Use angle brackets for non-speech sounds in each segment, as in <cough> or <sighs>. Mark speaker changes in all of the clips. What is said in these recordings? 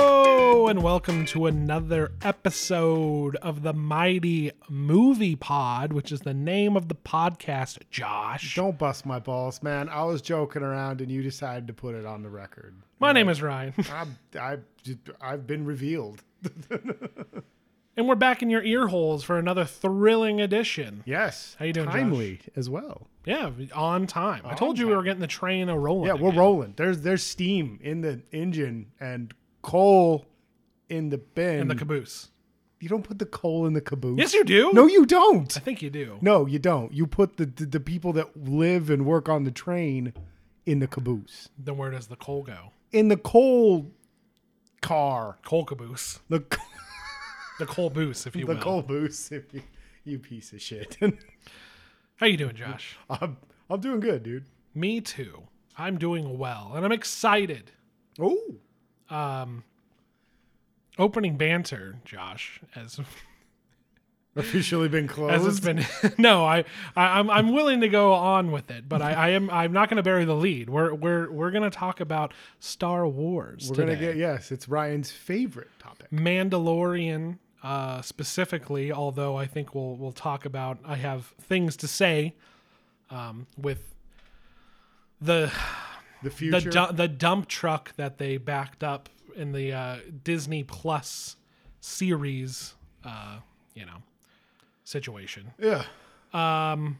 Speaker 1: Hello and welcome to another episode of the Mighty Movie Pod, which is the name of the podcast, Josh.
Speaker 2: Don't bust my balls, man. I was joking around, and you decided to put it on the record.
Speaker 1: My name is Ryan, <laughs>
Speaker 2: I'm, I, I've been revealed.
Speaker 1: and we're back in your ear holes for another thrilling edition.
Speaker 2: Yes.
Speaker 1: How you doing,
Speaker 2: Timely as well.
Speaker 1: Yeah, on time. I told you we were getting the train a rolling.
Speaker 2: Yeah, we're
Speaker 1: again.
Speaker 2: rolling. There's there's steam in the engine and coal in the bin.
Speaker 1: in the caboose.
Speaker 2: you don't put the coal in the caboose.
Speaker 1: Yes, you do.
Speaker 2: No, you don't.
Speaker 1: I think you do.
Speaker 2: No, you don't. You put the, the the people that live and work on the train in the caboose.
Speaker 1: Then where does the coal go?
Speaker 2: In the coal car.
Speaker 1: Coal caboose,
Speaker 2: The <laughs> c-
Speaker 1: the coal boose, if you
Speaker 2: the
Speaker 1: will.
Speaker 2: coal booth, if you, you piece of shit. <laughs>
Speaker 1: How you doing, Josh?
Speaker 2: I'm, I'm doing good, dude.
Speaker 1: Me too. I'm doing well, and I'm excited
Speaker 2: Oh,
Speaker 1: opening banter, Josh, as
Speaker 2: officially been
Speaker 1: <laughs> as it's
Speaker 2: closed.
Speaker 1: been. <laughs> no, I, I I'm I'm willing to go on with it, but I, I am I'm not going to bury the lead. We're we're we're going to talk about Star Wars
Speaker 2: We're
Speaker 1: today.
Speaker 2: gonna get yes. It's Ryan's favorite topic.
Speaker 1: Mandalorian uh, specifically, although I think we'll we'll talk about. I have things to say um, with the
Speaker 2: The
Speaker 1: the
Speaker 2: future.
Speaker 1: du- the dump truck that they backed up in the uh, Disney Plus series, uh, you know, situation.
Speaker 2: yeah. Um,
Speaker 1: Um,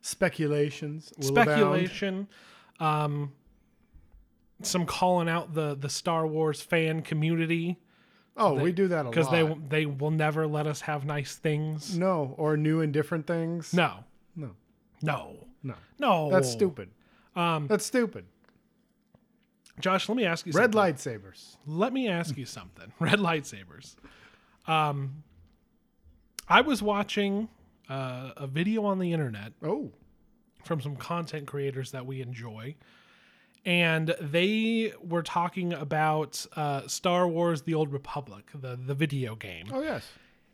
Speaker 2: speculations. will abound.
Speaker 1: Speculation, um, some calling out the the Star Wars fan community
Speaker 2: Oh, we do that a lot.
Speaker 1: because they they will never let us have nice things.
Speaker 2: no or new and different things.
Speaker 1: No, Oh.
Speaker 2: No.
Speaker 1: no,
Speaker 2: No.
Speaker 1: no.
Speaker 2: That's stupid. Um, that's stupid.
Speaker 1: Josh. Let me ask you.
Speaker 2: Red
Speaker 1: something.
Speaker 2: lightsabers.
Speaker 1: Let me ask you something. <laughs> Red lightsabers. Um, I was watching uh, a video on the internet
Speaker 2: Oh,
Speaker 1: from some content creators that we enjoy. And they were talking about uh, Star Wars: The Old Republic, the the video game,
Speaker 2: oh yes.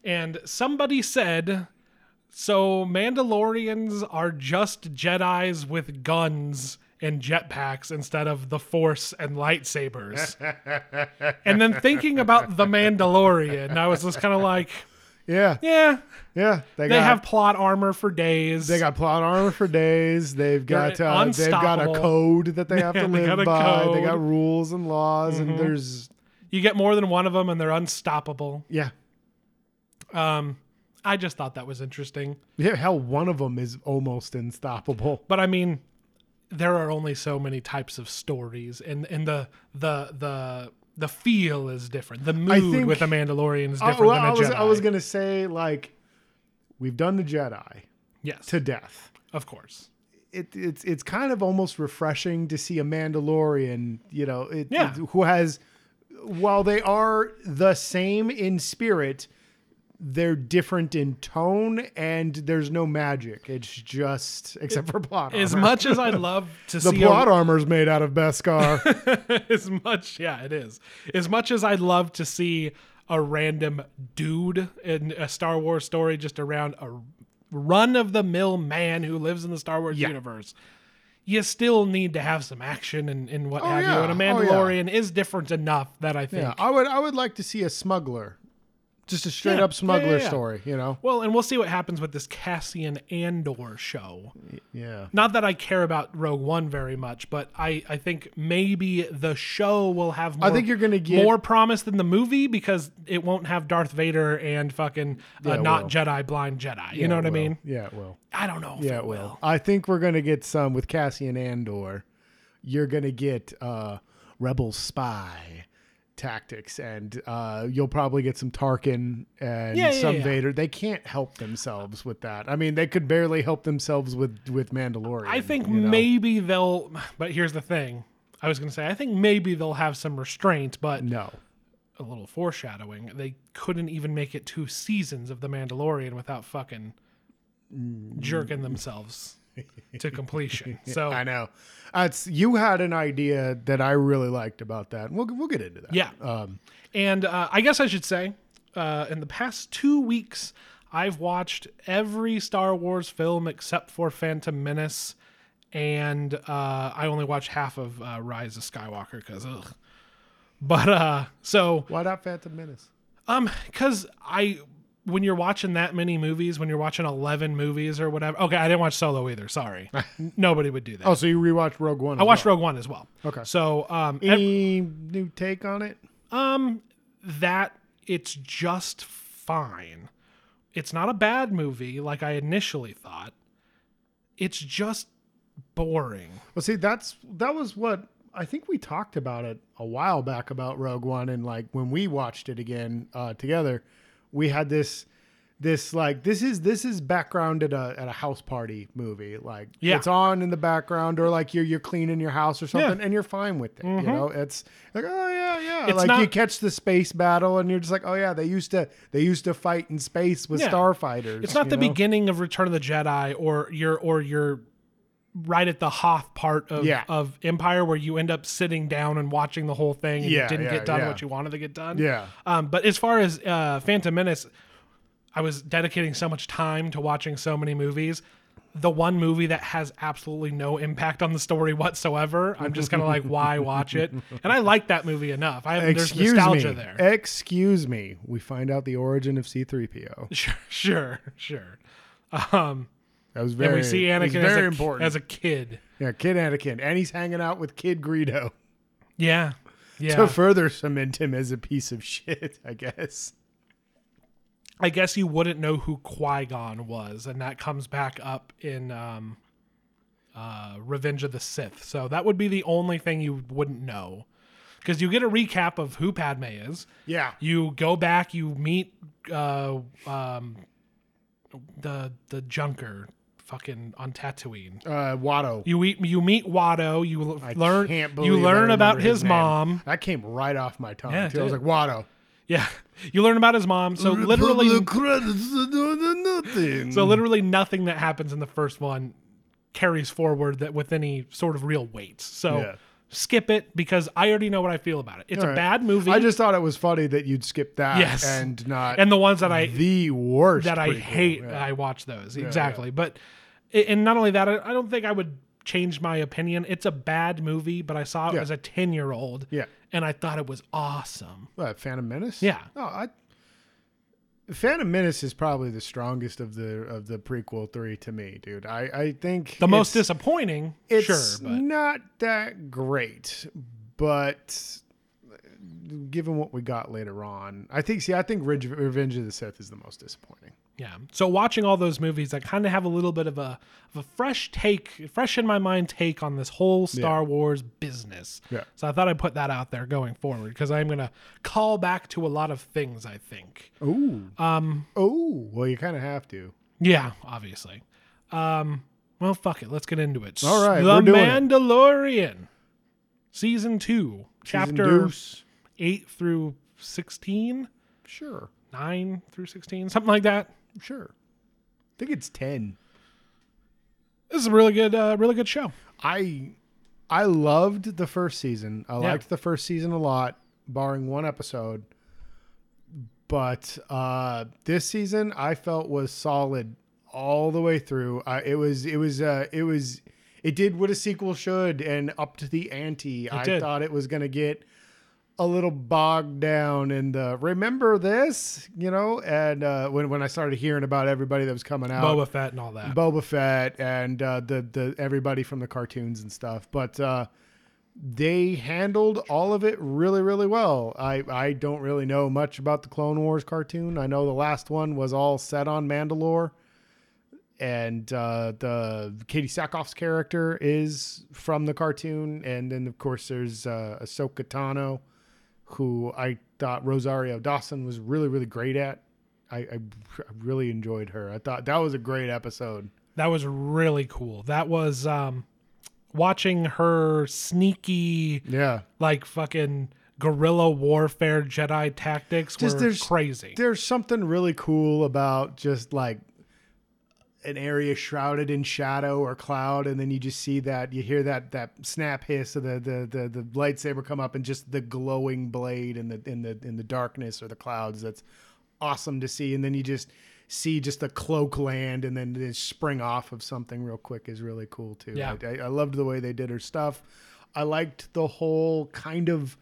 Speaker 1: and somebody said, "So Mandalorians are just Jedi's with guns and jetpacks instead of the Force and
Speaker 2: <laughs>
Speaker 1: lightsabers." and then thinking about the Mandalorian, I was just kind of like,
Speaker 2: Yeah,
Speaker 1: "Yeah,
Speaker 2: yeah.
Speaker 1: they
Speaker 2: got-
Speaker 1: have plot armor for days.
Speaker 2: They got plot armor for days. They've got
Speaker 1: They're
Speaker 2: uh, they've got a
Speaker 1: unstoppable.
Speaker 2: code
Speaker 1: <laughs>
Speaker 2: that they have to
Speaker 1: They got
Speaker 2: live
Speaker 1: a
Speaker 2: by. They
Speaker 1: code. Mm-hmm.
Speaker 2: got rules and laws, and there's
Speaker 1: you get more than one of them, and they're unstoppable."
Speaker 2: yeah,
Speaker 1: Um, I just thought that was interesting.
Speaker 2: yeah. Hell, one of them is almost unstoppable.
Speaker 1: But I mean, there are only so many types of stories, and and the the the the feel is different. The mood
Speaker 2: think-
Speaker 1: with a Mandalorian is
Speaker 2: Oh,
Speaker 1: different
Speaker 2: well,
Speaker 1: than a
Speaker 2: I was
Speaker 1: Jedi.
Speaker 2: I was gonna say like we've done the Jedi
Speaker 1: yes,
Speaker 2: to death.
Speaker 1: of course.
Speaker 2: It, it's it's kind of almost refreshing to see a Mandalorian, you know, it,
Speaker 1: Yeah.
Speaker 2: it- who has while they are the same in spirit, they're different in tone and there's no magic. It's just except for plot armor.
Speaker 1: As much as
Speaker 2: <laughs>
Speaker 1: I'd love to
Speaker 2: the
Speaker 1: see
Speaker 2: plot
Speaker 1: a,
Speaker 2: armor's made out of Beskar.
Speaker 1: <laughs> as much, yeah, it is. As much as I'd love to see a random dude in a Star Wars story just around a run of the mill man who lives in the Star Wars universe. You still need to have some action and, and what have you.
Speaker 2: yeah.
Speaker 1: And a
Speaker 2: Oh, yeah.
Speaker 1: Mandalorian is different enough that I think
Speaker 2: yeah, I would I would like to see a smuggler. Just a straight
Speaker 1: Yeah.
Speaker 2: up smuggler
Speaker 1: Yeah, yeah, yeah.
Speaker 2: story, you know.
Speaker 1: Well, and we'll see what happens with this Cassian Andor show.
Speaker 2: Yeah.
Speaker 1: Not that I care about Rogue One very much, but I, I think maybe the show will have more,
Speaker 2: I think you're gonna get-
Speaker 1: more promise than the movie because it won't have Darth Vader and fucking uh,
Speaker 2: it
Speaker 1: not
Speaker 2: will.
Speaker 1: Jedi, blind Jedi. You know what I mean?
Speaker 2: Yeah, it will.
Speaker 1: I don't know. If
Speaker 2: Yeah, it will. I think we're gonna get some with Cassian Andor. You're gonna get uh, rebel spy tactics, and uh, you'll probably get some Tarkin and
Speaker 1: Yeah, yeah,
Speaker 2: some
Speaker 1: yeah.
Speaker 2: Vader. They can't help themselves with that. I mean, they could barely help themselves with with Mandalorian.
Speaker 1: I think
Speaker 2: you know?
Speaker 1: maybe they'll. But here's the thing. I was going to say, I think maybe they'll have some restraint, but
Speaker 2: no.
Speaker 1: a little foreshadowing. They couldn't even make it two seasons of The Mandalorian without fucking jerking themselves to
Speaker 2: <laughs>
Speaker 1: completion. So
Speaker 2: Mm. I know. That's you had an idea that I really liked about that. We'll we'll get into that.
Speaker 1: yeah, and uh, I guess I should say, uh, in the past two weeks, I've watched every Star Wars film except for Phantom Menace, and uh, I only watched half of uh, Rise of Skywalker because ugh. But uh, so
Speaker 2: Why not Phantom Menace?
Speaker 1: um, because I when you're watching that many movies, when you're watching eleven movies or whatever. Okay, I didn't watch Solo either.
Speaker 2: <laughs>
Speaker 1: Sorry, N- nobody would do that.
Speaker 2: Oh, so you rewatched Rogue One?
Speaker 1: I watched Rogue One as well.
Speaker 2: Okay.
Speaker 1: So um, ev-
Speaker 2: Any new take on it?
Speaker 1: um, that it's just fine. It's not a bad movie like I initially thought. It's just boring.
Speaker 2: Well, see, that's that was what I think we talked about it a while back about Rogue One, and like when we watched it again uh, together, we had this this like this is this is background at a at a house party movie. Like
Speaker 1: Yeah.
Speaker 2: it's on in the background, or like you're you're cleaning your house or something,
Speaker 1: Yeah. Mm-hmm.
Speaker 2: and you're fine with it. You know, it's like oh yeah yeah,
Speaker 1: It's
Speaker 2: like
Speaker 1: not-
Speaker 2: you catch the space battle, and you're just like oh yeah, they used to they used to fight in space with
Speaker 1: Yeah.
Speaker 2: starfighters.
Speaker 1: It's not
Speaker 2: you
Speaker 1: the
Speaker 2: know?
Speaker 1: beginning of Return of the Jedi or your or your right at the Hoth part of,
Speaker 2: Yeah.
Speaker 1: of Empire where you end up sitting down and watching the whole thing and
Speaker 2: Yeah,
Speaker 1: you didn't
Speaker 2: yeah,
Speaker 1: get done
Speaker 2: yeah.
Speaker 1: what you wanted to get done.
Speaker 2: Yeah.
Speaker 1: Um, but as far as uh, Phantom Menace, I was dedicating so much time to watching so many movies. The one movie that has absolutely no impact on the story whatsoever. I'm just kind of like,
Speaker 2: <laughs>
Speaker 1: why watch it? And I like that movie enough. I there's
Speaker 2: Excuse
Speaker 1: nostalgia
Speaker 2: me. Eh.
Speaker 1: there.
Speaker 2: Excuse me. We find out the origin of
Speaker 1: <laughs>
Speaker 2: C3PO.
Speaker 1: Sure, sure, sure. Um,
Speaker 2: That was very
Speaker 1: and we see
Speaker 2: it was
Speaker 1: Anakin
Speaker 2: very
Speaker 1: as, a,
Speaker 2: important.
Speaker 1: as a kid.
Speaker 2: yeah, Kid Anakin, and he's hanging out with Kid Greedo
Speaker 1: Yeah, yeah.
Speaker 2: to further cement him as a piece of shit. I guess.
Speaker 1: I guess you wouldn't know who Qui Gon was, and that comes back up in um, uh, Revenge of the Sith. So that would be the only thing you wouldn't know, because you get a recap of who Padme is.
Speaker 2: Yeah.
Speaker 1: You go back, you meet uh, um, the the Junker, fucking on Tatooine.
Speaker 2: Uh, Watto.
Speaker 1: You eat, you meet Watto. You l-
Speaker 2: I
Speaker 1: learn
Speaker 2: Can't believe
Speaker 1: you
Speaker 2: I
Speaker 1: learn
Speaker 2: remember
Speaker 1: about
Speaker 2: his,
Speaker 1: his
Speaker 2: name.
Speaker 1: mom. <laughs>
Speaker 2: That came right off my tongue.
Speaker 1: Yeah, it
Speaker 2: too. I was
Speaker 1: did.
Speaker 2: like Watto.
Speaker 1: Yeah, you learn about his mom. So literally,
Speaker 2: nothing.
Speaker 1: so literally nothing that happens in the first one carries forward that with any sort of real weight. So
Speaker 2: Yeah.
Speaker 1: skip it because I already know what I feel about it. It's
Speaker 2: All
Speaker 1: a
Speaker 2: right.
Speaker 1: bad movie,
Speaker 2: I just thought it was funny that you'd skip that
Speaker 1: Yes.
Speaker 2: and not
Speaker 1: and the ones that I
Speaker 2: the worst
Speaker 1: that I
Speaker 2: prequel.
Speaker 1: hate,
Speaker 2: Yeah.
Speaker 1: I watch those exactly. But and not only that, I I don't think I would change my opinion. It's a bad movie, but I saw it
Speaker 2: Yeah.
Speaker 1: as a ten year old,
Speaker 2: Yeah.
Speaker 1: and I thought it was awesome.
Speaker 2: What, Phantom Menace?
Speaker 1: Yeah.
Speaker 2: No, I. Phantom Menace is probably the strongest of the of the prequel three to me, dude. I I think
Speaker 1: The most
Speaker 2: it's,
Speaker 1: disappointing,
Speaker 2: it's
Speaker 1: sure, but
Speaker 2: not that great, but given what we got later on, I think. See, I think Revenge, Revenge of the Sith is the most disappointing.
Speaker 1: Yeah. So watching all those movies, I kind of have a little bit of a of a fresh take, fresh in my mind take on this whole Star Wars business.
Speaker 2: Yeah.
Speaker 1: So I thought I'd put that out there going forward because I'm gonna call back to a lot of things. I think.
Speaker 2: Ooh.
Speaker 1: Um.
Speaker 2: Oh, well, you kind of have to.
Speaker 1: Yeah. Obviously. Um. Well, fuck it. Let's get into it.
Speaker 2: All right,
Speaker 1: The
Speaker 2: we're doing it.
Speaker 1: Mandalorian, season two,
Speaker 2: Season
Speaker 1: chapter
Speaker 2: deuce.
Speaker 1: eight through sixteen,
Speaker 2: Sure,
Speaker 1: nine through sixteen, something like that.
Speaker 2: sure. I think it's ten.
Speaker 1: This is a really good, uh, really good show.
Speaker 2: I I loved the first season. I
Speaker 1: Yeah.
Speaker 2: liked the first season a lot, barring one episode. But uh, this season, I felt was solid all the way through. Uh, it was it was uh, it was it did what a sequel should and upped the ante. I
Speaker 1: did.
Speaker 2: thought it was gonna get a little bogged down in the remember this, you know, and uh, when when I started hearing about everybody that was coming out,
Speaker 1: Boba Fett and all that.
Speaker 2: Boba Fett and uh, the the everybody from the cartoons and stuff. But uh, they handled all of it really really well. I I don't really know much about the Clone Wars cartoon. I know the last one was all set on Mandalore, and uh, the Katie Sackhoff's character is from the cartoon. And then of course there's uh, Ahsoka Tano, who I thought Rosario Dawson was really really great at. I, I really enjoyed her. I thought that was a great episode.
Speaker 1: That was really cool. That was um watching her sneaky
Speaker 2: Yeah.
Speaker 1: like fucking guerrilla warfare Jedi tactics
Speaker 2: Just
Speaker 1: were
Speaker 2: there's-
Speaker 1: crazy.
Speaker 2: There's something really cool about just like an area shrouded in shadow or cloud, and then you just see that you hear that that snap hiss of the the the, the lightsaber come up and just the glowing blade in the in the in the darkness or the clouds. That's awesome to see. And then you just see just the cloak land and then they spring off of something real quick is really cool too.
Speaker 1: Yeah.
Speaker 2: I, I, I loved the way they did her stuff. I liked the whole kind of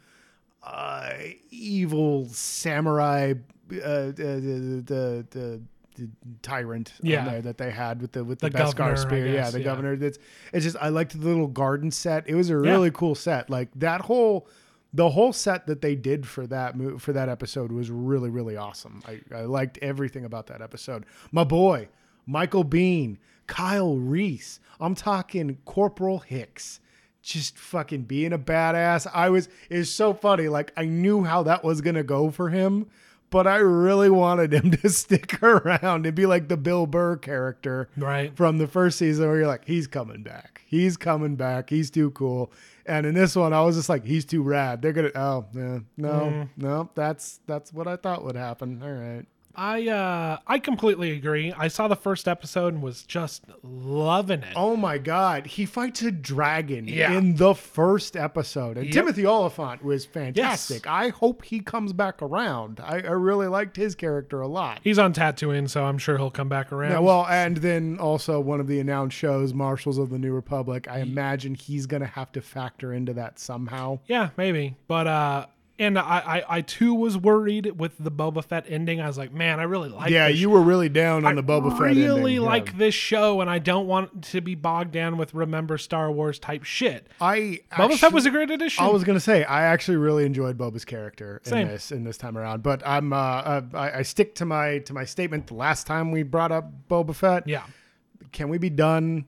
Speaker 2: uh, evil samurai uh, uh, the, the, the the tyrant on
Speaker 1: Yeah.
Speaker 2: there that they had with the with
Speaker 1: The
Speaker 2: the, Beskar
Speaker 1: governor, I
Speaker 2: spear. yeah,
Speaker 1: guess,
Speaker 2: the
Speaker 1: yeah.
Speaker 2: governor. That's it's just I liked the little garden set. It was a really cool set. Like that whole the whole set that they did for that mo- for that episode was really really awesome. I, I liked everything about that episode. My boy Michael Bean, Kyle Reese. I'm talking Corporal Hicks. Just fucking being a badass. I was is so funny. Like I knew how that was gonna go for him, but I really wanted him <laughs> to stick around and be like the Bill Burr character
Speaker 1: Right.
Speaker 2: from the first season where you're like, he's coming back. He's coming back. He's too cool. And in this one, I was just like, he's too rad. They're gonna oh yeah, no,
Speaker 1: Mm.
Speaker 2: no, that's that's what I thought would happen. All right.
Speaker 1: I uh I completely agree. I saw the first episode and was just loving it.
Speaker 2: Oh my god, he fights a dragon
Speaker 1: Yeah.
Speaker 2: in the first episode. And
Speaker 1: Yep.
Speaker 2: Timothy Oliphant was fantastic.
Speaker 1: Yes.
Speaker 2: I hope he comes back around. I, I really liked his character a lot.
Speaker 1: He's on Tatooine, so I'm sure he'll come back around.
Speaker 2: Yeah, well, and then also one of the announced shows, Marshals of the New Republic. I imagine he's going to have to factor into that somehow.
Speaker 1: Yeah, maybe. But uh and I, I I too was worried with the Boba Fett ending. I was like, man, I really like
Speaker 2: yeah,
Speaker 1: this
Speaker 2: you were really down on the Boba Fett.
Speaker 1: really
Speaker 2: ending, yeah.
Speaker 1: like this show and I don't want to be bogged down with remember Star Wars type shit.
Speaker 2: I
Speaker 1: Boba Fett
Speaker 2: actually-
Speaker 1: was a great addition.
Speaker 2: I was gonna say I actually really enjoyed Boba's character in
Speaker 1: Same.
Speaker 2: this in this time around, but I'm uh, uh, I, I stick to my to my statement the last time we brought up Boba Fett.
Speaker 1: yeah.
Speaker 2: Can we be done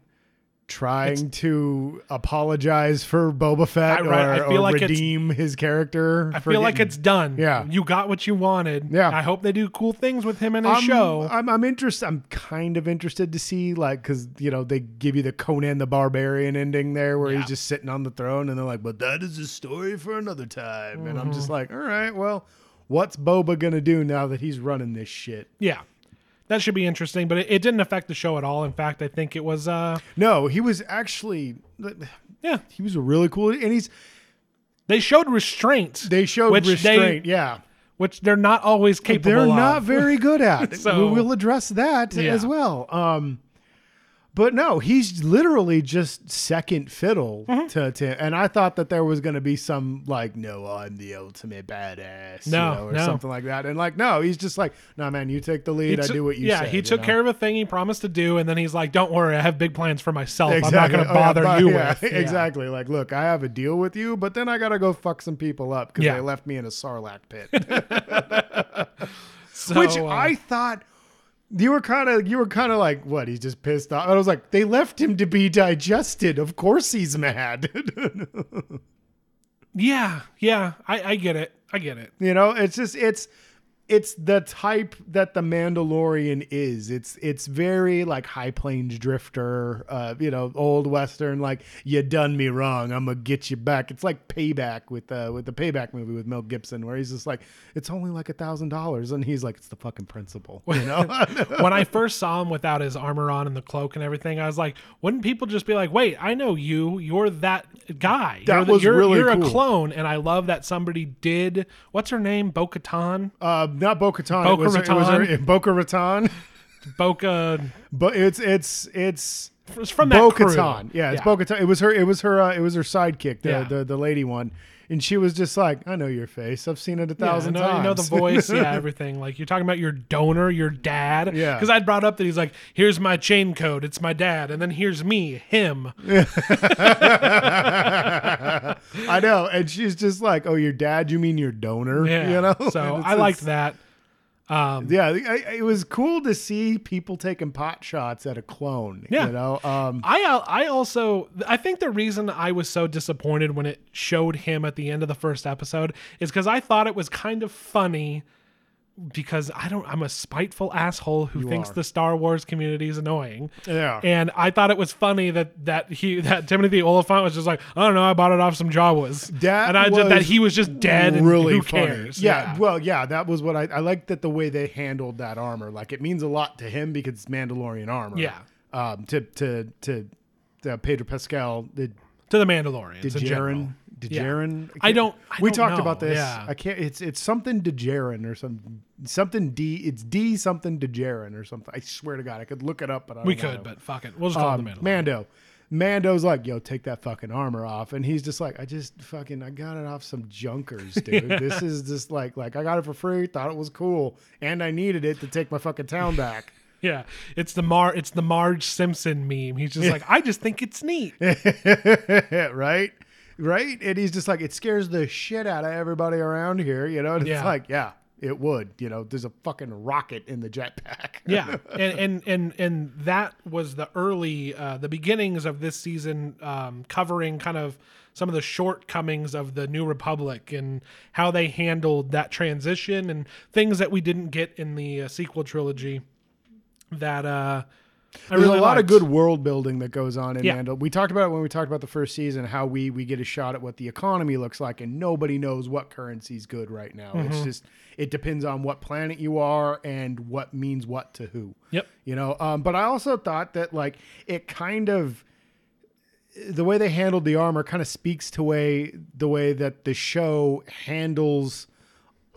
Speaker 2: trying to apologize for Boba Fett
Speaker 1: I- right,
Speaker 2: or,
Speaker 1: I feel
Speaker 2: or
Speaker 1: like it's-
Speaker 2: redeem his character?
Speaker 1: I feel like it's done.
Speaker 2: Yeah.
Speaker 1: You got what you wanted.
Speaker 2: Yeah.
Speaker 1: I hope they do cool things with him in his
Speaker 2: I'm,
Speaker 1: show.
Speaker 2: I'm I'm interested. I'm kind of interested to see like because you know they give you the Conan the Barbarian ending there where
Speaker 1: Yeah.
Speaker 2: he's just sitting on the throne and they're like, but that is a story for another time. And I'm
Speaker 1: Mm-hmm.
Speaker 2: just like, all right, well, what's Boba gonna do now that he's running this shit?
Speaker 1: yeah. That should be interesting, but it, it didn't affect the show at all. In fact, I think it was uh
Speaker 2: No, he was actually
Speaker 1: yeah.
Speaker 2: he was a really cool and he's
Speaker 1: They showed restraint.
Speaker 2: they showed
Speaker 1: Which they-
Speaker 2: restraint. yeah,
Speaker 1: which they're not always capable
Speaker 2: they're
Speaker 1: of.
Speaker 2: not very
Speaker 1: <laughs>
Speaker 2: good at.
Speaker 1: So-
Speaker 2: we will address that
Speaker 1: Yeah.
Speaker 2: as well. Um, but no, he's literally just second fiddle
Speaker 1: Mm-hmm.
Speaker 2: to, to and I thought that there was going to be some like, no, I'm the ultimate badass, you
Speaker 1: No,
Speaker 2: know, or
Speaker 1: no.
Speaker 2: something like that. And like, no, he's just like, no, man, you take the lead. I
Speaker 1: took-
Speaker 2: do what you
Speaker 1: yeah,
Speaker 2: say.
Speaker 1: he took care of a thing he promised to do, and then he's like, "Don't worry, I have big plans for myself. I'm not
Speaker 2: Exactly.
Speaker 1: going to
Speaker 2: <laughs> Oh, yeah,
Speaker 1: bother
Speaker 2: but-
Speaker 1: you
Speaker 2: yeah,
Speaker 1: with." Yeah.
Speaker 2: Exactly. Like, look, I have a deal with you, but then I got to go fuck some people up because
Speaker 1: Yeah.
Speaker 2: they left me in a sarlacc pit.
Speaker 1: So,
Speaker 2: which
Speaker 1: uh,
Speaker 2: I thought you were kind of you were kind of like what he's just pissed off. And I was like, they left him to be digested. Of course he's mad. <laughs>
Speaker 1: yeah, yeah, I, I get it. I get it.
Speaker 2: you know, it's just it's it's the type that the Mandalorian is. It's it's very like High Plains Drifter, uh, you know, old western. Like you done me wrong, I'm gonna get you back. It's like payback with uh, with the payback movie with Mel Gibson, where he's just like, it's only like a thousand dollars, and he's like, it's the fucking principle, you know. <laughs>
Speaker 1: When I first saw him without his armor on and the cloak and everything, I was like, "Wouldn't people just be like, wait, I know you. You're that guy.
Speaker 2: That
Speaker 1: you're the-
Speaker 2: was
Speaker 1: you're,
Speaker 2: really
Speaker 1: you're
Speaker 2: cool.
Speaker 1: a clone." And I love that somebody did. What's her name? Bo-Katan?
Speaker 2: Uh, not Boca Raton.
Speaker 1: Boca Raton.
Speaker 2: Boca Raton.
Speaker 1: Boca.
Speaker 2: But it's it's it's
Speaker 1: It's from that
Speaker 2: Boca
Speaker 1: crew.
Speaker 2: Raton. Yeah, it's Boca Raton. It was her. It was her. Uh, it was her sidekick, the,
Speaker 1: Yeah.
Speaker 2: the the lady one, and she was just like, "I know your face. I've seen it a
Speaker 1: Yeah, I
Speaker 2: thousand
Speaker 1: know,
Speaker 2: times. <laughs>
Speaker 1: You know the voice, yeah, everything. Like you're talking about your donor, your dad.
Speaker 2: Yeah.
Speaker 1: Because I brought up that he's like, here's my chain code, it's my dad, and then here's me,
Speaker 2: <laughs>
Speaker 1: him.
Speaker 2: I know." And she's just like, "Oh, your dad? You mean your donor? <laughs>
Speaker 1: Yeah.
Speaker 2: You know?"
Speaker 1: So
Speaker 2: And it's
Speaker 1: I liked
Speaker 2: just-
Speaker 1: that. Um,
Speaker 2: Yeah, I, it was cool to see people taking pot shots at a clone.
Speaker 1: Yeah.
Speaker 2: You know. Um.
Speaker 1: I al- I also I think the reason I was so disappointed when it showed him at the end of the first episode is because I thought it was kind of funny because I don't I'm a spiteful asshole who thinks
Speaker 2: are.
Speaker 1: the Star Wars community is annoying.
Speaker 2: Yeah.
Speaker 1: And I thought it was funny that that he that Timothy Oliphant was just like, I don't know, I bought it off some Jawas.
Speaker 2: That
Speaker 1: and I
Speaker 2: was
Speaker 1: just that he was just dead and
Speaker 2: really
Speaker 1: who
Speaker 2: funny.
Speaker 1: cares?
Speaker 2: Yeah, well, yeah, that was what I I like that the way they handled that armor. Like it means a lot to him because it's Mandalorian armor.
Speaker 1: Yeah.
Speaker 2: Um, to to to, to Pedro Pascal, the
Speaker 1: to the Mandalorians. in general.
Speaker 2: Djarin, Djarin.
Speaker 1: I don't- I
Speaker 2: we
Speaker 1: don't
Speaker 2: talked
Speaker 1: know.
Speaker 2: about this.
Speaker 1: Yeah.
Speaker 2: I can't. It's it's something Djarin or some something D. It's D something Djarin or something. I swear to God, I could look it up, but I
Speaker 1: We
Speaker 2: don't wanna.
Speaker 1: could, but fuck it. We'll just call him the
Speaker 2: Um,
Speaker 1: Mandalorian.
Speaker 2: Mando. Mando's like, yo, take that fucking armor off. And he's just like, I just fucking, I got it off some
Speaker 1: <laughs>
Speaker 2: junkers, dude. This is just like, like I got it for free, thought it was cool. And I needed it to take my fucking town back. <laughs>
Speaker 1: Yeah, it's the Mar it's the Marge Simpson meme. He's just like, I just think it's neat.
Speaker 2: right? Right? And he's just like, it scares the shit out of everybody around here, you know? And it's
Speaker 1: Yeah.
Speaker 2: like, yeah, it would. You know, there's a fucking rocket in the jetpack. <laughs>
Speaker 1: yeah, and, and and and that was the early uh, the beginnings of this season, um, covering kind of some of the shortcomings of the New Republic and how they handled that transition and things that we didn't get in the uh, sequel trilogy. That uh, I
Speaker 2: There's
Speaker 1: really
Speaker 2: a lot of
Speaker 1: liked.
Speaker 2: good world building that goes on in
Speaker 1: Yeah.
Speaker 2: Mando. We talked about it when we talked about the first season, how we we get a shot at what the economy looks like, and nobody knows what currency's good right now.
Speaker 1: Mm-hmm.
Speaker 2: It's just it depends on what planet you are and what means what to who.
Speaker 1: Yep.
Speaker 2: You know, um, but I also thought that like it kind of the way they handled the armor kind of speaks to way the way that the show handles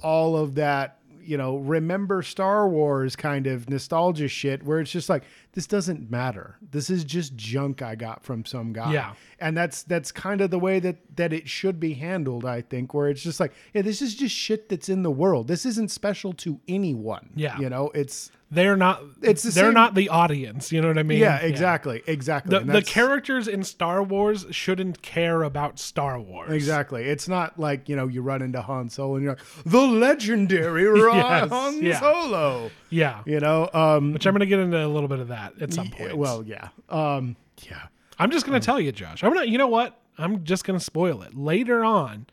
Speaker 2: all of that you know remember star wars kind of nostalgia shit where it's just like this doesn't matter this is just junk i got from some guy
Speaker 1: Yeah.
Speaker 2: and that's that's kind of the way that that it should be handled i think where it's just like yeah this is just shit that's in the world this isn't special to anyone
Speaker 1: Yeah.
Speaker 2: you know it's
Speaker 1: They're not.
Speaker 2: It's the
Speaker 1: they're
Speaker 2: same-
Speaker 1: not the audience. You know what I mean?
Speaker 2: yeah exactly exactly
Speaker 1: The,
Speaker 2: And
Speaker 1: the
Speaker 2: that's-
Speaker 1: characters in Star Wars shouldn't care about Star Wars.
Speaker 2: Exactly. It's not like, you know, you run into Han Solo and you're like, the legendary Ron
Speaker 1: <laughs> Yes,
Speaker 2: Han
Speaker 1: yeah.
Speaker 2: Solo.
Speaker 1: Yeah.
Speaker 2: You know, um
Speaker 1: Which I'm going to get into a little bit of that at some point.
Speaker 2: well, um, yeah. Um yeah.
Speaker 1: I'm just gonna tell you, Josh. I'm not. You know what? I'm just gonna spoil it later on.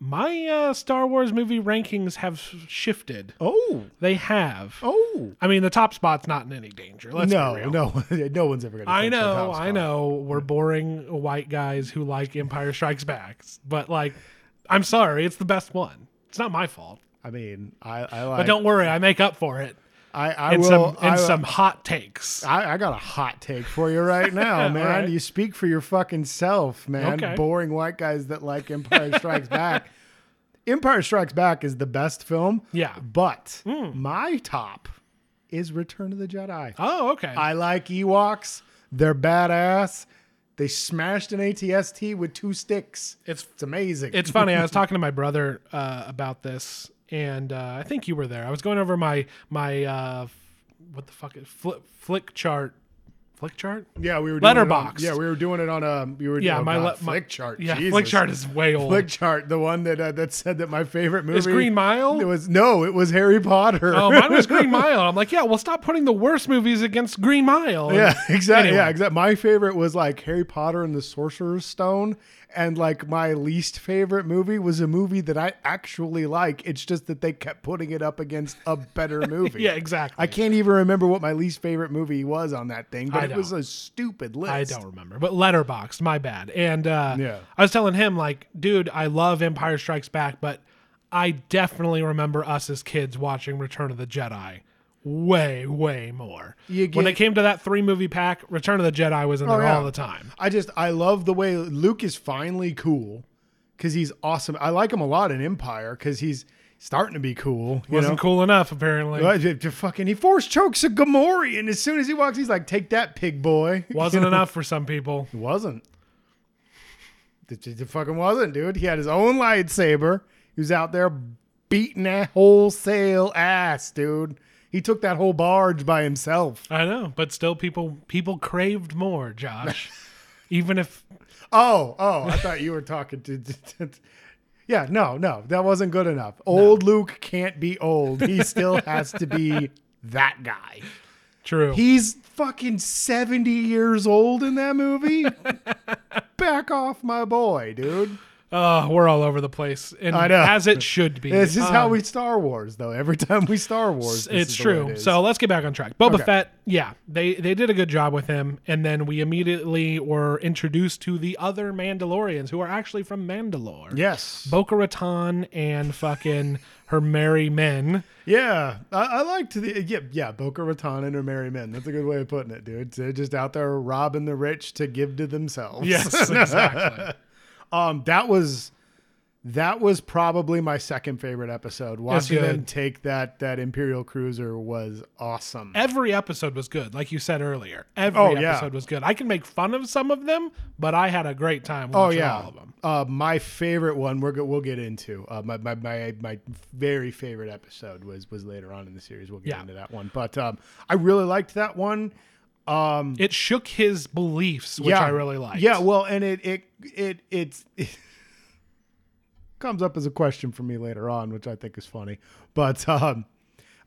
Speaker 1: My uh, Star Wars movie rankings have shifted.
Speaker 2: Oh.
Speaker 1: They have.
Speaker 2: Oh.
Speaker 1: I mean, the top spot's not in any danger. Let's be
Speaker 2: no,
Speaker 1: real.
Speaker 2: no, <laughs> no one's ever gonna.
Speaker 1: I
Speaker 2: take the
Speaker 1: know,
Speaker 2: top
Speaker 1: I
Speaker 2: spot.
Speaker 1: know. We're boring white guys who like Empire Strikes Back, but like, I'm sorry, it's the best one. It's not my fault.
Speaker 2: I mean, I, I like.
Speaker 1: But don't worry, I make up for it
Speaker 2: I, I
Speaker 1: in
Speaker 2: will.
Speaker 1: some in
Speaker 2: I,
Speaker 1: some hot takes.
Speaker 2: I, I got a hot take for you
Speaker 1: <laughs>
Speaker 2: right now, man.
Speaker 1: right.
Speaker 2: You speak for your fucking self, man.
Speaker 1: Okay.
Speaker 2: Boring white guys that like Empire
Speaker 1: <laughs>
Speaker 2: Strikes Back. Empire Strikes Back is the best film.
Speaker 1: Yeah. Hmm.
Speaker 2: But my top is Return of the Jedi.
Speaker 1: oh, okay.
Speaker 2: I like Ewoks. They're badass. They smashed an ATST with two sticks.
Speaker 1: it's
Speaker 2: It's amazing.
Speaker 1: It's funny. I was talking to my brother uh, about this, and uh, I think you were there. I was going over my my uh, f- what the fuck is flick, flick chart, flick chart.
Speaker 2: yeah, we were doing it on-
Speaker 1: Letterboxed.
Speaker 2: yeah, we were doing it on a. You were
Speaker 1: Yeah,
Speaker 2: oh
Speaker 1: my,
Speaker 2: God,
Speaker 1: le- my
Speaker 2: flick chart.
Speaker 1: Yeah,
Speaker 2: Jesus.
Speaker 1: flick chart is way old.
Speaker 2: flick chart, the one that uh, that said that my favorite movie
Speaker 1: is Green
Speaker 2: It
Speaker 1: Mile.
Speaker 2: was no, it was Harry Potter.
Speaker 1: Oh, mine was Green Mile. I'm like, yeah, well, stop putting the worst movies against Green Mile. And-
Speaker 2: <laughs> yeah, exactly. Yeah,
Speaker 1: Anyway.
Speaker 2: exactly. My favorite was like Harry Potter and the Sorcerer's Stone, and like my least favorite movie was a movie that I actually like. It's just that they kept putting it up against a better
Speaker 1: <laughs>
Speaker 2: movie.
Speaker 1: yeah, exactly.
Speaker 2: I can't even remember what my least favorite movie was on that thing,
Speaker 1: I
Speaker 2: but it was a stupid list.
Speaker 1: I don't remember, but Letterboxd, my bad. And uh,
Speaker 2: Yeah.
Speaker 1: I was telling him, like, dude, I love Empire Strikes Back, but I definitely remember us as kids watching Return of the Jedi way, way more.
Speaker 2: You
Speaker 1: when
Speaker 2: get- Oh,
Speaker 1: it came to that three movie pack, Return of the Jedi was in there
Speaker 2: yeah.
Speaker 1: all the time.
Speaker 2: I just I love the way Luke is finally cool because he's awesome. I like him a lot in Empire because he's starting to be cool. You
Speaker 1: Wasn't
Speaker 2: know?
Speaker 1: cool enough,
Speaker 2: <laughs>
Speaker 1: apparently.
Speaker 2: Well, j- j- fucking, he force chokes a Gamorrean, and as soon as he walks, he's like, "Take that, pig boy." <laughs>
Speaker 1: Wasn't enough for some people.
Speaker 2: It wasn't. It, it fucking wasn't, dude. He had his own lightsaber. He was out there beating that wholesale ass, dude. He took that whole barge by himself.
Speaker 1: I know, but still, people people craved more,
Speaker 2: <laughs>
Speaker 1: Josh. Even if
Speaker 2: Oh, oh, I thought you were talking to. to- to- yeah, no, no, that wasn't good enough. Old Luke can't be old. He still has to be that guy.
Speaker 1: true,
Speaker 2: He's fucking 70 years old in that
Speaker 1: <laughs>
Speaker 2: movie. Back off my boy, dude.
Speaker 1: uh, we're all over the place, and
Speaker 2: I know.
Speaker 1: as it should be.
Speaker 2: This is
Speaker 1: Um,
Speaker 2: how we Star Wars, though. Every time we Star Wars, this
Speaker 1: it's
Speaker 2: is the way
Speaker 1: true.
Speaker 2: it is.
Speaker 1: so let's get back on track. Boba
Speaker 2: Okay.
Speaker 1: Fett, yeah, they they did a good job with him, and then we immediately were introduced to the other Mandalorians who are actually from Mandalore.
Speaker 2: yes,
Speaker 1: Boca Raton and fucking her merry men.
Speaker 2: yeah, I, I liked the yeah, yeah, Boca Raton and her merry men. That's a good way of putting it, dude. They're just out there
Speaker 1: <laughs>
Speaker 2: robbing the rich to give to themselves.
Speaker 1: Yes, exactly.
Speaker 2: um, that was That was probably my second favorite episode. Watching them
Speaker 1: good.
Speaker 2: take that that Imperial cruiser was awesome.
Speaker 1: Every episode was good, like you said earlier. Every
Speaker 2: Oh, yeah.
Speaker 1: episode was good. I can make fun of some of them, but I had a great time
Speaker 2: Oh
Speaker 1: watching
Speaker 2: yeah,
Speaker 1: all of them.
Speaker 2: Uh, my favorite one we're go- we'll get into. Uh, my, my my my very favorite episode was was later on in the series. We'll get
Speaker 1: Yeah.
Speaker 2: into that one, but um, I really liked that one. Um,
Speaker 1: It shook his beliefs, which I really liked.
Speaker 2: Yeah, well, and it it it it's. <laughs> It comes up as a question for me later on which i think is funny but um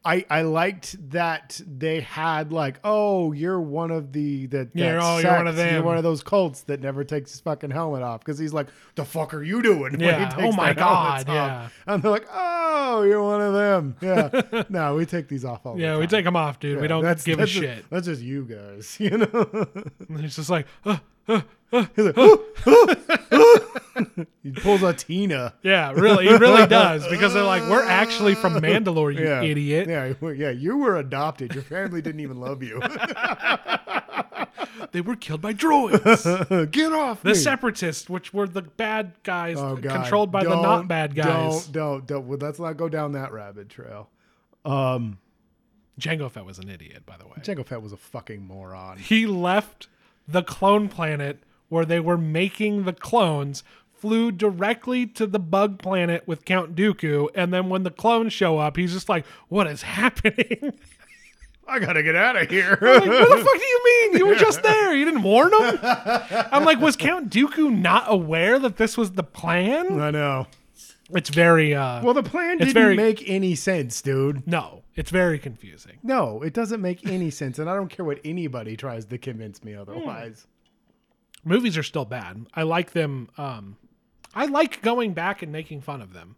Speaker 2: i i liked that they had like oh you're one of the that
Speaker 1: Yeah,
Speaker 2: that
Speaker 1: oh, you're one of
Speaker 2: sect, you're
Speaker 1: them."
Speaker 2: one of those cults that never takes his fucking helmet off because he's like the fuck are you doing when he
Speaker 1: Yeah,
Speaker 2: takes
Speaker 1: oh my
Speaker 2: their helmets
Speaker 1: God,
Speaker 2: off?" and they're like oh you're one of them
Speaker 1: <laughs>
Speaker 2: yeah no we take these off all
Speaker 1: yeah,
Speaker 2: the
Speaker 1: we
Speaker 2: time
Speaker 1: take them off, dude. we don't
Speaker 2: that's,
Speaker 1: give
Speaker 2: that's
Speaker 1: a
Speaker 2: just- <laughs>
Speaker 1: shit.
Speaker 2: that's just you guys <laughs> you know
Speaker 1: And It's just like, uh, uh, uh.
Speaker 2: He's like, "Ooh, ooh, ooh." he pulls a Tina.
Speaker 1: yeah, really, it really does because they're like, we're actually from Mandalore, <laughs> you
Speaker 2: <laughs> Yeah.
Speaker 1: idiot.
Speaker 2: Yeah, you- yeah. You were adopted. Your family didn't even
Speaker 1: <laughs>
Speaker 2: love you. <laughs>
Speaker 1: They were killed by
Speaker 2: <laughs>
Speaker 1: droids.
Speaker 2: Get off
Speaker 1: the
Speaker 2: me.
Speaker 1: Separatists, which were the bad guys
Speaker 2: Oh, God.
Speaker 1: controlled by the
Speaker 2: Don't-
Speaker 1: not bad guys.
Speaker 2: Don't, don't, don't. Well, let's not go down that rabbit trail. Um,
Speaker 1: Jango Fett was an idiot, by the way.
Speaker 2: Jango Fett was a fucking moron.
Speaker 1: he left the clone planet where they were making the clones, flew directly to the bug planet with Count Dooku, and then when the clones show up, he's just like, "What is happening? <laughs>
Speaker 2: I gotta get out of here.
Speaker 1: like, what the fuck do you mean? You were just there. You didn't warn them." I'm like, "Was Count Dooku not aware that this was the plan?"
Speaker 2: <laughs> I know.
Speaker 1: It's very uh
Speaker 2: Well, the plan didn't
Speaker 1: very-
Speaker 2: make any sense, dude.
Speaker 1: no, it's very confusing.
Speaker 2: No, it doesn't make any sense, and I don't care what anybody tries to convince me otherwise.
Speaker 1: Hmm. movies are still bad. I like them. Um, I like going back and making fun of them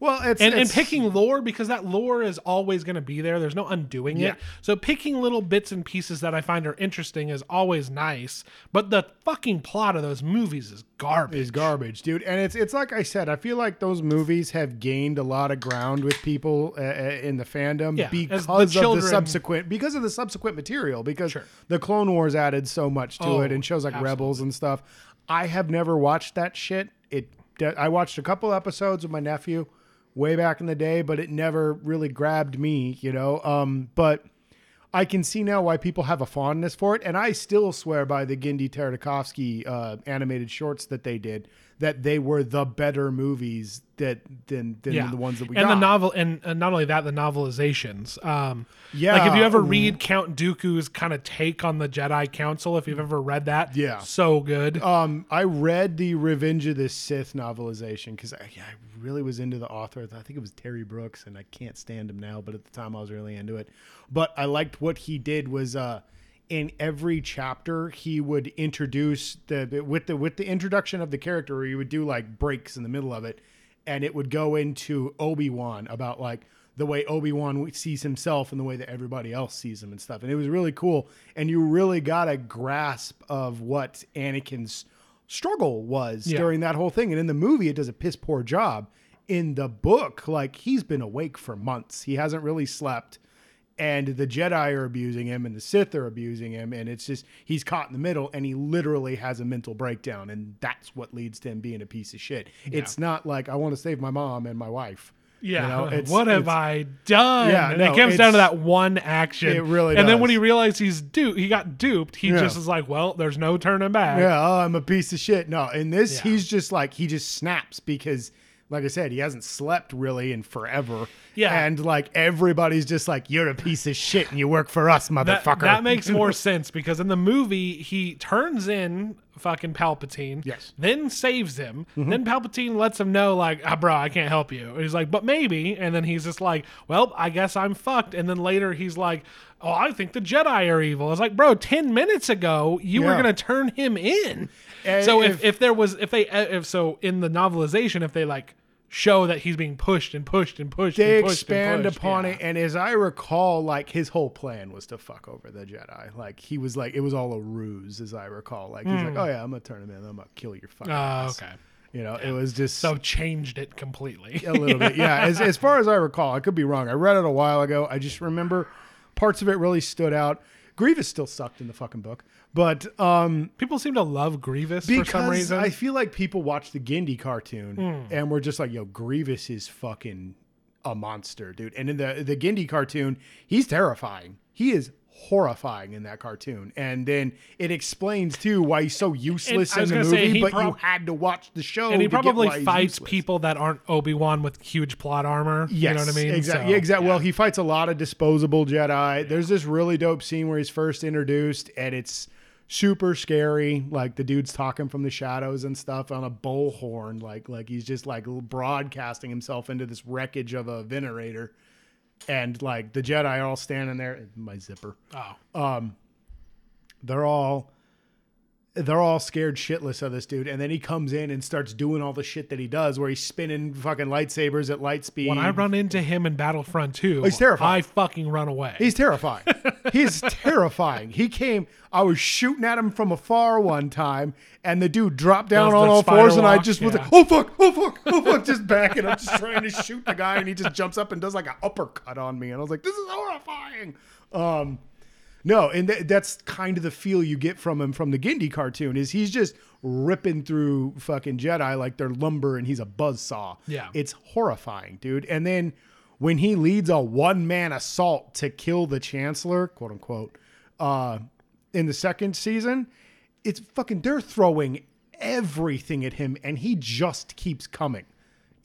Speaker 2: Well, it's
Speaker 1: and, and
Speaker 2: it's-
Speaker 1: picking lore because that lore is always going to be there. There's no undoing
Speaker 2: Yeah.
Speaker 1: it. So picking little bits and pieces that I find are interesting is always nice. But the fucking plot of those movies is garbage.
Speaker 2: is garbage, dude. And it's it's like I said, I feel like those movies have gained a lot of ground with people uh, uh, in the fandom
Speaker 1: Yeah, as the
Speaker 2: because of
Speaker 1: children-
Speaker 2: the subsequent because of the subsequent material because
Speaker 1: Sure.
Speaker 2: the Clone Wars added so much to
Speaker 1: Oh,
Speaker 2: it and shows like Rebels and stuff. I have never watched that shit. It I watched a couple episodes with my nephew way back in the day, but it never really grabbed me, you know. Um, but I can see now why people have a fondness for it, and I still swear by the Gindi Tartakovsky uh, animated shorts that they did that they were the better movies that than than
Speaker 1: yeah.
Speaker 2: the ones that we
Speaker 1: and
Speaker 2: got.
Speaker 1: the novel and, and not only that the novelizations um
Speaker 2: Yeah. mm-hmm.
Speaker 1: like if you ever read count dooku's kind of take on the jedi council if you've ever read that
Speaker 2: Yeah.
Speaker 1: so good
Speaker 2: um, I read the Revenge of the Sith novelization because I, I really was into the author. I think it was Terry Brooks, and I can't stand him now, but at the time I was really into it. But I liked what he did was uh, in every chapter he would introduce the the- with the with the introduction of the character, he would do like breaks in the middle of it, and it would go into Obi Wan about like the way Obi Wan sees himself and the way that everybody else sees him and stuff. And it was really cool. And you really got a grasp of what Anakin's struggle was
Speaker 1: Yeah.
Speaker 2: during that whole thing. And in the movie, it does a piss poor job. In the book, like he's been awake for months, he hasn't really slept. And the Jedi are abusing him, and the Sith are abusing him, and it's just he's caught in the middle, and he literally has a mental breakdown, and that's what leads to him being a piece of shit. It's not like I want to save my mom and my wife. You
Speaker 1: Yeah. <laughs>
Speaker 2: know, it's-
Speaker 1: what have
Speaker 2: it's-
Speaker 1: I done?
Speaker 2: Yeah,
Speaker 1: and
Speaker 2: no,
Speaker 1: it comes down to
Speaker 2: it's-
Speaker 1: that one action.
Speaker 2: It really
Speaker 1: And
Speaker 2: does.
Speaker 1: then when he realized he's duped, he got duped. He
Speaker 2: Yeah.
Speaker 1: just is like, well, there's no turning back.
Speaker 2: Yeah, oh, I'm a piece of shit. No, in this,
Speaker 1: Yeah.
Speaker 2: he's just like he just snaps because, like I said, he hasn't slept really in forever.
Speaker 1: Yeah.
Speaker 2: and like everybody's just like, "You're a piece of shit, and you work for us,
Speaker 1: That,
Speaker 2: motherfucker."
Speaker 1: that
Speaker 2: <laughs>
Speaker 1: makes more sense because in the movie he turns in fucking Palpatine,
Speaker 2: Yes. Mm-hmm.
Speaker 1: then saves him, then Palpatine lets him know like, ah, bro, I can't help you. And he's like, but maybe, and then he's just like, well, I guess I'm fucked. And then later he's like, oh, I think the Jedi are evil. It's like, bro, ten minutes ago you were
Speaker 2: Yeah.
Speaker 1: gonna turn him in.
Speaker 2: And
Speaker 1: so if,
Speaker 2: if-
Speaker 1: if there was if they if so in the novelization if they like show that he's being pushed and pushed and pushed
Speaker 2: they
Speaker 1: and pushed
Speaker 2: expand
Speaker 1: and pushed,
Speaker 2: upon
Speaker 1: yeah.
Speaker 2: it, and as I recall, like his whole plan was to fuck over the Jedi. Like he was like, it was all a ruse, as I recall. Like he's like, "Oh yeah, I'm gonna turn him in. I'm gonna kill your fucking."
Speaker 1: Oh,
Speaker 2: ass."
Speaker 1: Hmm. okay.
Speaker 2: You know, it was just
Speaker 1: So changed it completely.
Speaker 2: <laughs> a little bit. Yeah, as, as far as I recall, I could be wrong. I read it a while ago. I just remember parts of it really stood out. Grievous still sucked in the fucking book, but um,
Speaker 1: People seem to love Grievous for
Speaker 2: because
Speaker 1: some reason.
Speaker 2: I feel like people watch the Gindi cartoon
Speaker 1: Hmm.
Speaker 2: and we're just like, yo, Grievous is fucking a monster, dude. And in the the Gindi cartoon, he's terrifying. He is horrifying in that cartoon. And then it explains too why he's so useless
Speaker 1: I
Speaker 2: in
Speaker 1: was
Speaker 2: the
Speaker 1: gonna say,
Speaker 2: movie,
Speaker 1: he
Speaker 2: but you
Speaker 1: prob-
Speaker 2: had to watch the show.
Speaker 1: and he
Speaker 2: to get
Speaker 1: probably
Speaker 2: why he's
Speaker 1: fights
Speaker 2: useless.
Speaker 1: people that aren't Obi Wan with huge plot armor. you know what I mean.
Speaker 2: Exactly.
Speaker 1: So-
Speaker 2: exactly. Well, he fights a lot of disposable Jedi. There's this really dope scene where he's first introduced, and it's super scary. Like the dude's talking from the shadows and stuff on a bullhorn. Like like he's just like broadcasting himself into this wreckage of a venerator, and like the Jedi are all standing there. My zipper Um,
Speaker 1: Oh,
Speaker 2: they're all they're all scared shitless of this dude and then he comes in and starts doing all the shit that he does where he's spinning fucking lightsabers at light speed
Speaker 1: when I run into him in Battlefront Two,
Speaker 2: he's terrifying.
Speaker 1: I fucking run away.
Speaker 2: he's terrifying
Speaker 1: <laughs>
Speaker 2: he's terrifying he came i was shooting at him from afar one time and the dude dropped down
Speaker 1: Does
Speaker 2: on
Speaker 1: the
Speaker 2: all
Speaker 1: spider
Speaker 2: fours and i
Speaker 1: walk,
Speaker 2: just was
Speaker 1: yeah.
Speaker 2: like oh fuck oh fuck oh fuck just backing up just trying to shoot the guy and he just jumps up and does like an uppercut on me and i was like this is horrifying um No, and th- that's kind of the feel you get from him from the Gindi cartoon is he's just ripping through fucking Jedi like they're lumber and he's a buzzsaw.
Speaker 1: Yeah.
Speaker 2: It's horrifying, dude. And then when he leads a one-man assault to kill the chancellor, quote unquote, uh in the second season, it's fucking they're throwing everything at him and he just keeps coming.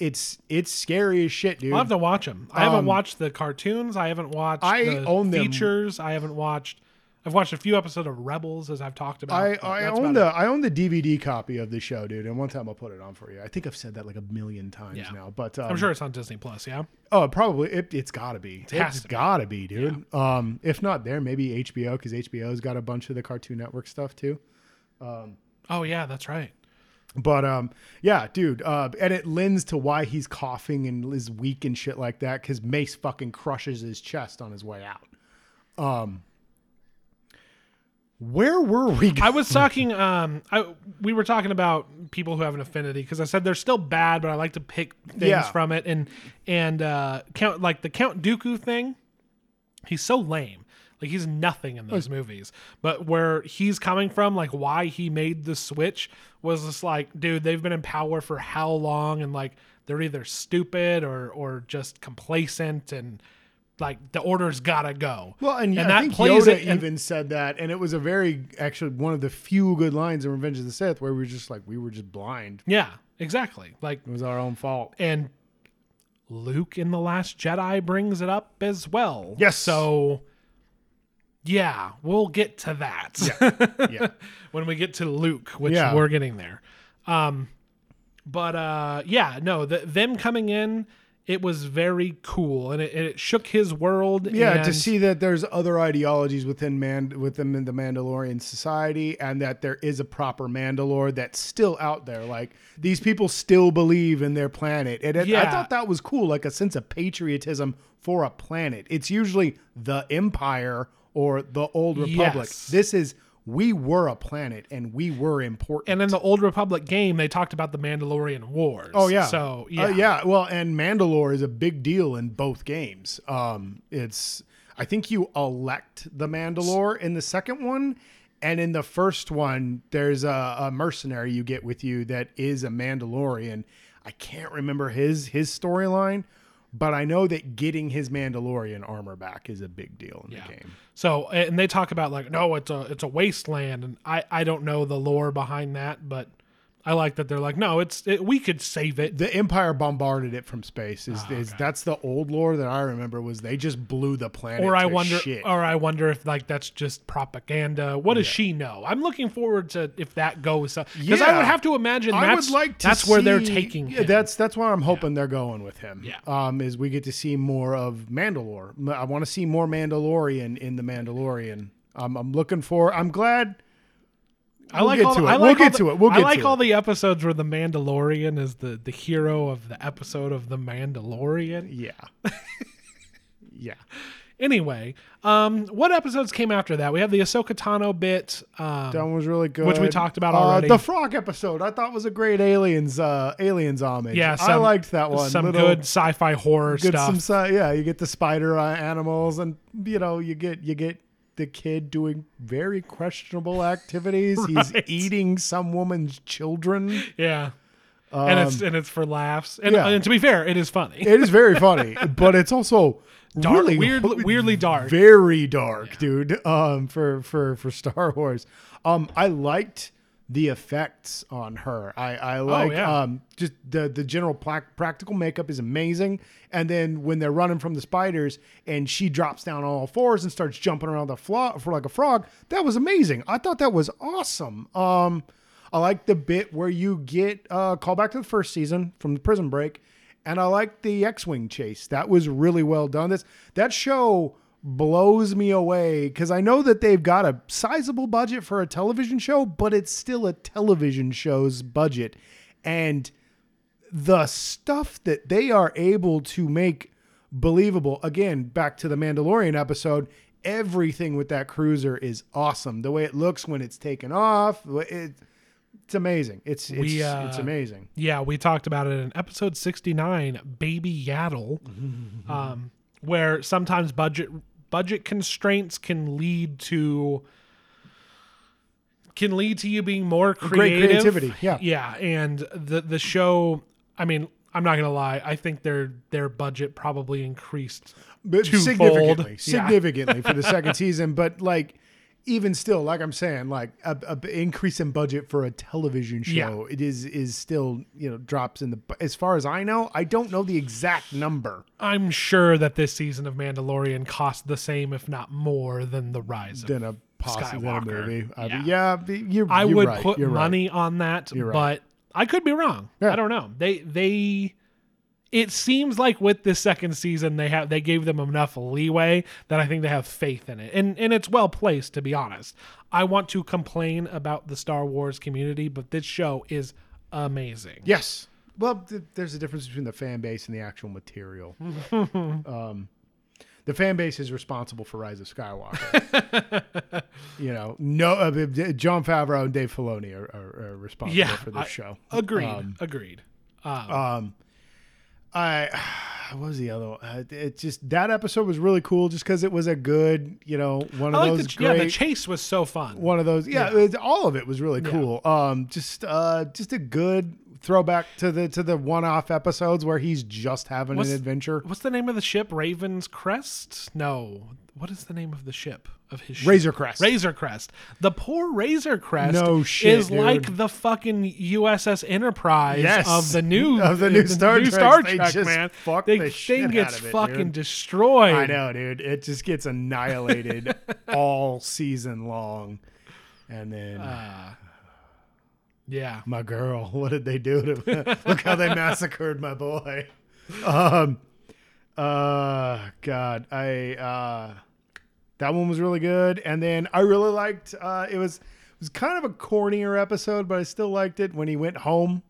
Speaker 2: It's it's scary as shit, dude.
Speaker 1: I'll have to watch him. I haven't watched the cartoons. I haven't watched
Speaker 2: Um, I
Speaker 1: the
Speaker 2: own them.
Speaker 1: features. I haven't watched. I've watched a few episodes of Rebels, as I've talked about.
Speaker 2: I,
Speaker 1: but
Speaker 2: I
Speaker 1: that's
Speaker 2: own
Speaker 1: about
Speaker 2: the
Speaker 1: it.
Speaker 2: I own the DVD copy of the show, dude. And one time I'll put it on for you. I think I've said that like a million times
Speaker 1: Yeah.
Speaker 2: now, but um,
Speaker 1: I'm sure it's on Disney Plus. Yeah,
Speaker 2: Oh, probably it, it's got to be.
Speaker 1: has
Speaker 2: it's
Speaker 1: to be.
Speaker 2: got to be, dude. Um, if not there, maybe HBO because HBO's got a bunch of the Cartoon Network stuff too.
Speaker 1: Oh yeah, that's right.
Speaker 2: But um, yeah, dude. Uh, and it lends to why he's coughing and is weak and shit like that because Mace fucking crushes his chest on his way out. Um, where were we?
Speaker 1: I was talking. Um, I we were talking about people who have an affinity because I said they're still bad, but I like to pick things
Speaker 2: Yeah.
Speaker 1: from it. And and uh, count like the Count Dooku thing. He's so lame. Like he's nothing in those movies. But where he's coming from, like why he made the switch, was just like, dude, they've been in power for how long, and like they're either stupid or or just complacent and. Like the order's gotta go.
Speaker 2: Well, and, yeah, I think Yoda
Speaker 1: and-
Speaker 2: even said that, and it was a very actually one of the few good lines in Revenge of the Sith where we were just like we were just blind.
Speaker 1: yeah, exactly. Like
Speaker 2: It was our own fault.
Speaker 1: and Luke in the Last Jedi brings it up as well.
Speaker 2: Yes.
Speaker 1: So yeah, we'll get to that <laughs>
Speaker 2: Yeah,
Speaker 1: when we get to Luke, which
Speaker 2: Yeah.
Speaker 1: we're getting there. Um, but uh, yeah, no, the, them coming in, it was very cool, and it, it shook his world.
Speaker 2: yeah. to
Speaker 1: and-
Speaker 2: see that there's other ideologies within man within the Mandalorian society, and that there is a proper Mandalore that's still out there. Like these people still believe in their planet, and it, I
Speaker 1: Yeah.
Speaker 2: thought that was cool. Like a sense of patriotism for a planet. It's usually the Empire or the Old Republic.
Speaker 1: Yes.
Speaker 2: This is. We were a planet, and we were important.
Speaker 1: And in the Old Republic game, they talked about the Mandalorian Wars.
Speaker 2: Oh yeah.
Speaker 1: So
Speaker 2: Uh,
Speaker 1: yeah,
Speaker 2: yeah. Well, and Mandalore is a big deal in both games. Um, it's I think you elect the Mandalore in the second one, and in the first one, there's a, a mercenary you get with you that is a Mandalorian. I can't remember his his storyline, but I know that getting his Mandalorian armor back is a big deal in the game.
Speaker 1: So and they talk about like no, it's a it's a wasteland, and I I don't know the lore behind that, but I like that they're like no, it's it, we could save it.
Speaker 2: The Empire bombarded it from space. Is,
Speaker 1: Ah,
Speaker 2: is that's the old lore that I remember was they just blew the planet.
Speaker 1: Or I
Speaker 2: to
Speaker 1: wonder,
Speaker 2: shit.
Speaker 1: or I wonder if like that's just propaganda. What does she know? I'm looking forward to if that goes because I
Speaker 2: Yeah.
Speaker 1: would have to imagine
Speaker 2: I
Speaker 1: that's
Speaker 2: would like to
Speaker 1: that's where they're
Speaker 2: see-
Speaker 1: taking
Speaker 2: Yeah,
Speaker 1: him.
Speaker 2: That's that's where I'm hoping they're going with him.
Speaker 1: Yeah.
Speaker 2: Um, is we get to see more of Mandalore. M- I want to see more Mandalorian in the Mandalorian. Um, I'm looking for. I'm glad.
Speaker 1: I
Speaker 2: we'll
Speaker 1: like
Speaker 2: get
Speaker 1: all
Speaker 2: to
Speaker 1: the-
Speaker 2: it.
Speaker 1: I
Speaker 2: We'll
Speaker 1: like all
Speaker 2: get
Speaker 1: the-
Speaker 2: to it. We'll
Speaker 1: I
Speaker 2: get
Speaker 1: like
Speaker 2: to
Speaker 1: all
Speaker 2: it.
Speaker 1: the episodes where the Mandalorian is the the hero of the episode of the Mandalorian. <laughs>
Speaker 2: Yeah. yeah.
Speaker 1: Anyway, um, what episodes came after that? We have the Ahsoka Tano bit. Um,
Speaker 2: That one was really good.
Speaker 1: we talked about
Speaker 2: Uh,
Speaker 1: already.
Speaker 2: the frog episode I thought was a great aliens uh, aliens homage.
Speaker 1: Yeah,
Speaker 2: I
Speaker 1: some-
Speaker 2: liked that one.
Speaker 1: Some
Speaker 2: Little-
Speaker 1: good sci-fi horror
Speaker 2: good
Speaker 1: stuff.
Speaker 2: some si- yeah you get the spider uh, animals and you know you get you get the kid doing very questionable activities.
Speaker 1: <laughs>
Speaker 2: He's
Speaker 1: Right.
Speaker 2: eating some woman's children.
Speaker 1: Yeah. and it's and it's for laughs. And,
Speaker 2: Um, yeah.
Speaker 1: and to be fair, it is funny.
Speaker 2: It is very
Speaker 1: <laughs>
Speaker 2: funny, but it's also
Speaker 1: dark,
Speaker 2: really <laughs>
Speaker 1: weird, weirdly dark.
Speaker 2: very dark, dude. Um, for for for Star Wars, um, I liked the effects on her. I I like
Speaker 1: Oh, yeah.
Speaker 2: um just the the general pla- practical makeup is amazing. And then when they're running from the spiders and she drops down on all fours and starts jumping around the flo- for like a frog, that was amazing. I thought that was awesome. Um, I like the bit where you get uh call back to the first season from the prison break. And I like the X-wing chase. That was really well done. This that show blows me away because I know that they've got a sizable budget for a television show, but it's still a television show's budget. And the stuff that they are able to make believable, again, back to the Mandalorian episode, everything with that cruiser is awesome. The way it looks when it's taken off, it, it's amazing. It's it's,
Speaker 1: We, uh,
Speaker 2: it's amazing.
Speaker 1: Yeah, we talked about it in episode 69, Baby
Speaker 2: <laughs>
Speaker 1: Yaddle, um, where sometimes budget budget constraints can lead to can lead to you being more creative.
Speaker 2: creativity, yeah.
Speaker 1: Yeah, and the the show, I mean, I'm not going to lie, I think their their budget probably increased
Speaker 2: but
Speaker 1: twofold.
Speaker 2: significantly,
Speaker 1: Yeah. <laughs>
Speaker 2: significantly for the second season. But like, even still, like I'm saying, like a, a b- increase in budget for a television show,
Speaker 1: Yeah.
Speaker 2: it is is still you know drops in the. bu- As far as I know, I don't know the exact number.
Speaker 1: I'm sure that this season of Mandalorian cost the same if not more than the rise of
Speaker 2: than a possible
Speaker 1: Skywalker.
Speaker 2: movie. I,
Speaker 1: Yeah.
Speaker 2: yeah, yeah but you're,
Speaker 1: I
Speaker 2: you're
Speaker 1: would
Speaker 2: right.
Speaker 1: put
Speaker 2: you're right.
Speaker 1: money on that,
Speaker 2: right.
Speaker 1: but I could be wrong.
Speaker 2: Yeah.
Speaker 1: I don't know. They they it seems like with this second season they have they gave them enough leeway that I think they have faith in it. And and it's well placed to be honest. I want to complain about the Star Wars community, but this show is amazing.
Speaker 2: Yes. Well, th- there's a difference between the fan base and the actual
Speaker 1: <laughs>
Speaker 2: material. um, the fan base is responsible for Rise of Skywalker.
Speaker 1: <laughs>
Speaker 2: you know, no, uh, b- d- John Favreau and Dave Filoni are, are, are responsible
Speaker 1: Yeah,
Speaker 2: for
Speaker 1: I-
Speaker 2: this show.
Speaker 1: Agreed.
Speaker 2: Um,
Speaker 1: agreed.
Speaker 2: I <sighs> what was the other one? Uh, It just that episode was really cool, just because it was a good, you know, one of
Speaker 1: I like
Speaker 2: those
Speaker 1: the,
Speaker 2: great.
Speaker 1: yeah, the chase was so fun.
Speaker 2: one of those. Yeah, It, all of it was really cool. Um, just uh, just a good throwback to the to the one off episodes where he's just having
Speaker 1: What's-
Speaker 2: an adventure.
Speaker 1: What's the name of the ship? Raven's Crest? No. What is the name of the ship of his ship?
Speaker 2: Razor Crest.
Speaker 1: Razor Crest. The poor Razor Crest
Speaker 2: No shit,
Speaker 1: is
Speaker 2: dude.
Speaker 1: like the fucking USS Enterprise
Speaker 2: Yes.
Speaker 1: of the new
Speaker 2: <laughs> Of the new Star Trek.
Speaker 1: Star
Speaker 2: They
Speaker 1: Trek,
Speaker 2: just
Speaker 1: man.
Speaker 2: fucked
Speaker 1: They-
Speaker 2: the
Speaker 1: thing
Speaker 2: shit
Speaker 1: gets
Speaker 2: out of it,
Speaker 1: fucking
Speaker 2: dude.
Speaker 1: destroyed.
Speaker 2: I know, dude. It just gets annihilated all season long. And then
Speaker 1: Uh, Yeah.
Speaker 2: my girl, <laughs> what did they do to? look how they massacred my boy. Um, uh, God, I uh, that one was really good. And then I really liked. Uh, it was it was kind of a cornier episode, but I still liked it when he went home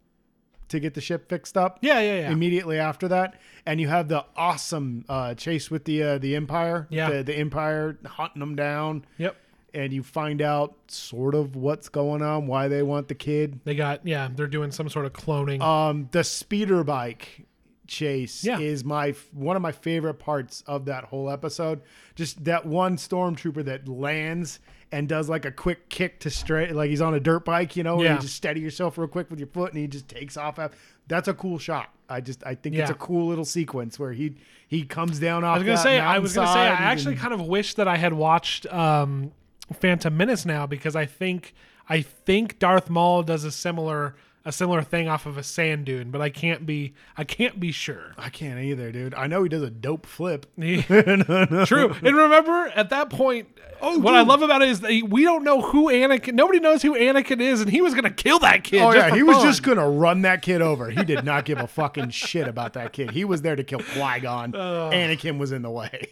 Speaker 2: to get the ship fixed up.
Speaker 1: Yeah, yeah, yeah.
Speaker 2: immediately after that, and you have the awesome uh, chase with the uh, the Empire.
Speaker 1: Yeah.
Speaker 2: the, the Empire hunting them down,
Speaker 1: Yep.
Speaker 2: and you find out sort of what's going on, why they want the kid.
Speaker 1: They got yeah, they're doing some sort of cloning.
Speaker 2: Um, the speeder bike chase
Speaker 1: Yeah.
Speaker 2: is my one of my favorite parts of that whole episode. Just that one stormtrooper that lands and does like a quick kick to straight, like he's on a dirt bike, you know, and
Speaker 1: Yeah.
Speaker 2: you just steady yourself real quick with your foot, and he just takes off. af- That's a cool shot. I just I think it's
Speaker 1: Yeah.
Speaker 2: a cool little sequence where he he comes down off.
Speaker 1: I was gonna say I was gonna say I actually kind of wish that I had watched um, Phantom Menace now because I think I think Darth Maul does a similar a similar thing off of a sand dune, but I can't be I can't be sure.
Speaker 2: I can't either, dude. I know he does a dope flip. <laughs>
Speaker 1: <laughs> True, and remember at that point,
Speaker 2: Oh,
Speaker 1: what I love about it is that he- we don't know who Anakin. Nobody knows who Anakin is, and he was gonna kill that kid.
Speaker 2: Oh
Speaker 1: just
Speaker 2: yeah,
Speaker 1: for
Speaker 2: he was
Speaker 1: fun.
Speaker 2: just gonna run that kid over. He did not give a fucking shit about that kid. He was there to kill Qui Gon. Anakin was in the way.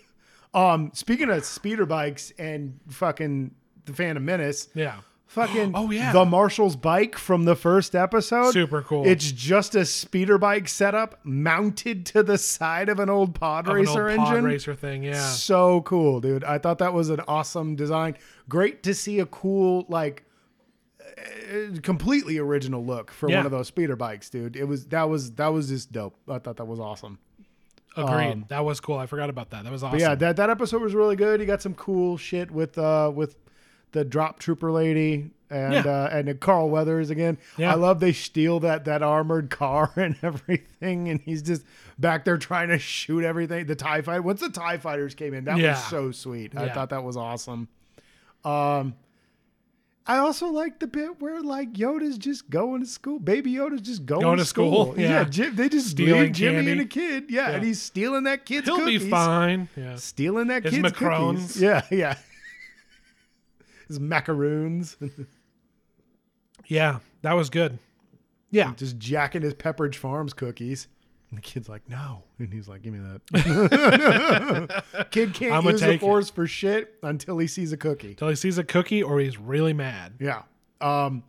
Speaker 2: Um, speaking of speeder bikes and fucking the Phantom Menace,
Speaker 1: yeah.
Speaker 2: fucking
Speaker 1: <gasps> Oh, yeah.
Speaker 2: the Marshal's bike from the first episode.
Speaker 1: Super cool.
Speaker 2: It's just a speeder bike setup mounted to the side of an old pod
Speaker 1: Of an
Speaker 2: racer
Speaker 1: old pod
Speaker 2: engine.
Speaker 1: racer thing. Yeah,
Speaker 2: So cool, dude. I thought that was an awesome design. Great to see a cool, like, uh, completely original look for
Speaker 1: Yeah.
Speaker 2: one of those speeder bikes, dude. It was that was that was just dope. I thought that was awesome.
Speaker 1: Agreed. that was cool. I forgot about that. That was awesome.
Speaker 2: um, But yeah, that that episode was really good. You got some cool shit with uh with the drop trooper lady and
Speaker 1: Yeah.
Speaker 2: uh and Carl Weathers again.
Speaker 1: Yeah.
Speaker 2: I love they steal that that armored car <laughs> and everything and he's just back there trying to shoot everything. The TIE fight once the TIE fighters came in, that
Speaker 1: Yeah.
Speaker 2: was so sweet. I
Speaker 1: Yeah.
Speaker 2: thought that was awesome. Um I also like the bit where like Yoda's just going to school. Baby Yoda's just going,
Speaker 1: Going
Speaker 2: to,
Speaker 1: to school, <laughs> yeah.
Speaker 2: Jim, they just
Speaker 1: Stealing
Speaker 2: leave Jimmy
Speaker 1: candy.
Speaker 2: and a kid. Yeah,
Speaker 1: Yeah.
Speaker 2: and he's stealing that kid's
Speaker 1: He'll
Speaker 2: cookies
Speaker 1: be fine. Yeah.
Speaker 2: stealing that
Speaker 1: His
Speaker 2: kid's
Speaker 1: macarons.
Speaker 2: cookies. <laughs> Yeah, yeah. His macaroons. <laughs>
Speaker 1: Yeah. That was good. Yeah.
Speaker 2: Just jacking his Pepperidge Farms cookies. And the kid's like, no. And he's like, give me that. <laughs> Kid can't
Speaker 1: I'ma
Speaker 2: use the
Speaker 1: take it.
Speaker 2: force for shit until he sees a cookie.
Speaker 1: Till he sees a cookie or he's really mad.
Speaker 2: Yeah. Um,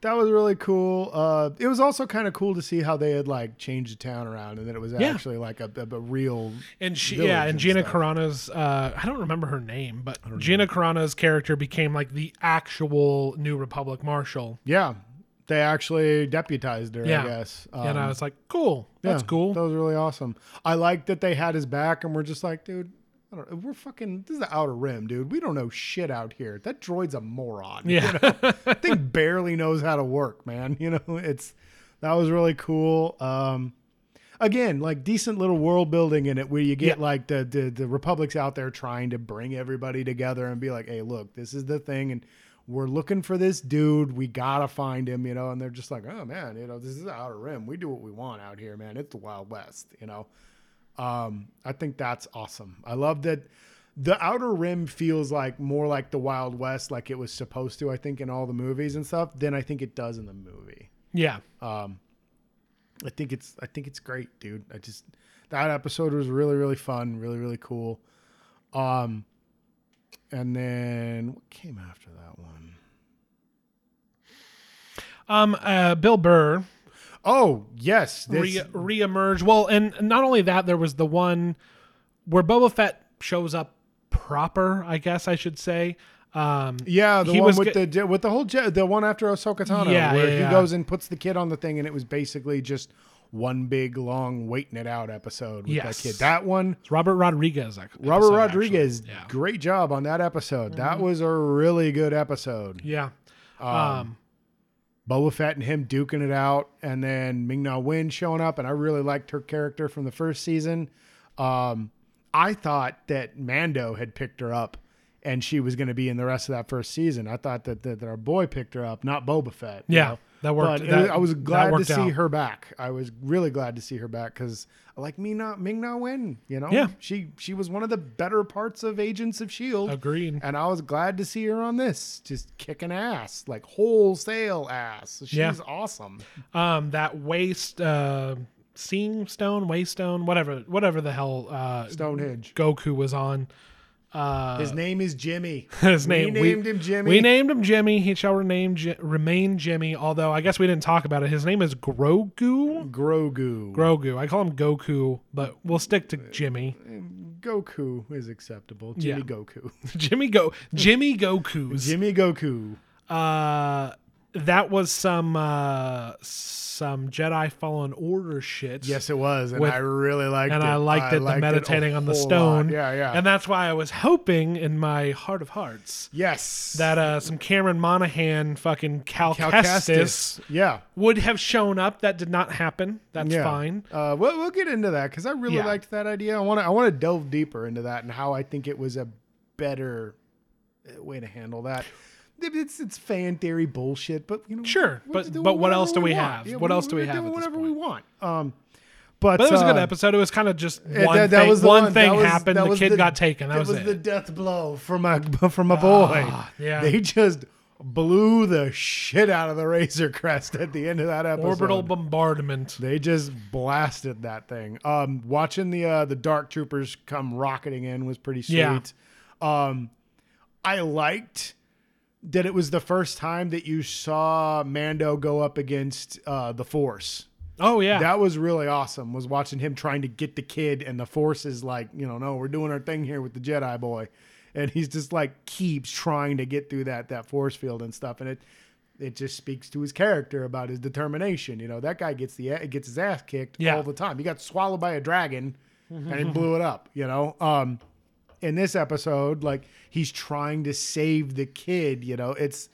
Speaker 2: that was really cool. Uh, it was also kind of cool to see how they had like changed the town around and that it was
Speaker 1: Yeah.
Speaker 2: actually like a, a, a real.
Speaker 1: And she,
Speaker 2: village
Speaker 1: yeah, and
Speaker 2: and
Speaker 1: Gina
Speaker 2: stuff.
Speaker 1: Carano's, uh, I don't remember her name, but Gina Carano's character became like the actual New Republic Marshal.
Speaker 2: Yeah. They actually deputized her,
Speaker 1: Yeah.
Speaker 2: I guess.
Speaker 1: and uh, I was like, cool. That's
Speaker 2: Um, Yeah,
Speaker 1: cool.
Speaker 2: That was really awesome. I like that they had his back, and we're just like, dude, I don't, we're fucking. This is the outer rim, dude. We don't know shit out here. That droid's a moron.
Speaker 1: <laughs> yeah.
Speaker 2: that thing barely knows how to work, man. <laughs> You know, it's that was really cool. Um, again, like decent little world building in it, where you get
Speaker 1: Yeah.
Speaker 2: like the, the the republics out there trying to bring everybody together and be like, hey, look, this is the thing, and we're looking for this dude. We gotta find him, you know. And they're just like, oh man, you know, this is the outer rim. We do what we want out here, man. It's the wild west, you know. Um, I think that's awesome. I love that the outer rim feels like more like the wild west, like it was supposed to, I think, in all the movies and stuff, than I think it does in the movie.
Speaker 1: <laughs> yeah.
Speaker 2: I think it's I think it's great, dude. I just that episode was really really fun, really really cool. Um, and then what came after that one?
Speaker 1: Um, uh, Bill Burr
Speaker 2: Oh yes, this,
Speaker 1: re- reemerged. Well, and not only that, there was the one where Boba Fett shows up proper, I guess I should say. Um,
Speaker 2: yeah, the
Speaker 1: he
Speaker 2: one
Speaker 1: was
Speaker 2: with
Speaker 1: ge-
Speaker 2: the with the whole jet, the one after Ahsoka Tano,
Speaker 1: Yeah,
Speaker 2: where
Speaker 1: yeah,
Speaker 2: he
Speaker 1: yeah.
Speaker 2: goes and puts the kid on the thing, and it was basically just one big long waiting it out episode with
Speaker 1: Yes.
Speaker 2: that kid. That one
Speaker 1: it's Robert Rodriguez. ac-
Speaker 2: Robert
Speaker 1: episode, actually.
Speaker 2: Rodriguez,
Speaker 1: Yeah.
Speaker 2: great job on that episode. That was a really good episode.
Speaker 1: Yeah. Um,
Speaker 2: Boba Fett and him duking it out, and then Ming Na Wen showing up, and I really liked her character from the first season. Um, I thought that Mando had picked her up, and she was going to be in the rest of that first season. I thought that that, that our boy picked her up, not Boba Fett. you
Speaker 1: Yeah,
Speaker 2: know.
Speaker 1: that worked-
Speaker 2: But it-
Speaker 1: that-
Speaker 2: I was
Speaker 1: that
Speaker 2: glad to
Speaker 1: worked
Speaker 2: see
Speaker 1: out.
Speaker 2: her back. I was really glad to see her back because I like Ming Na Ming Na Wen. You know,
Speaker 1: Yeah.
Speaker 2: she she was one of the better parts of Agents of Shield.
Speaker 1: agreed.
Speaker 2: And I was glad to see her on this, just kicking ass, like wholesale ass. She's
Speaker 1: Yeah.
Speaker 2: awesome.
Speaker 1: um that waste uh seeing stone waystone whatever whatever the hell uh
Speaker 2: Stonehenge.
Speaker 1: goku was on uh
Speaker 2: His name is Jimmy.
Speaker 1: <laughs> his name
Speaker 2: We named him Jimmy.
Speaker 1: we named him jimmy he shall rename Ji- remain jimmy although i guess we didn't talk about it his name is grogu
Speaker 2: Grogu.
Speaker 1: grogu i call him goku but we'll stick
Speaker 2: Uh,
Speaker 1: to jimmy
Speaker 2: Goku is acceptable. Jimmy
Speaker 1: Yeah.
Speaker 2: Goku.
Speaker 1: <laughs> jimmy go jimmy goku's
Speaker 2: Jimmy Goku.
Speaker 1: uh that was some uh some jedi fallen order shit
Speaker 2: Yes, it was, and
Speaker 1: With-
Speaker 2: I really liked
Speaker 1: and
Speaker 2: it.
Speaker 1: I liked it, the
Speaker 2: a
Speaker 1: meditating on the
Speaker 2: whole lot.
Speaker 1: stone.
Speaker 2: Yeah, yeah.
Speaker 1: And that's why I was hoping in my heart of hearts
Speaker 2: yes,
Speaker 1: that uh, some Cameron Monahan fucking Cal, Kestis
Speaker 2: Calcastus. Yeah,
Speaker 1: would have shown up. That did not happen. That's
Speaker 2: yeah.
Speaker 1: fine.
Speaker 2: Uh, we'll we'll get into that because I really
Speaker 1: Yeah.
Speaker 2: liked that idea. I want to I want to delve deeper into that and how I think it was a better uh, way to handle that. It's it's fan theory bullshit, but you know
Speaker 1: Sure,
Speaker 2: we
Speaker 1: but-
Speaker 2: can do
Speaker 1: but what
Speaker 2: whatever
Speaker 1: else do we
Speaker 2: want.
Speaker 1: have? What else do we
Speaker 2: can
Speaker 1: have at this
Speaker 2: whatever we
Speaker 1: point?
Speaker 2: want. Um, but,
Speaker 1: But it was a good
Speaker 2: uh,
Speaker 1: episode. It was kind of just
Speaker 2: Yeah,
Speaker 1: one
Speaker 2: that, that
Speaker 1: thing.
Speaker 2: was the
Speaker 1: one,
Speaker 2: one
Speaker 1: thing
Speaker 2: That was-
Speaker 1: happened.
Speaker 2: that
Speaker 1: the
Speaker 2: was
Speaker 1: kid
Speaker 2: the-
Speaker 1: got taken. That,
Speaker 2: That
Speaker 1: was,
Speaker 2: was
Speaker 1: it. Ah,
Speaker 2: the death blow from <laughs> a from a boy.
Speaker 1: yeah.
Speaker 2: they just blew the shit out of the Razor Crest at the end of that episode.
Speaker 1: Orbital bombardment.
Speaker 2: They just blasted that thing. Um, watching the uh, the dark troopers come rocketing in was pretty sweet.
Speaker 1: Yeah.
Speaker 2: Um, I liked that it was the first time that you saw Mando go up against uh, the Force.
Speaker 1: Oh yeah,
Speaker 2: <laughs> That was really awesome. Was watching him trying to get the kid, and the Force is like, you know, no, we're doing our thing here with the Jedi boy, and he's just like keeps trying to get through that that Force field and stuff, and it it just speaks to his character about his determination. You know, that guy gets the gets his ass kicked
Speaker 1: Yeah. Mm-hmm.
Speaker 2: all the time. He got swallowed by a dragon. and he blew it up, you know? Um, in this episode, like he's trying to save the kid, you know? It's,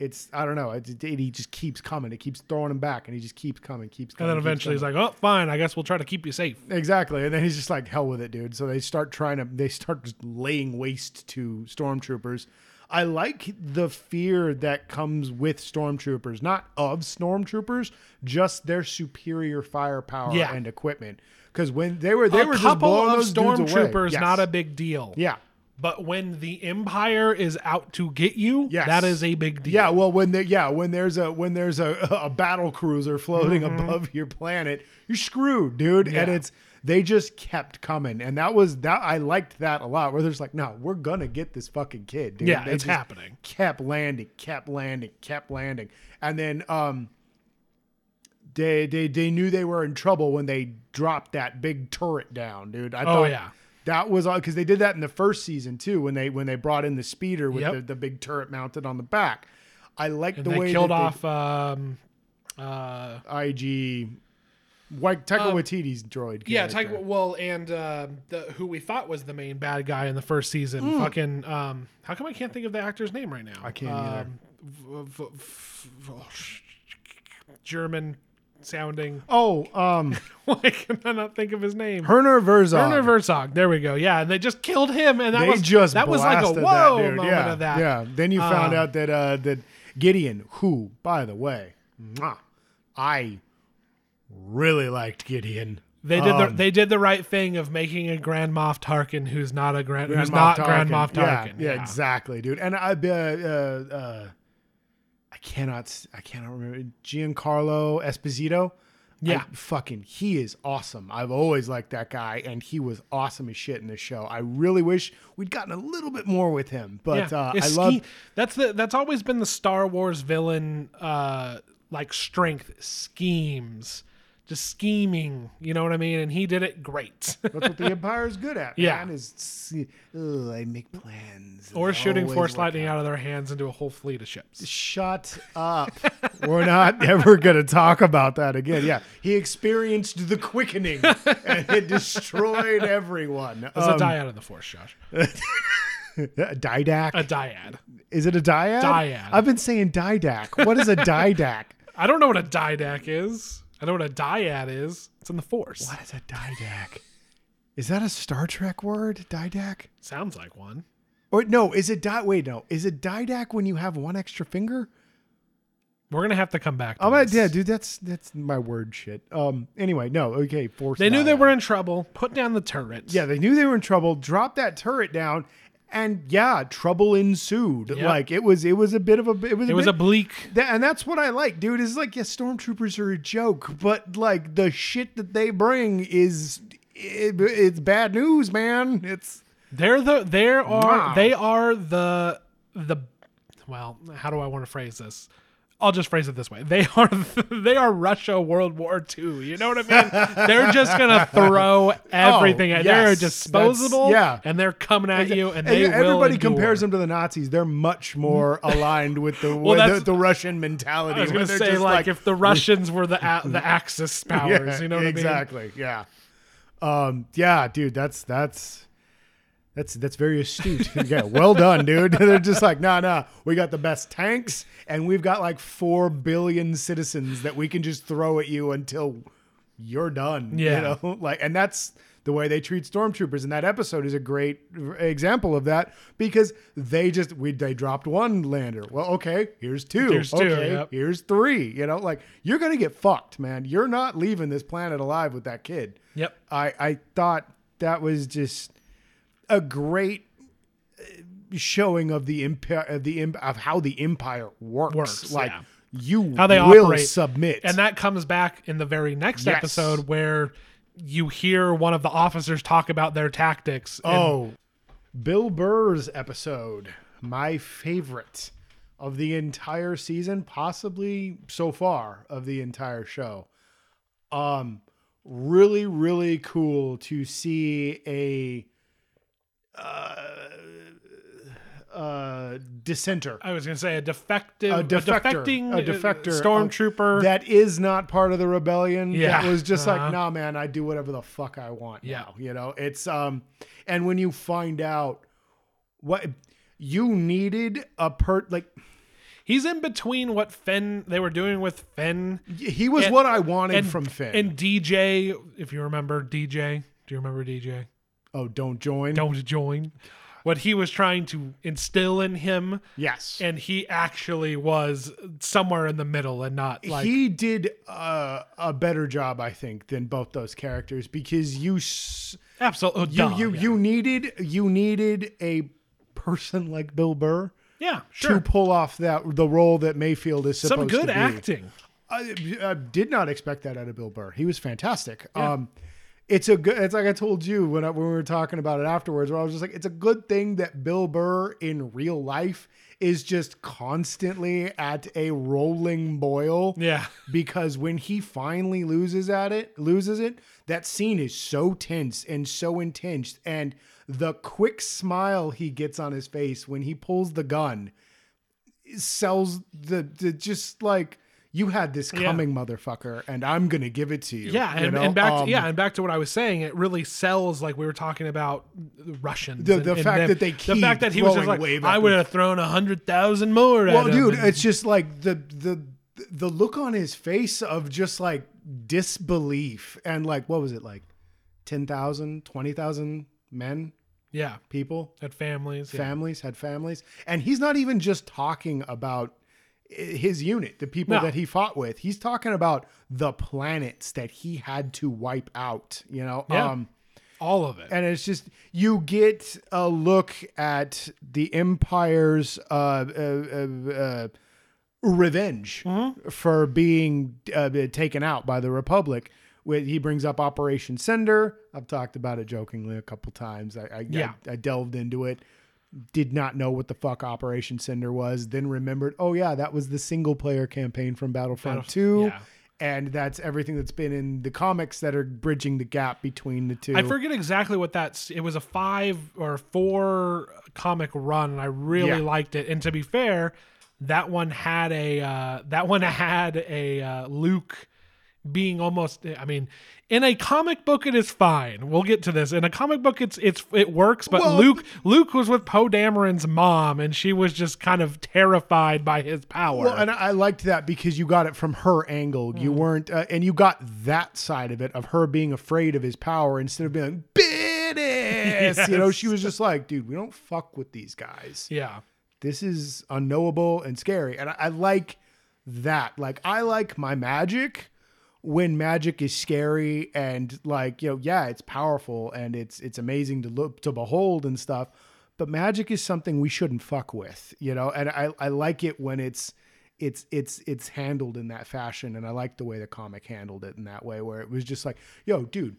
Speaker 2: it's, I don't know. It, it- he just keeps coming. It keeps throwing him back and he just keeps coming, keeps
Speaker 1: And
Speaker 2: coming.
Speaker 1: then
Speaker 2: keeps
Speaker 1: eventually
Speaker 2: coming.
Speaker 1: he's like, oh, fine. I guess we'll try to keep you safe.
Speaker 2: Exactly. And then he's just like, hell with it, dude. So they start trying to, they start just laying waste to stormtroopers. I like the fear that comes with stormtroopers, not of stormtroopers, just their superior firepower
Speaker 1: Yeah.
Speaker 2: and equipment. Because when they were, they
Speaker 1: a
Speaker 2: were just
Speaker 1: couple
Speaker 2: blowing
Speaker 1: of
Speaker 2: those dudes away.
Speaker 1: stormtroopers,
Speaker 2: Yes.
Speaker 1: not a big deal.
Speaker 2: yeah.
Speaker 1: But when the Empire is out to get you,
Speaker 2: Yes.
Speaker 1: that is a big deal.
Speaker 2: Yeah, well, when they, yeah, when there's a when there's a, <laughs> a battle cruiser floating above your planet, you're screwed, dude. And
Speaker 1: Mm-hmm. Yeah.
Speaker 2: it's they just kept coming, and that was that. I liked that a lot. Where there's like, no, we're gonna get this fucking kid, dude.
Speaker 1: Yeah,
Speaker 2: They
Speaker 1: it's
Speaker 2: just
Speaker 1: happening.
Speaker 2: Kept landing, kept landing, kept landing, and then um, they they they knew they were in trouble when they dropped that big turret down, dude. I
Speaker 1: Oh,
Speaker 2: thought
Speaker 1: yeah.
Speaker 2: that was because they did that in the first season too when they when they brought in the speeder with
Speaker 1: Yep.
Speaker 2: the, the big turret mounted on the back. I like the
Speaker 1: They
Speaker 2: way
Speaker 1: killed
Speaker 2: that
Speaker 1: off um, uh,
Speaker 2: they, IG White Taika Waititi's droid.
Speaker 1: Um, Yeah,
Speaker 2: character.
Speaker 1: Tiger. Well, and uh, the, who we thought was the main bad guy in the first season. Fucking. Um, how come I can't think of the actor's name right now? Uh, I
Speaker 2: Hmm. can't either.
Speaker 1: v- v- v- oh, sh- German sounding. <laughs>
Speaker 2: Oh, um,
Speaker 1: Why can I not think of his name?
Speaker 2: Herner Verzog.
Speaker 1: Werner Herzog. There we go. Yeah, and they just killed him, and that
Speaker 2: they
Speaker 1: was
Speaker 2: just
Speaker 1: that was like a
Speaker 2: blasted that
Speaker 1: whoa
Speaker 2: dude.
Speaker 1: moment
Speaker 2: yeah,
Speaker 1: of that. Um,
Speaker 2: Yeah. Then you found out that uh, that Gideon, who by the way, mwah, I really liked Gideon.
Speaker 1: They did
Speaker 2: Um,
Speaker 1: the they did the right thing of making a Grand Moff Tarkin who's not a Grand, who's
Speaker 2: Moff
Speaker 1: not Grand Moff
Speaker 2: Tarkin.
Speaker 1: Tarkin.
Speaker 2: Yeah, yeah, exactly, dude. And I, uh, uh, uh, I cannot, s- I cannot remember Giancarlo Esposito.
Speaker 1: Yeah.
Speaker 2: I- fucking, he is awesome. I've always liked that guy, and he was awesome as shit in this show. I really wish we'd gotten a little bit more with him, but
Speaker 1: Yeah.
Speaker 2: uh,
Speaker 1: Is
Speaker 2: I
Speaker 1: ski-
Speaker 2: love.
Speaker 1: that's the that's always been the Star Wars villain uh like strength schemes. Just scheming, you know what I mean? And he did it great. <laughs>
Speaker 2: That's what the <laughs> Empire is good at.
Speaker 1: Yeah.
Speaker 2: man, is see, ugh, I make plans. and
Speaker 1: or
Speaker 2: they
Speaker 1: shooting
Speaker 2: always
Speaker 1: force
Speaker 2: work
Speaker 1: lightning out of their hands into a whole fleet of ships.
Speaker 2: Shut up. We're not <laughs> ever going to talk about that again. Yeah. He experienced the quickening <laughs> and it destroyed everyone.
Speaker 1: It's
Speaker 2: Um,
Speaker 1: a dyad of the force, Josh.
Speaker 2: a didac?
Speaker 1: A dyad.
Speaker 2: is it a diad?
Speaker 1: Dyad.
Speaker 2: I've been saying didac. What is a didac?
Speaker 1: I don't know what a didac is. I know what a dyad is. It's in the force.
Speaker 2: what is a didac? Is that a Star Trek word? Didac?
Speaker 1: Sounds like one.
Speaker 2: Or no, is it di- wait, no. Is it didac when you have one extra finger?
Speaker 1: We're gonna have to come back. To
Speaker 2: I'm not,
Speaker 1: this.
Speaker 2: yeah, dude, that's that's my word shit. Um anyway, no, okay, force.
Speaker 1: They knew they
Speaker 2: diad.
Speaker 1: were in trouble. Put down the turret.
Speaker 2: Yeah, they knew they were in trouble. Dropped that turret down, and yeah, trouble ensued.
Speaker 1: Yep.
Speaker 2: Like it was, it was a bit of a, it was,
Speaker 1: It was a
Speaker 2: bit,
Speaker 1: bleak.
Speaker 2: <laughs> Tha- and that's what I like, dude. Is like, yeah, stormtroopers are a joke, but like the shit that they bring is, it, it's bad news, man. It's
Speaker 1: They're the there are
Speaker 2: Wow.
Speaker 1: they are the the well, how do I want to phrase this? I'll just phrase it this way. They are <laughs> they are Russia World War II. You know what I
Speaker 2: <laughs>
Speaker 1: mean? they're just gonna throw everything at they're
Speaker 2: Oh, yes.
Speaker 1: disposable
Speaker 2: That's- yeah.
Speaker 1: and they're coming at you and they
Speaker 2: everybody
Speaker 1: will
Speaker 2: compares
Speaker 1: endure.
Speaker 2: them to the Nazis. They're
Speaker 1: <laughs>
Speaker 2: much more aligned with the
Speaker 1: Well,
Speaker 2: with
Speaker 1: that's-
Speaker 2: the, the Russian mentality.
Speaker 1: I was
Speaker 2: where
Speaker 1: gonna
Speaker 2: they're
Speaker 1: say like,
Speaker 2: just
Speaker 1: if
Speaker 2: <laughs>
Speaker 1: the Russians were the a- the Axis powers, you know what
Speaker 2: exactly. Yeah. Um, yeah, dude, that's that's that's that's very astute. <laughs> yeah, well done, dude. <laughs> They're just like, nah, nah, we got the best tanks, and we've got like four billion citizens that we can just throw at you until you're done.
Speaker 1: Yeah.
Speaker 2: You know, <laughs> like, and that's the way they treat stormtroopers. And that episode is a great example of that because they just we they dropped one lander. Well, okay, here's two.
Speaker 1: Here's two,
Speaker 2: okay,
Speaker 1: yep.
Speaker 2: here's three. You know, like you're gonna get fucked, man. You're not leaving this planet alive with that kid.
Speaker 1: I mean? Yep.
Speaker 2: I I thought that was just a great uh, showing of the empire of the imp- of how the empire works.
Speaker 1: Works,
Speaker 2: like
Speaker 1: yeah.
Speaker 2: you
Speaker 1: How they
Speaker 2: will
Speaker 1: operate.
Speaker 2: submit.
Speaker 1: And that comes back in the very next
Speaker 2: Yes.
Speaker 1: episode where you hear one of the officers talk about their tactics. and
Speaker 2: Oh, Bill Burr's episode, my favorite of the entire season, possibly so far of the entire show. Um, really, really cool to see a uh, dissenter.
Speaker 1: I was going to say a defective,
Speaker 2: A
Speaker 1: a,
Speaker 2: defector,
Speaker 1: defecting,
Speaker 2: a
Speaker 1: uh,
Speaker 2: defector,
Speaker 1: stormtrooper.
Speaker 2: That is not part of the rebellion.
Speaker 1: Yeah.
Speaker 2: That was just
Speaker 1: Uh-huh.
Speaker 2: like, nah, man, I do whatever the fuck I want.
Speaker 1: Yeah.
Speaker 2: now," You know, it's, um, and when you find out what you needed a per, like,
Speaker 1: He's in between what Finn they were doing with Finn
Speaker 2: he was
Speaker 1: And-
Speaker 2: what I wanted from Finn.
Speaker 1: and DJ. If you remember DJ, do you remember DJ?
Speaker 2: oh, don't join.
Speaker 1: Don't join. What he was trying to instill in him,
Speaker 2: Yes.
Speaker 1: and he actually was somewhere in the middle and not like
Speaker 2: he did uh, a better job, I think, than both those characters because you s-
Speaker 1: absolutely.
Speaker 2: you you you needed you needed a person like Bill Burr
Speaker 1: yeah, sure.
Speaker 2: to pull off that the role that Mayfield is supposed
Speaker 1: Some
Speaker 2: to
Speaker 1: good
Speaker 2: be.
Speaker 1: acting.
Speaker 2: I, I did not expect that out of Bill Burr. He was fantastic. Um, it's a good. It's like I told you when I, when we were talking about it afterwards. Where I was just like, it's a good thing that Bill Burr in real life is just constantly at a rolling boil.
Speaker 1: Yeah.
Speaker 2: Because when he finally loses at it, loses it, that scene is so tense and so intense, and the quick smile he gets on his face when he pulls the gun sells the, the just like you had this coming motherfucker and i'm gonna give it to you
Speaker 1: Yeah,
Speaker 2: you
Speaker 1: and,
Speaker 2: know?
Speaker 1: and back
Speaker 2: Um,
Speaker 1: to, yeah, and back to what I was saying, it really sells like we were talking about Russians.
Speaker 2: The-
Speaker 1: and-
Speaker 2: the
Speaker 1: and
Speaker 2: fact
Speaker 1: them-
Speaker 2: that they
Speaker 1: the
Speaker 2: keep
Speaker 1: fact that he was just
Speaker 2: throwing
Speaker 1: like,
Speaker 2: wave
Speaker 1: I
Speaker 2: after-
Speaker 1: would have thrown a hundred thousand more.
Speaker 2: well
Speaker 1: at
Speaker 2: dude
Speaker 1: him.
Speaker 2: it's just like the the the look on his face of just like disbelief and like what was it like 10,000 20,000 men
Speaker 1: yeah,
Speaker 2: people
Speaker 1: at families. Yeah.
Speaker 2: families had families and he's not even just talking about i- his unit the people
Speaker 1: No.
Speaker 2: that he fought with he's talking about the planets that he had to wipe out you know
Speaker 1: Yeah.
Speaker 2: um
Speaker 1: all of it.
Speaker 2: and it's just you get a look at the empire's uh, uh, uh, uh, revenge
Speaker 1: Mm-hmm.
Speaker 2: for being uh, taken out by the republic Where he brings up operation cinder i've talked about it jokingly a couple times i I,
Speaker 1: Yeah.
Speaker 2: I i delved into it did not know what the fuck operation cinder was then remembered oh yeah that was the single player campaign from battlefront 2
Speaker 1: yeah.
Speaker 2: And that's everything that's been in the comics that are bridging the gap between the two.
Speaker 1: I forget exactly what that's. It was a five or four comic run, and I really
Speaker 2: Yeah.
Speaker 1: liked it. And to be fair, that one had a uh, that one <laughs> had a uh, Luke being almost. I mean, in a comic book, it is fine. We'll get to this. In a comic book, it's it's it works. But
Speaker 2: Well-
Speaker 1: Luke Luke was with Poe Dameron's mom, and she was just kind of terrified by his power.
Speaker 2: Well, and I liked that because you got it from her angle. You weren't, uh, and you got that side of it of her being afraid of his power instead of being like, bitch. You know, she was just like, dude, we don't fuck with these guys.
Speaker 1: yeah,
Speaker 2: This is unknowable and scary. And I, I like that. Like, I like my magic when magic is scary and like you know yeah it's powerful and it's it's amazing to look to behold and stuff but magic is something we shouldn't fuck with you know and i i like it when it's it's it's it's handled in that fashion and i like the way the comic handled it in that way where it was just like yo dude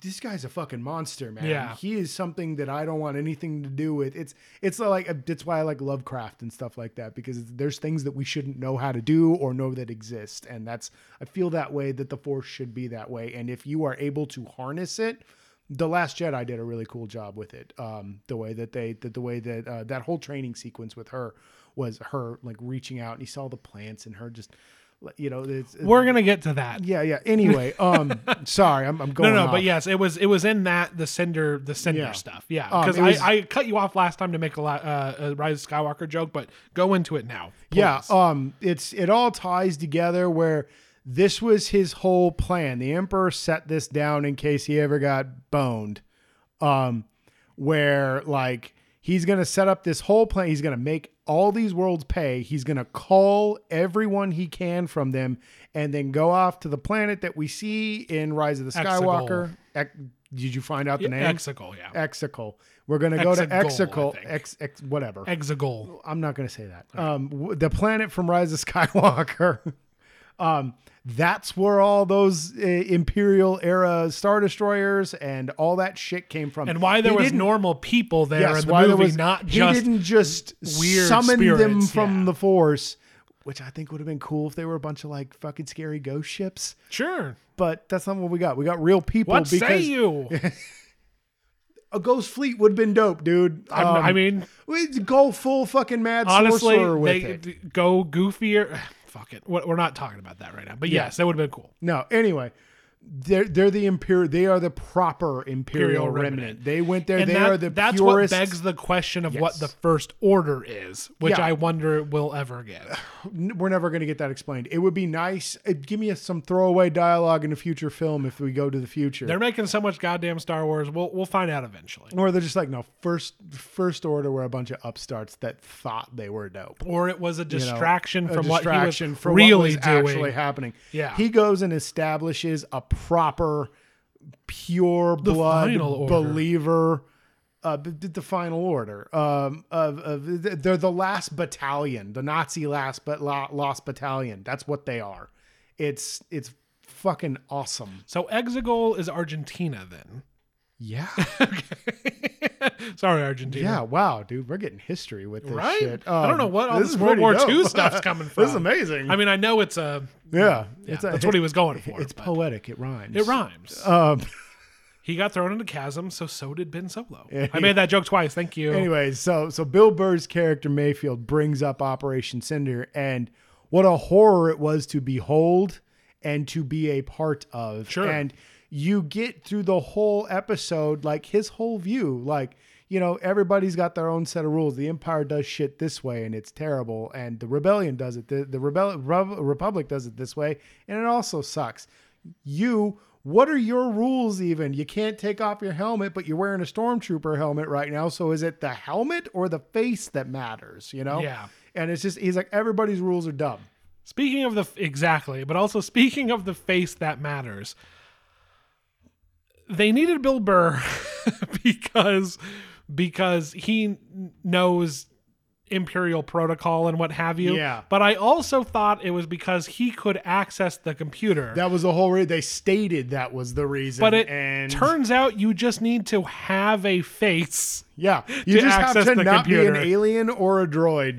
Speaker 2: this guy's a fucking monster man
Speaker 1: Yeah.
Speaker 2: he is something that i don't want anything to do with it's it's like uh, that's why i like lovecraft and stuff like that because there's things that we shouldn't know how to do or know that exist and that's i feel that way that the force should be that way and if you are able to harness it the last jedi did a really cool job with it um the way that they that the way that uh, that whole training sequence with her was her like reaching out and you saw the plants and her just you know it's
Speaker 1: we're gonna get to that.
Speaker 2: yeah yeah anyway
Speaker 1: <laughs>
Speaker 2: um sorry i'm, I'm going
Speaker 1: No, no,
Speaker 2: off.
Speaker 1: but yes, it was it was in that the cinder the cinder
Speaker 2: Yeah.
Speaker 1: stuff. Yeah,
Speaker 2: Um,
Speaker 1: because
Speaker 2: it was-
Speaker 1: I, I cut you off last time to make a, la- uh, a Rise of Skywalker joke, but go into it now.
Speaker 2: Yeah,
Speaker 1: please.
Speaker 2: um, it's it all ties together where this was his whole plan. The emperor set this down in case he ever got boned. Um, where like he's gonna set up this whole plan. He's gonna make all these worlds pay. He's gonna call everyone he can from them, and then go off to the planet that we see in Rise of the
Speaker 1: Exegol.
Speaker 2: Skywalker. Ex- did you find out the name?
Speaker 1: Exegol, yeah,
Speaker 2: Exegol. We're gonna go to
Speaker 1: Exegol, I
Speaker 2: Exegol.
Speaker 1: think.
Speaker 2: Ex, ex, whatever.
Speaker 1: Exegol.
Speaker 2: I'm not going to say that. Um, w- the planet from Rise of Skywalker. <laughs> um, that's where all those uh, Imperial era Star Destroyers and all that shit came from.
Speaker 1: And why there
Speaker 2: He
Speaker 1: was
Speaker 2: didn't-
Speaker 1: normal people there in the
Speaker 2: why
Speaker 1: movie,
Speaker 2: there was-
Speaker 1: not
Speaker 2: he
Speaker 1: just
Speaker 2: didn't just
Speaker 1: weird
Speaker 2: summon them
Speaker 1: spirits,
Speaker 2: from
Speaker 1: yeah.
Speaker 2: the Force, which I think would have been cool if they were a bunch of like fucking scary ghost ships.
Speaker 1: sure.
Speaker 2: <laughs> But that's not what we got. We got real people.
Speaker 1: What
Speaker 2: because
Speaker 1: say you?
Speaker 2: a ghost fleet would have been dope, dude.
Speaker 1: I'm-
Speaker 2: Um,
Speaker 1: I mean,
Speaker 2: we'd go full fucking mad
Speaker 1: honestly,
Speaker 2: sorcerer with
Speaker 1: they
Speaker 2: it.
Speaker 1: d- go goofier. <sighs> Fuck it. We're we're not talking about that right now. But yes, that would have been cool.
Speaker 2: No, anyway, they're they're the imperial. They are the proper imperial,
Speaker 1: Imperial
Speaker 2: remnant.
Speaker 1: remnant.
Speaker 2: They went there.
Speaker 1: And
Speaker 2: they
Speaker 1: that-
Speaker 2: are the
Speaker 1: that's
Speaker 2: purest.
Speaker 1: what begs the question of what
Speaker 2: Yes.
Speaker 1: the first order is, which
Speaker 2: Yeah.
Speaker 1: I wonder we'll ever get.
Speaker 2: n- we're never going to get that explained. It would be nice. uh give me a, some throwaway dialogue in a future film if we go to the future.
Speaker 1: They're making so much goddamn Star Wars. We'll we'll find out eventually.
Speaker 2: or they're just like, no, first first order were a bunch of upstarts that thought they were dope.
Speaker 1: Or it was a
Speaker 2: you know,
Speaker 1: distraction
Speaker 2: a
Speaker 1: from
Speaker 2: distraction
Speaker 1: what he was
Speaker 2: from what
Speaker 1: really
Speaker 2: was
Speaker 1: doing.
Speaker 2: actually happening.
Speaker 1: Yeah.
Speaker 2: he goes and establishes a proper, pure blood
Speaker 1: final order.
Speaker 2: believer. Uh, b- b- the final order um, of, of th- they're the last battalion, the Nazi last but la- lost battalion. That's what they are. It's it's fucking awesome.
Speaker 1: So Exegol is Argentina then. <laughs>
Speaker 2: Yeah,
Speaker 1: Sorry, Argentina.
Speaker 2: <laughs> yeah. Wow, dude, we're getting history with this
Speaker 1: Right?
Speaker 2: shit. Um,
Speaker 1: I don't know what all this
Speaker 2: is
Speaker 1: World
Speaker 2: pretty
Speaker 1: War
Speaker 2: dope.
Speaker 1: II
Speaker 2: <laughs>
Speaker 1: stuff's coming
Speaker 2: This is
Speaker 1: from.
Speaker 2: amazing.
Speaker 1: I mean, I know it's a.
Speaker 2: yeah,
Speaker 1: yeah,
Speaker 2: it's a,
Speaker 1: that's what he was going for.
Speaker 2: It's
Speaker 1: but
Speaker 2: poetic. It rhymes.
Speaker 1: it rhymes.
Speaker 2: Um, <laughs>
Speaker 1: he got thrown into chasm, so so did Ben Solo.
Speaker 2: Yeah.
Speaker 1: I made that joke twice. Thank you.
Speaker 2: Anyways, so so Bill Burr's character Mayfield brings up Operation Cinder, and what a horror it was to behold and to be a part of.
Speaker 1: Sure.
Speaker 2: And you get through the whole episode, like his whole view, like you know everybody's got their own set of rules. The Empire does shit this way, and it's terrible, and the Rebellion does it. The the Rebell Rev- Republic does it this way, and it also sucks. You. What are your rules even? You can't take off your helmet, but you're wearing a stormtrooper helmet right now. So is it the helmet or the face that matters, you know?
Speaker 1: Yeah.
Speaker 2: And it's just, he's like, everybody's rules are dumb.
Speaker 1: Speaking of the exactly, but also speaking of the face that matters, they needed Bill Burr <laughs> because because he knows imperial protocol and what have you.
Speaker 2: Yeah.
Speaker 1: But I also thought it was because he could access the computer.
Speaker 2: That was the whole reason. They stated that was the reason.
Speaker 1: but it
Speaker 2: and
Speaker 1: turns out you just need to have a face. <laughs>
Speaker 2: yeah, you
Speaker 1: to
Speaker 2: just have
Speaker 1: access
Speaker 2: to
Speaker 1: the
Speaker 2: not be
Speaker 1: computer.
Speaker 2: an alien or a droid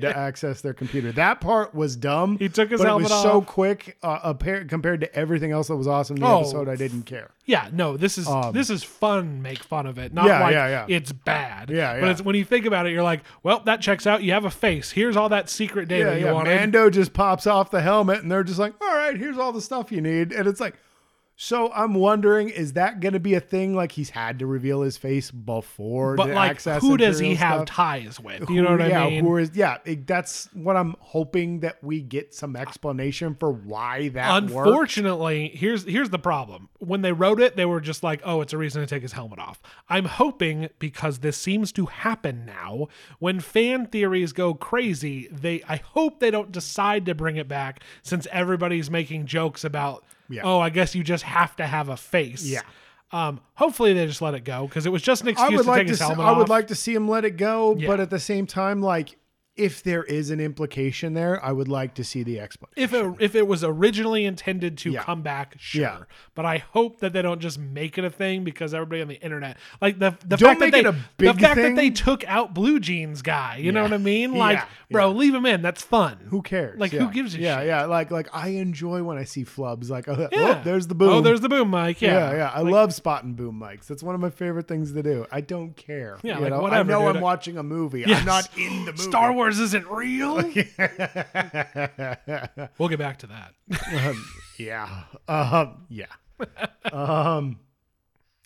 Speaker 1: <laughs>
Speaker 2: to access their computer. That part was dumb.
Speaker 1: He took his
Speaker 2: but
Speaker 1: helmet
Speaker 2: it was so
Speaker 1: off.
Speaker 2: quick uh, appar- compared to everything else that was awesome in the
Speaker 1: Oh.
Speaker 2: episode. I didn't care.
Speaker 1: Yeah, no, this is this is fun. Make fun of it, not
Speaker 2: Um, Yeah,
Speaker 1: like
Speaker 2: yeah, yeah.
Speaker 1: it's bad.
Speaker 2: Yeah,
Speaker 1: But
Speaker 2: yeah.
Speaker 1: it's when you think about it, you're like, well, that checks out. You have a face. Here's all that secret data
Speaker 2: yeah,
Speaker 1: you
Speaker 2: yeah.
Speaker 1: wanted.
Speaker 2: Mando just pops off the helmet and they're just like, all right, here's all the stuff you need. And it's like, so I'm wondering, is that going to be a thing? Like he's had to reveal his face before,
Speaker 1: but
Speaker 2: to
Speaker 1: like,
Speaker 2: access
Speaker 1: who does he
Speaker 2: Imperial
Speaker 1: have
Speaker 2: stuff?
Speaker 1: ties with? You know
Speaker 2: Who-
Speaker 1: what
Speaker 2: yeah,
Speaker 1: I mean?
Speaker 2: Who is, yeah, it- that's what I'm hoping that we get some explanation for why that worked.
Speaker 1: Unfortunately, here's here's the problem. When they wrote it, they were just like, "Oh, it's a reason to take his helmet off." I'm hoping because this seems to happen now, when fan theories go crazy, they I hope they don't decide to bring it back since everybody's making jokes about,
Speaker 2: Yeah.
Speaker 1: "Oh, I guess you just have to have a face."
Speaker 2: Yeah.
Speaker 1: Um, hopefully they just let it go because it was just an
Speaker 2: I
Speaker 1: excuse
Speaker 2: would
Speaker 1: to
Speaker 2: like
Speaker 1: take
Speaker 2: to
Speaker 1: his
Speaker 2: see,
Speaker 1: helmet
Speaker 2: I
Speaker 1: off.
Speaker 2: would like to see him let it go,
Speaker 1: Yeah.
Speaker 2: but at the same time, like if there is an implication there, I would like to see the explanation.
Speaker 1: if it if it was originally intended to
Speaker 2: Yeah.
Speaker 1: come back, sure.
Speaker 2: Yeah.
Speaker 1: But I hope that they don't just make it a thing because everybody on the internet, like the the fact
Speaker 2: Don't
Speaker 1: that
Speaker 2: make
Speaker 1: they
Speaker 2: it a
Speaker 1: the
Speaker 2: big
Speaker 1: fact
Speaker 2: thing.
Speaker 1: that they took out Blue Jeans guy, you know
Speaker 2: Yeah.
Speaker 1: what I mean? Like,
Speaker 2: Yeah.
Speaker 1: bro, leave him in. That's fun.
Speaker 2: Who cares?
Speaker 1: Like, who
Speaker 2: Yeah.
Speaker 1: gives a
Speaker 2: yeah,
Speaker 1: shit?
Speaker 2: Yeah, Like, like I enjoy when I see flubs. Like, <laughs> oh,
Speaker 1: Yeah.
Speaker 2: oh, there's the boom.
Speaker 1: Oh, there's the boom mic. Yeah,
Speaker 2: yeah, yeah. I love spotting boom mics. That's one of my favorite things to do. I don't care.
Speaker 1: Yeah,
Speaker 2: you
Speaker 1: like,
Speaker 2: know?
Speaker 1: whatever,
Speaker 2: I know
Speaker 1: dude.
Speaker 2: I'm watching a movie.
Speaker 1: Yes.
Speaker 2: I'm not in the movie.
Speaker 1: Star Wars isn't
Speaker 2: <laughs>
Speaker 1: real. <laughs> we'll get back to that.
Speaker 2: Um, yeah. Um, yeah. um,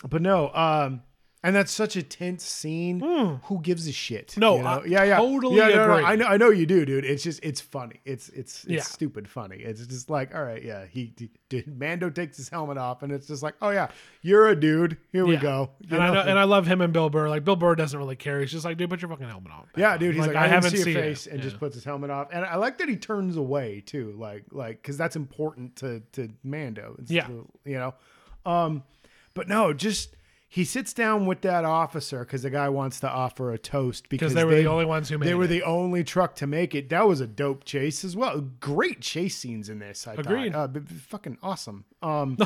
Speaker 2: but no. Um, and that's such a tense scene. Who gives a shit?
Speaker 1: Hmm. No,
Speaker 2: you know?
Speaker 1: I
Speaker 2: yeah, yeah,
Speaker 1: totally
Speaker 2: yeah, no, no,
Speaker 1: agree.
Speaker 2: I know, I know you do, dude. It's just, it's funny. It's, it's, it's
Speaker 1: Yeah.
Speaker 2: stupid funny. It's just like, all right, yeah. He, d- d- Mando takes his helmet off, and it's just like, oh yeah, you're a dude. Here we
Speaker 1: Yeah.
Speaker 2: go. You
Speaker 1: And I know, and I love him and Bill Burr. Like Bill Burr doesn't really care. He's just like, dude, put your fucking helmet on.
Speaker 2: Yeah, dude. He's
Speaker 1: Like,
Speaker 2: like,
Speaker 1: I
Speaker 2: I, haven't
Speaker 1: haven't
Speaker 2: see
Speaker 1: seen
Speaker 2: your
Speaker 1: it.
Speaker 2: face, and just puts his helmet off. And I like that he turns away too, like like because that's important to to Mando. It's
Speaker 1: Yeah.
Speaker 2: the- you know, um, but no, just he sits down with that officer because the guy wants to offer a toast because
Speaker 1: Because they were the only ones who made
Speaker 2: they were
Speaker 1: it.
Speaker 2: the only truck to make it. That was a dope chase as well. Great chase scenes in this. I thought.
Speaker 1: Agreed.
Speaker 2: Uh, b- b- fucking awesome. Um,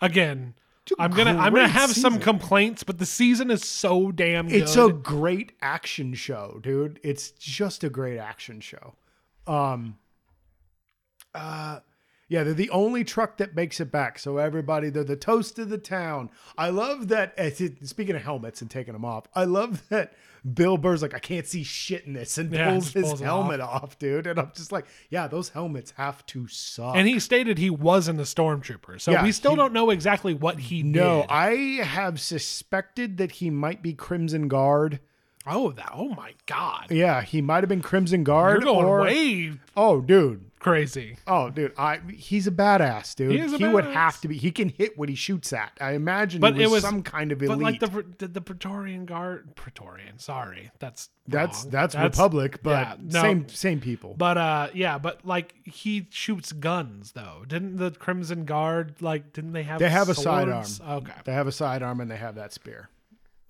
Speaker 1: Again,
Speaker 2: Dude,
Speaker 1: I'm gonna I'm gonna
Speaker 2: great
Speaker 1: have some
Speaker 2: season.
Speaker 1: complaints, but the season is so damn good.
Speaker 2: it's a great action show, dude. It's just a great action show. Um, uh, Yeah, they're the only truck that makes it back. So everybody, they're the toast of the town. I love that. eh, Speaking of helmets and taking them off, I love that Bill Burr's like, I can't see shit in this, and
Speaker 1: Yeah,
Speaker 2: pulls
Speaker 1: just
Speaker 2: his
Speaker 1: pulls 'em
Speaker 2: helmet off. dude. And I'm just like, yeah, those helmets have to suck.
Speaker 1: And he stated he wasn't a stormtrooper, so
Speaker 2: Yeah,
Speaker 1: we still
Speaker 2: he-
Speaker 1: don't know exactly what he
Speaker 2: no,
Speaker 1: did.
Speaker 2: I have suspected that he might be Crimson Guard.
Speaker 1: oh, that. Oh my God.
Speaker 2: Yeah, he might have been Crimson Guard.
Speaker 1: You're going
Speaker 2: or,
Speaker 1: way
Speaker 2: Oh, dude.
Speaker 1: crazy.
Speaker 2: Oh, dude. I he's a badass, dude.
Speaker 1: He is a
Speaker 2: would
Speaker 1: badass.
Speaker 2: have to be. He can hit what he shoots at. I imagine
Speaker 1: But
Speaker 2: he was,
Speaker 1: it was-
Speaker 2: some kind of elite.
Speaker 1: But like the, Pre- the the Praetorian guard, Praetorian. Sorry, that's
Speaker 2: that's,
Speaker 1: wrong.
Speaker 2: that's Republic, but
Speaker 1: yeah, no.
Speaker 2: same same people.
Speaker 1: But uh, yeah, but like he shoots guns though. Didn't the Crimson Guard like? Didn't they have?
Speaker 2: They have a
Speaker 1: swords?
Speaker 2: sidearm.
Speaker 1: Okay.
Speaker 2: they have a sidearm and they have that spear.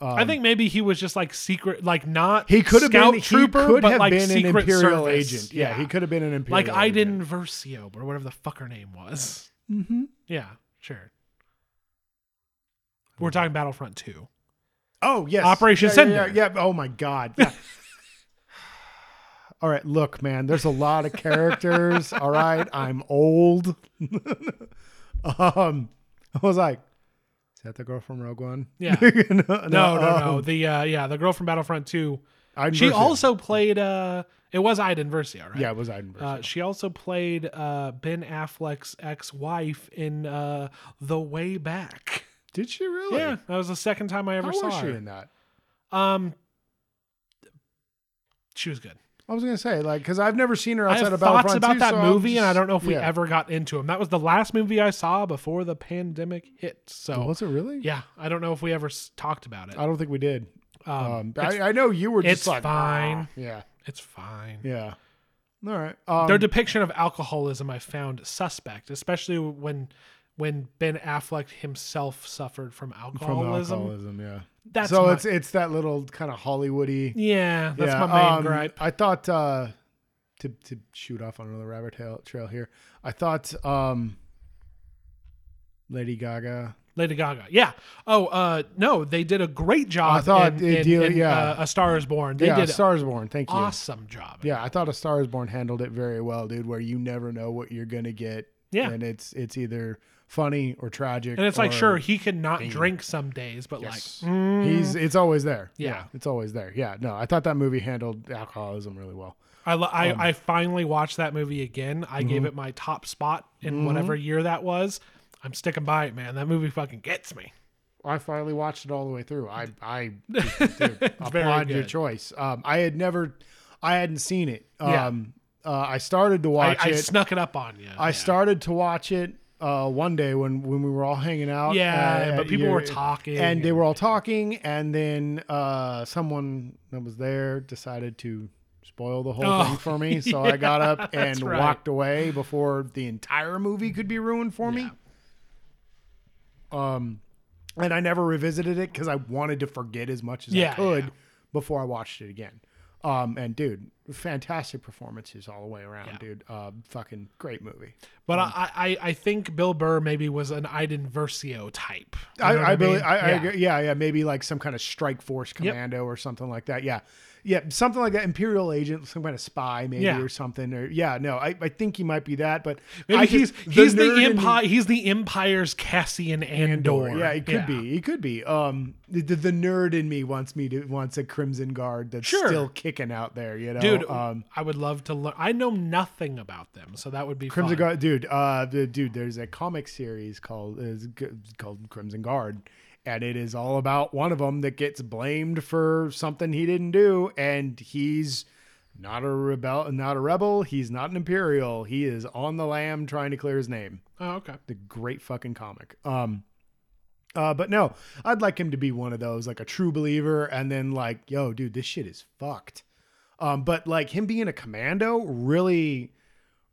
Speaker 2: Um,
Speaker 1: I think maybe he was just like secret, like not.
Speaker 2: He could have
Speaker 1: scout
Speaker 2: been
Speaker 1: trooper,
Speaker 2: he could
Speaker 1: but
Speaker 2: have
Speaker 1: like
Speaker 2: been an
Speaker 1: secret
Speaker 2: imperial
Speaker 1: service.
Speaker 2: agent. Yeah, he could have been an imperial.
Speaker 1: Like I
Speaker 2: agent.
Speaker 1: didn't Versio or whatever the fuck her name was.
Speaker 2: Mm-hmm.
Speaker 1: Yeah, sure. We're talking Battlefront Two.
Speaker 2: Oh yes,
Speaker 1: Operation
Speaker 2: yeah, yeah,
Speaker 1: Cinder.
Speaker 2: Yeah, yeah. Oh my God. Yeah. <sighs> all right, look, man. There's a lot
Speaker 1: <laughs>
Speaker 2: of characters. all right, I'm old. <laughs> um, I was like, is that the girl from Rogue One?
Speaker 1: Yeah.
Speaker 2: <laughs> no,
Speaker 1: No, no, no.
Speaker 2: um,
Speaker 1: The uh, yeah, the girl from Battlefront Two.
Speaker 2: Iden
Speaker 1: She
Speaker 2: Versio.
Speaker 1: also played. uh It was Iden Versio, right?
Speaker 2: yeah, it was Iden Versio.
Speaker 1: Uh, she also played uh, Ben Affleck's ex-wife in uh, The Way Back.
Speaker 2: Did she really?
Speaker 1: Yeah, that was the second time I ever
Speaker 2: How
Speaker 1: saw
Speaker 2: was she
Speaker 1: her.
Speaker 2: in that?
Speaker 1: Um, she was good.
Speaker 2: I was gonna say like because I've never seen her
Speaker 1: I
Speaker 2: outside
Speaker 1: have
Speaker 2: of
Speaker 1: thoughts
Speaker 2: Battlefront
Speaker 1: about
Speaker 2: 2,
Speaker 1: that
Speaker 2: so I'm
Speaker 1: movie, and I
Speaker 2: just-
Speaker 1: don't know if we
Speaker 2: yeah.
Speaker 1: ever got into him. That was the last movie I saw before the pandemic hit. So
Speaker 2: Was it really?
Speaker 1: yeah, I don't know if we ever s- talked about it.
Speaker 2: I don't think we did.
Speaker 1: Um,
Speaker 2: Um,
Speaker 1: it's,
Speaker 2: I, I know you were just
Speaker 1: it's
Speaker 2: like
Speaker 1: fine.
Speaker 2: "Ah." Yeah.
Speaker 1: it's fine.
Speaker 2: Yeah. All right. Um,
Speaker 1: Their depiction of alcoholism I found suspect, especially when when Ben Affleck himself suffered from
Speaker 2: from the
Speaker 1: alcoholism.
Speaker 2: alcoholism, yeah.
Speaker 1: That's
Speaker 2: so
Speaker 1: my-
Speaker 2: it's it's that little kind of Hollywoody.
Speaker 1: yeah, that's my
Speaker 2: yeah,
Speaker 1: main
Speaker 2: um,
Speaker 1: gripe.
Speaker 2: I thought uh, to to shoot off on another rabbit tail, trail here. I thought um, Lady Gaga.
Speaker 1: Lady Gaga. Yeah. Oh, uh no, they did a great job.
Speaker 2: I thought
Speaker 1: in,
Speaker 2: they
Speaker 1: in-
Speaker 2: did-
Speaker 1: in,
Speaker 2: yeah.
Speaker 1: uh, A Star Is Born. They
Speaker 2: yeah,
Speaker 1: did an
Speaker 2: Stars Born. Thank you.
Speaker 1: awesome job.
Speaker 2: Yeah, I thought A Star Is Born handled it very well, dude. Where you never know what you're gonna get.
Speaker 1: Yeah.
Speaker 2: and it's it's either funny or tragic.
Speaker 1: And it's like,
Speaker 2: or-
Speaker 1: sure, he could not drink some days, but
Speaker 2: Yes.
Speaker 1: like, mm,
Speaker 2: He's it's always there.
Speaker 1: Yeah.
Speaker 2: it's always there. Yeah, no, I thought that movie handled alcoholism really well.
Speaker 1: I, lo-
Speaker 2: Um,
Speaker 1: I I finally watched that movie again. I
Speaker 2: mm-hmm.
Speaker 1: gave it my top spot in whatever year that was. I'm sticking by it, man. That movie fucking gets me.
Speaker 2: I finally watched it all the way through. I
Speaker 1: <laughs>
Speaker 2: I dude,
Speaker 1: very
Speaker 2: applaud your
Speaker 1: good.
Speaker 2: choice. Um, I had never, I hadn't seen it.
Speaker 1: Yeah.
Speaker 2: Um, uh, I started to
Speaker 1: I,
Speaker 2: watch
Speaker 1: I
Speaker 2: it.
Speaker 1: snuck it up on you.
Speaker 2: I
Speaker 1: yeah.
Speaker 2: started to watch it uh, one day when when we were all hanging out.
Speaker 1: Yeah,
Speaker 2: uh,
Speaker 1: but
Speaker 2: at
Speaker 1: people
Speaker 2: your-
Speaker 1: were talking,
Speaker 2: and they were all talking, and then uh, someone that was there decided to spoil the whole
Speaker 1: Oh,
Speaker 2: thing
Speaker 1: <laughs>
Speaker 2: for me. So I got up and
Speaker 1: right.
Speaker 2: walked away before the entire movie could be ruined for me. Um, and I never revisited it because I wanted to forget as much as I
Speaker 1: Yeah,
Speaker 2: could
Speaker 1: yeah.
Speaker 2: before I watched it again. Um, and dude, fantastic performances all the way around, dude. Uh, fucking great movie.
Speaker 1: But I, I I think Bill Burr maybe was an Iden Versio type. You know what
Speaker 2: I, I believe,
Speaker 1: mean?
Speaker 2: I,
Speaker 1: Yeah.
Speaker 2: yeah. I, yeah, yeah, maybe like some kind of strike force commando or something like that. Yeah, yeah, something like that. Imperial agent, some kind of spy, maybe
Speaker 1: Yeah.
Speaker 2: or something. Or yeah, no, I, I think he might be that, but
Speaker 1: Maybe
Speaker 2: I
Speaker 1: he's
Speaker 2: just-
Speaker 1: he's the,
Speaker 2: nerd in me-
Speaker 1: empire. he's the empire's Cassian Andor.
Speaker 2: Yeah, it could be. It could be. Um, the, the, the nerd in me wants me to wants a crimson guard that's
Speaker 1: Sure.
Speaker 2: still kicking out there. You know,
Speaker 1: Dude,
Speaker 2: Um,
Speaker 1: I would love to learn. I know nothing about them, so that would be
Speaker 2: Crimson
Speaker 1: fun.
Speaker 2: Guard, dude. Uh, the dude. There's a comic series called is g- called Crimson Guard, and it is all about one of them that gets blamed for something he didn't do, and he's not a rebel, not a rebel. He's not an imperial. He is on the lam trying to clear his name.
Speaker 1: Oh, okay.
Speaker 2: The great fucking comic. Um, uh, but no, I'd like him to be one of those, like a true believer, and then like, yo, dude, this shit is fucked. Um, but like him being a commando really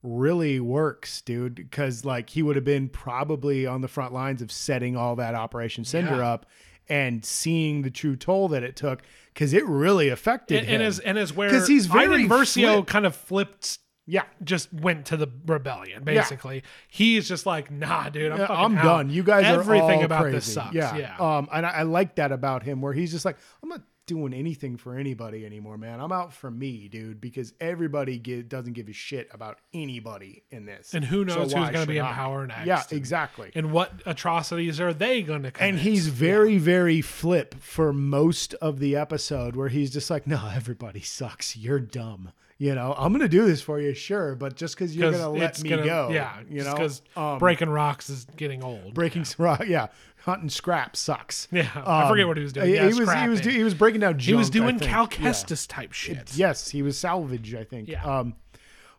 Speaker 2: really works, dude, because like he would have been probably on the front lines of setting all that Operation Cinder
Speaker 1: Yeah.
Speaker 2: up and seeing the true toll that it took, because it really affected
Speaker 1: And,
Speaker 2: him.
Speaker 1: and is and is where
Speaker 2: 'Cause he's very
Speaker 1: Iden Versio
Speaker 2: flip.
Speaker 1: kind of flipped.
Speaker 2: yeah,
Speaker 1: Just went to the rebellion. Basically, he's just like, nah, dude, I'm,
Speaker 2: Yeah,
Speaker 1: fucking
Speaker 2: I'm
Speaker 1: out.
Speaker 2: done. You guys
Speaker 1: Everything
Speaker 2: are all
Speaker 1: about
Speaker 2: crazy. Uh,
Speaker 1: this sucks.
Speaker 2: Yeah. Um, and I, I like that about him, where he's just like, I'm not doing anything for anybody anymore, man. I'm out for me, dude, because everybody gi- doesn't give a shit about anybody in this.
Speaker 1: And who knows who's
Speaker 2: why
Speaker 1: gonna be
Speaker 2: should
Speaker 1: in
Speaker 2: I?
Speaker 1: power next
Speaker 2: Yeah,
Speaker 1: and-
Speaker 2: exactly.
Speaker 1: And what atrocities are they going to commit?
Speaker 2: And he's very, very flip for most of the episode where he's just like, no, everybody sucks. You're dumb. You know, I'm going to do this for you, sure, but just because you're
Speaker 1: 'Cause
Speaker 2: going to let
Speaker 1: it's
Speaker 2: me
Speaker 1: gonna-
Speaker 2: go.
Speaker 1: Yeah,
Speaker 2: You know,
Speaker 1: because
Speaker 2: Um,
Speaker 1: breaking rocks is getting old.
Speaker 2: breaking <laughs> some rock. Yeah. Hunting scrap sucks.
Speaker 1: Yeah, I
Speaker 2: Um,
Speaker 1: forget what he was doing.
Speaker 2: He,
Speaker 1: Yeah,
Speaker 2: he was, he, was
Speaker 1: scrapping.
Speaker 2: do- he was breaking down junk.
Speaker 1: He was
Speaker 2: I
Speaker 1: doing
Speaker 2: think.
Speaker 1: Cal
Speaker 2: Yeah.
Speaker 1: Kestis type shit.
Speaker 2: Yes, he was salvage, I think.
Speaker 1: Yeah.
Speaker 2: Um,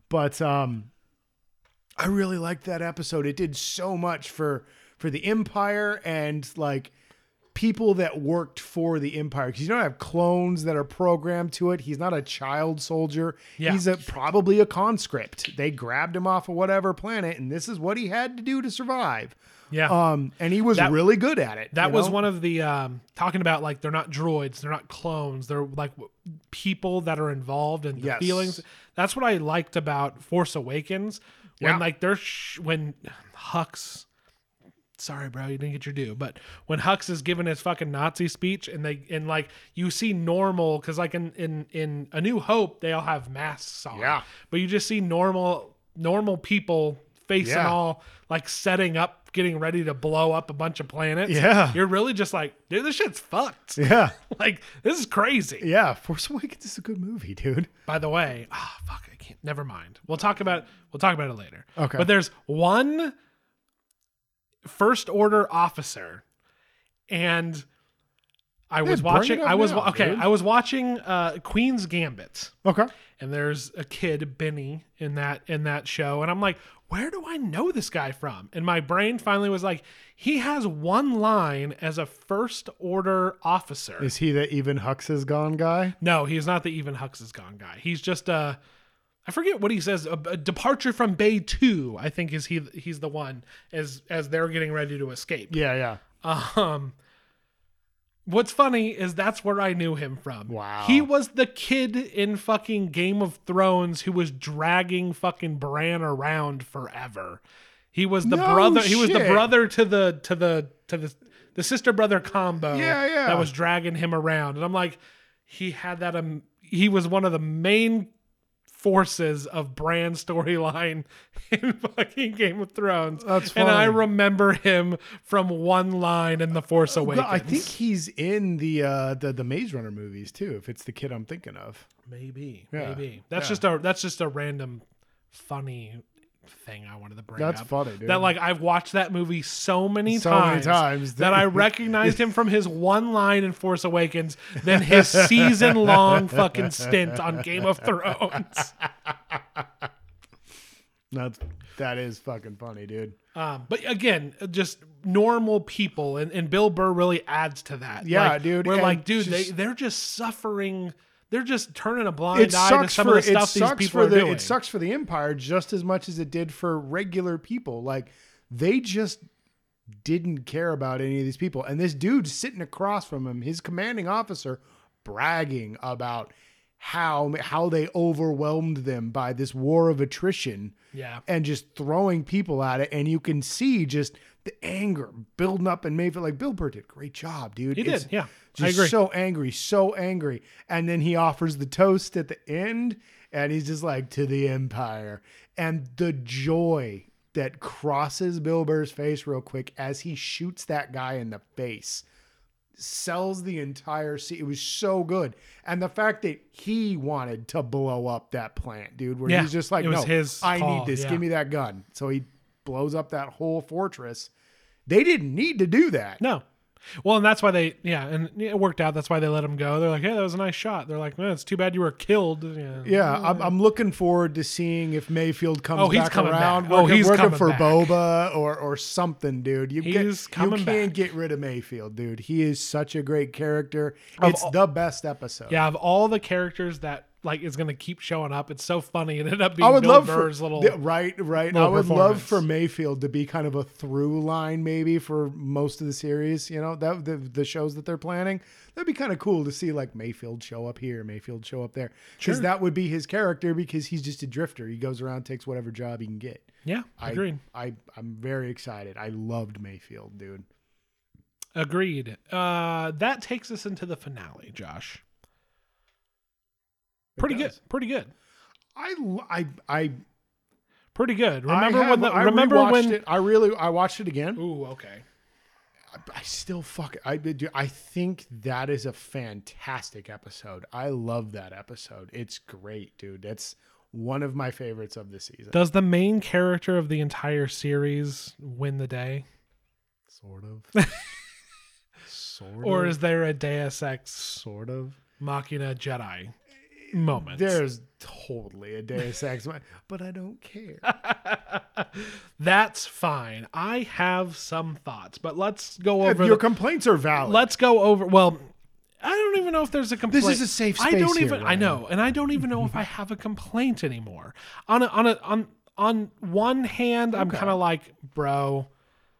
Speaker 2: but um, I really liked that episode. It did so much for for the Empire and like people that worked for the Empire because you don't have clones that are programmed to it. He's not a child soldier.
Speaker 1: Yeah.
Speaker 2: He's a, probably a conscript. They grabbed him off of whatever planet, and this is what he had to do to survive.
Speaker 1: Yeah.
Speaker 2: Um, and he was really good at it.
Speaker 1: that
Speaker 2: you
Speaker 1: was
Speaker 2: know?
Speaker 1: one of the um, talking about like they're not droids, they're not clones, they're like w- people that are involved and the
Speaker 2: Yes.
Speaker 1: feelings. That's what I liked about Force Awakens when
Speaker 2: Yeah.
Speaker 1: like they're sh- when Hux. Sorry, bro, you didn't get your due. But when Hux is giving his fucking Nazi speech, and they and like you see normal, because like in in in A New Hope, they all have masks on.
Speaker 2: Yeah.
Speaker 1: But you just see normal normal people face and
Speaker 2: Yeah.
Speaker 1: all like setting up, getting ready to blow up a bunch of planets.
Speaker 2: Yeah.
Speaker 1: You're really just like, dude, this shit's fucked.
Speaker 2: <laughs> Yeah.
Speaker 1: <laughs> like, this is crazy.
Speaker 2: Yeah. Force Awakens is a good movie, dude.
Speaker 1: By the way, ah, fuck, I can't. Never mind. We'll talk about we'll talk about it later.
Speaker 2: Okay.
Speaker 1: But there's one first order officer, and I was
Speaker 2: bring it
Speaker 1: watching.
Speaker 2: up
Speaker 1: I was
Speaker 2: now,
Speaker 1: wa- okay.
Speaker 2: dude.
Speaker 1: I was watching uh, Queen's Gambit
Speaker 2: Okay.
Speaker 1: and there's a kid Benny in that in that show and I'm like where do I know this guy from and my brain finally was like he has one line as a first order officer
Speaker 2: Is he the even Hux is gone guy?
Speaker 1: no he's not the even Hux is gone guy he's just a I forget what he says a, a departure from bay 2 I think is he he's the one as as they're getting ready to escape
Speaker 2: Yeah, yeah.
Speaker 1: um What's funny is that's where I knew him from.
Speaker 2: Wow.
Speaker 1: He was the kid in fucking Game of Thrones who was dragging fucking Bran around forever. He was the
Speaker 2: No
Speaker 1: brother he was the
Speaker 2: shit.
Speaker 1: brother to the to the to the the sister brother combo
Speaker 2: Yeah, yeah.
Speaker 1: that was dragging him around. And I'm like he had that um, he was one of the main forces of Bran storyline <laughs> in fucking Game of Thrones.
Speaker 2: That's
Speaker 1: And I
Speaker 2: funny.
Speaker 1: remember him from one line in The Force Awakens.
Speaker 2: Well, I think he's in the uh the, the Maze Runner movies too, if it's the kid I'm thinking of.
Speaker 1: maybe,
Speaker 2: Yeah,
Speaker 1: maybe that's
Speaker 2: yeah.
Speaker 1: just a that's just a random funny thing I wanted to bring
Speaker 2: That's
Speaker 1: up.
Speaker 2: funny, dude.
Speaker 1: That like I've watched that movie so many
Speaker 2: So many
Speaker 1: times,
Speaker 2: times
Speaker 1: that
Speaker 2: that-
Speaker 1: I <laughs> recognized him from his one line in Force Awakens, then his season long fucking stint on Game of Thrones.
Speaker 2: That's that is fucking funny, dude.
Speaker 1: Um, but again, just normal people, and, and Bill Burr really adds to that.
Speaker 2: Yeah,
Speaker 1: Like,
Speaker 2: dude,
Speaker 1: We're
Speaker 2: and
Speaker 1: like, dude, they
Speaker 2: just-
Speaker 1: they're just suffering. They're just turning a blind
Speaker 2: It
Speaker 1: eye to
Speaker 2: sucks
Speaker 1: some
Speaker 2: for
Speaker 1: of the
Speaker 2: it
Speaker 1: stuff these
Speaker 2: sucks
Speaker 1: people are
Speaker 2: for the
Speaker 1: doing.
Speaker 2: it sucks for the Empire just as much as it did for regular people. Like they just didn't care about any of these people. And this dude sitting across from him, his commanding officer, bragging about how how they overwhelmed them by this war of attrition.
Speaker 1: Yeah,
Speaker 2: and just throwing people at it, and you can see just the anger building up in Mayfield. Like Bill Burr did a great job, dude.
Speaker 1: he
Speaker 2: It's
Speaker 1: did. Yeah,
Speaker 2: just
Speaker 1: I agree.
Speaker 2: so angry, so angry, and then he offers the toast at the end, and he's just like to the Empire, and the joy that crosses Bill Burr's face real quick as he shoots that guy in the face sells the entire scene. It was so good. And the fact that he wanted to blow up that plant, dude, where
Speaker 1: Yeah,
Speaker 2: he's just like,
Speaker 1: it was
Speaker 2: no,
Speaker 1: his
Speaker 2: I
Speaker 1: call,
Speaker 2: need this.
Speaker 1: yeah.
Speaker 2: Give me that gun. So he blows up that whole fortress. They didn't need to do that.
Speaker 1: no, well, and that's why they. Yeah, and it worked out. That's why they let him go. They're like, hey, that was a nice shot. They're like, man, it's too bad you were killed. Yeah,
Speaker 2: Yeah, I'm, I'm looking forward to seeing if Mayfield comes
Speaker 1: Oh, he's
Speaker 2: back
Speaker 1: coming
Speaker 2: around.
Speaker 1: back. Oh,
Speaker 2: working-
Speaker 1: he's
Speaker 2: working
Speaker 1: coming
Speaker 2: for
Speaker 1: back.
Speaker 2: Boba or or something, dude. You get,
Speaker 1: He's coming
Speaker 2: you can't
Speaker 1: back.
Speaker 2: get rid of Mayfield, dude. He is such a great character. It's the best episode.
Speaker 1: yeah. Of all the characters that like is going to keep showing up, it's so funny. It ended up being
Speaker 2: I would
Speaker 1: Bill
Speaker 2: love
Speaker 1: Burr's
Speaker 2: for
Speaker 1: little.
Speaker 2: yeah, right, right. I
Speaker 1: little
Speaker 2: would love
Speaker 1: performance.
Speaker 2: for Mayfield to be kind of a through line, maybe for most of the series. You know that the, the shows that they're planning, that'd be kind of cool to see like Mayfield show up here, Mayfield show up there, because that would be his character. Because he's just a drifter. He goes around, takes whatever job he can get.
Speaker 1: yeah,
Speaker 2: I,
Speaker 1: agreed.
Speaker 2: I I'm very excited. I loved Mayfield, dude.
Speaker 1: Agreed. Uh, that takes us into the finale, Josh. Pretty good.
Speaker 2: does.
Speaker 1: Pretty good.
Speaker 2: I l- I I
Speaker 1: Pretty good.
Speaker 2: I
Speaker 1: Remember when?
Speaker 2: have-
Speaker 1: The,
Speaker 2: I
Speaker 1: remember
Speaker 2: rewatched
Speaker 1: when?
Speaker 2: it. I really I watched it again.
Speaker 1: Ooh, okay.
Speaker 2: I still fuck it. I do. I think that is a fantastic episode. I love that episode. It's great, dude. It's one of my favorites of the season.
Speaker 1: Does the main character of the entire series win the day, <laughs>
Speaker 2: sort of. sort
Speaker 1: or
Speaker 2: of.
Speaker 1: is there a Deus Ex
Speaker 2: sort of.
Speaker 1: Machina Jedi moment?
Speaker 2: There's totally a Deus Ex, mi- but I don't care.
Speaker 1: That's fine. I have some thoughts, but let's go
Speaker 2: If
Speaker 1: over.
Speaker 2: your
Speaker 1: the-
Speaker 2: complaints are valid.
Speaker 1: let's go over. Well, I don't even know if there's a complaint.
Speaker 2: Oh, is a safe
Speaker 1: I don't
Speaker 2: space here,
Speaker 1: even. I
Speaker 2: Ryan.
Speaker 1: know, and I don't even know
Speaker 2: <laughs>
Speaker 1: if I have a complaint anymore. On a, on a, on on one hand, I'm kind of like, bro,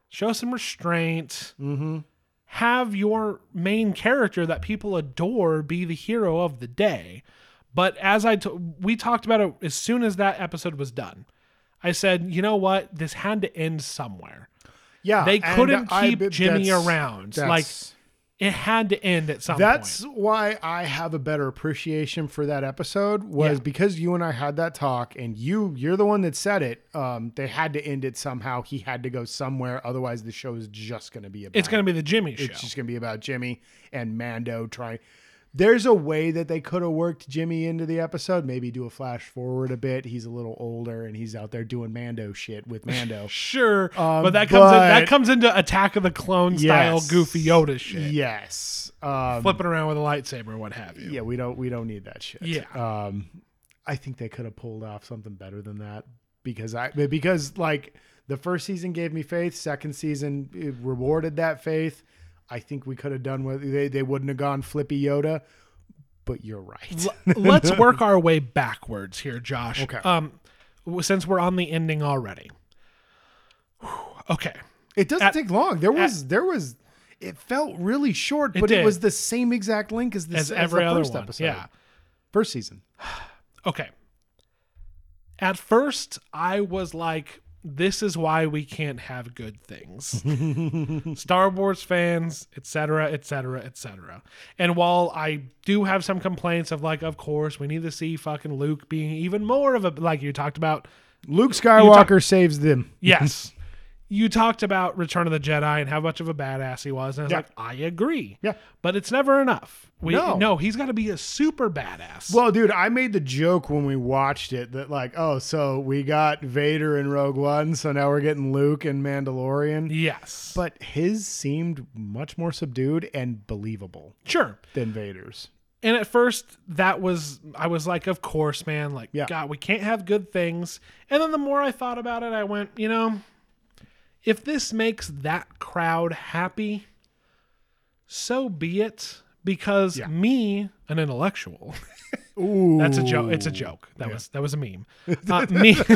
Speaker 1: show some restraint. Mm-hmm. Have your main character that people adore be the hero of the day. But as I t- we talked about it as soon as that episode was done, I said, you know what, this had to end somewhere.
Speaker 2: yeah,
Speaker 1: they
Speaker 2: and
Speaker 1: couldn't
Speaker 2: I-
Speaker 1: keep
Speaker 2: but
Speaker 1: Jimmy
Speaker 2: that's-
Speaker 1: around.
Speaker 2: that's-
Speaker 1: Like it had to end at some
Speaker 2: That's
Speaker 1: point.
Speaker 2: why I have a better appreciation for that episode was
Speaker 1: Yeah.
Speaker 2: because you and I had that talk and you you're the one that said it. Um, they had to end it somehow. He had to go somewhere, otherwise the show is just going to be about.
Speaker 1: It's going to be the Jimmy show.
Speaker 2: it's just going to be about Jimmy and Mando trying. There's a way that they could have worked Jimmy into the episode. Maybe do a flash forward a bit. He's a little older and he's out there doing Mando shit with Mando.
Speaker 1: sure,
Speaker 2: Um,
Speaker 1: but that comes in, that
Speaker 2: but-
Speaker 1: comes into Attack of the Clone <laughs> style
Speaker 2: Yes.
Speaker 1: Goofy Yoda shit,
Speaker 2: yes. Um,
Speaker 1: flipping around with a lightsaber, what have you.
Speaker 2: yeah, we don't we don't need that shit.
Speaker 1: Yeah.
Speaker 2: Um, I think they could have pulled off something better than that because I because like the first season gave me faith, second season it rewarded that faith. I think we could have done with they they wouldn't have gone flippy Yoda, but you're right.
Speaker 1: L-
Speaker 2: <laughs>
Speaker 1: Let's work our way backwards here, Josh.
Speaker 2: Okay.
Speaker 1: Um, w- since we're on the ending already. Whew, Okay.
Speaker 2: It doesn't
Speaker 1: At-
Speaker 2: take long. There was there was it felt really short, but
Speaker 1: did.
Speaker 2: it was the same exact link as this
Speaker 1: As
Speaker 2: as
Speaker 1: every
Speaker 2: the
Speaker 1: other
Speaker 2: first
Speaker 1: one.
Speaker 2: episode.
Speaker 1: Yeah.
Speaker 2: First season.
Speaker 1: Okay. At first, I was like, this is why we can't have good
Speaker 2: <laughs>
Speaker 1: things. Star Wars fans, etc., etc., etc. And while I do have some complaints of like, of course, we need to see fucking Luke being even more of a like you talked
Speaker 2: <laughs>
Speaker 1: about.
Speaker 2: Luke Skywalker saves them.
Speaker 1: Yes. you talked about Return of the Jedi and how much of a badass he was. And I was
Speaker 2: Yeah.
Speaker 1: like, I agree.
Speaker 2: Yeah.
Speaker 1: But it's never enough. We
Speaker 2: No.
Speaker 1: no he's gotta be a super badass.
Speaker 2: Well, dude, I made the joke when we watched it that like, oh, so we got Vader in Rogue One, so now we're getting Luke and Mandalorian.
Speaker 1: yes.
Speaker 2: But his seemed much more subdued and believable
Speaker 1: sure.
Speaker 2: than Vader's.
Speaker 1: and at first that was i was like of course man like
Speaker 2: Yeah.
Speaker 1: god we can't have good things and then the more i thought about it i went you know if this makes that crowd happy so be it because
Speaker 2: Yeah.
Speaker 1: me an intellectual <laughs>
Speaker 2: Ooh,
Speaker 1: that's a joke it's a joke that was that was a
Speaker 2: <laughs>
Speaker 1: meme uh, me <laughs>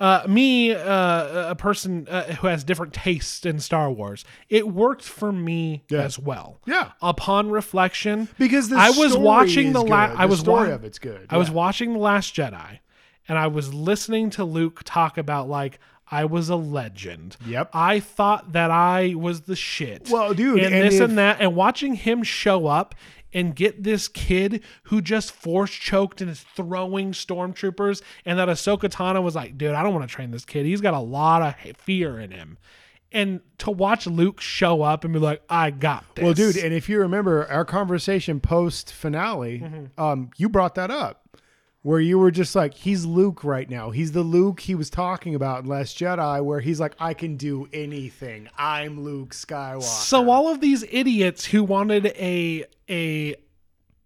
Speaker 1: uh, me uh, a person uh, who has different tastes in star wars it worked for me
Speaker 2: Yeah.
Speaker 1: as well
Speaker 2: Yeah.
Speaker 1: upon reflection
Speaker 2: because the
Speaker 1: I was
Speaker 2: story
Speaker 1: watching
Speaker 2: is
Speaker 1: the la-
Speaker 2: good.
Speaker 1: I was
Speaker 2: the story
Speaker 1: wa-
Speaker 2: of it's good.
Speaker 1: I was watching The Last Jedi and I was listening to Luke talk about like I was a legend.
Speaker 2: Yep.
Speaker 1: I thought that I was the shit.
Speaker 2: Well, dude,
Speaker 1: and,
Speaker 2: and
Speaker 1: this
Speaker 2: if-
Speaker 1: and that and watching him show up and get this kid who just force choked and is throwing stormtroopers and that Ahsoka Tano was like, dude, I don't want to train this kid. He's got a lot of h- fear in him. And to watch Luke show up and be like, I got this.
Speaker 2: Well, dude, and if you remember our conversation post finale,
Speaker 1: Mm-hmm.
Speaker 2: um, you brought that up where you were just like, he's Luke right now. He's the Luke he was talking about in Last Jedi, where he's like, I can do anything. I'm Luke Skywalker.
Speaker 1: So all of these idiots who wanted a a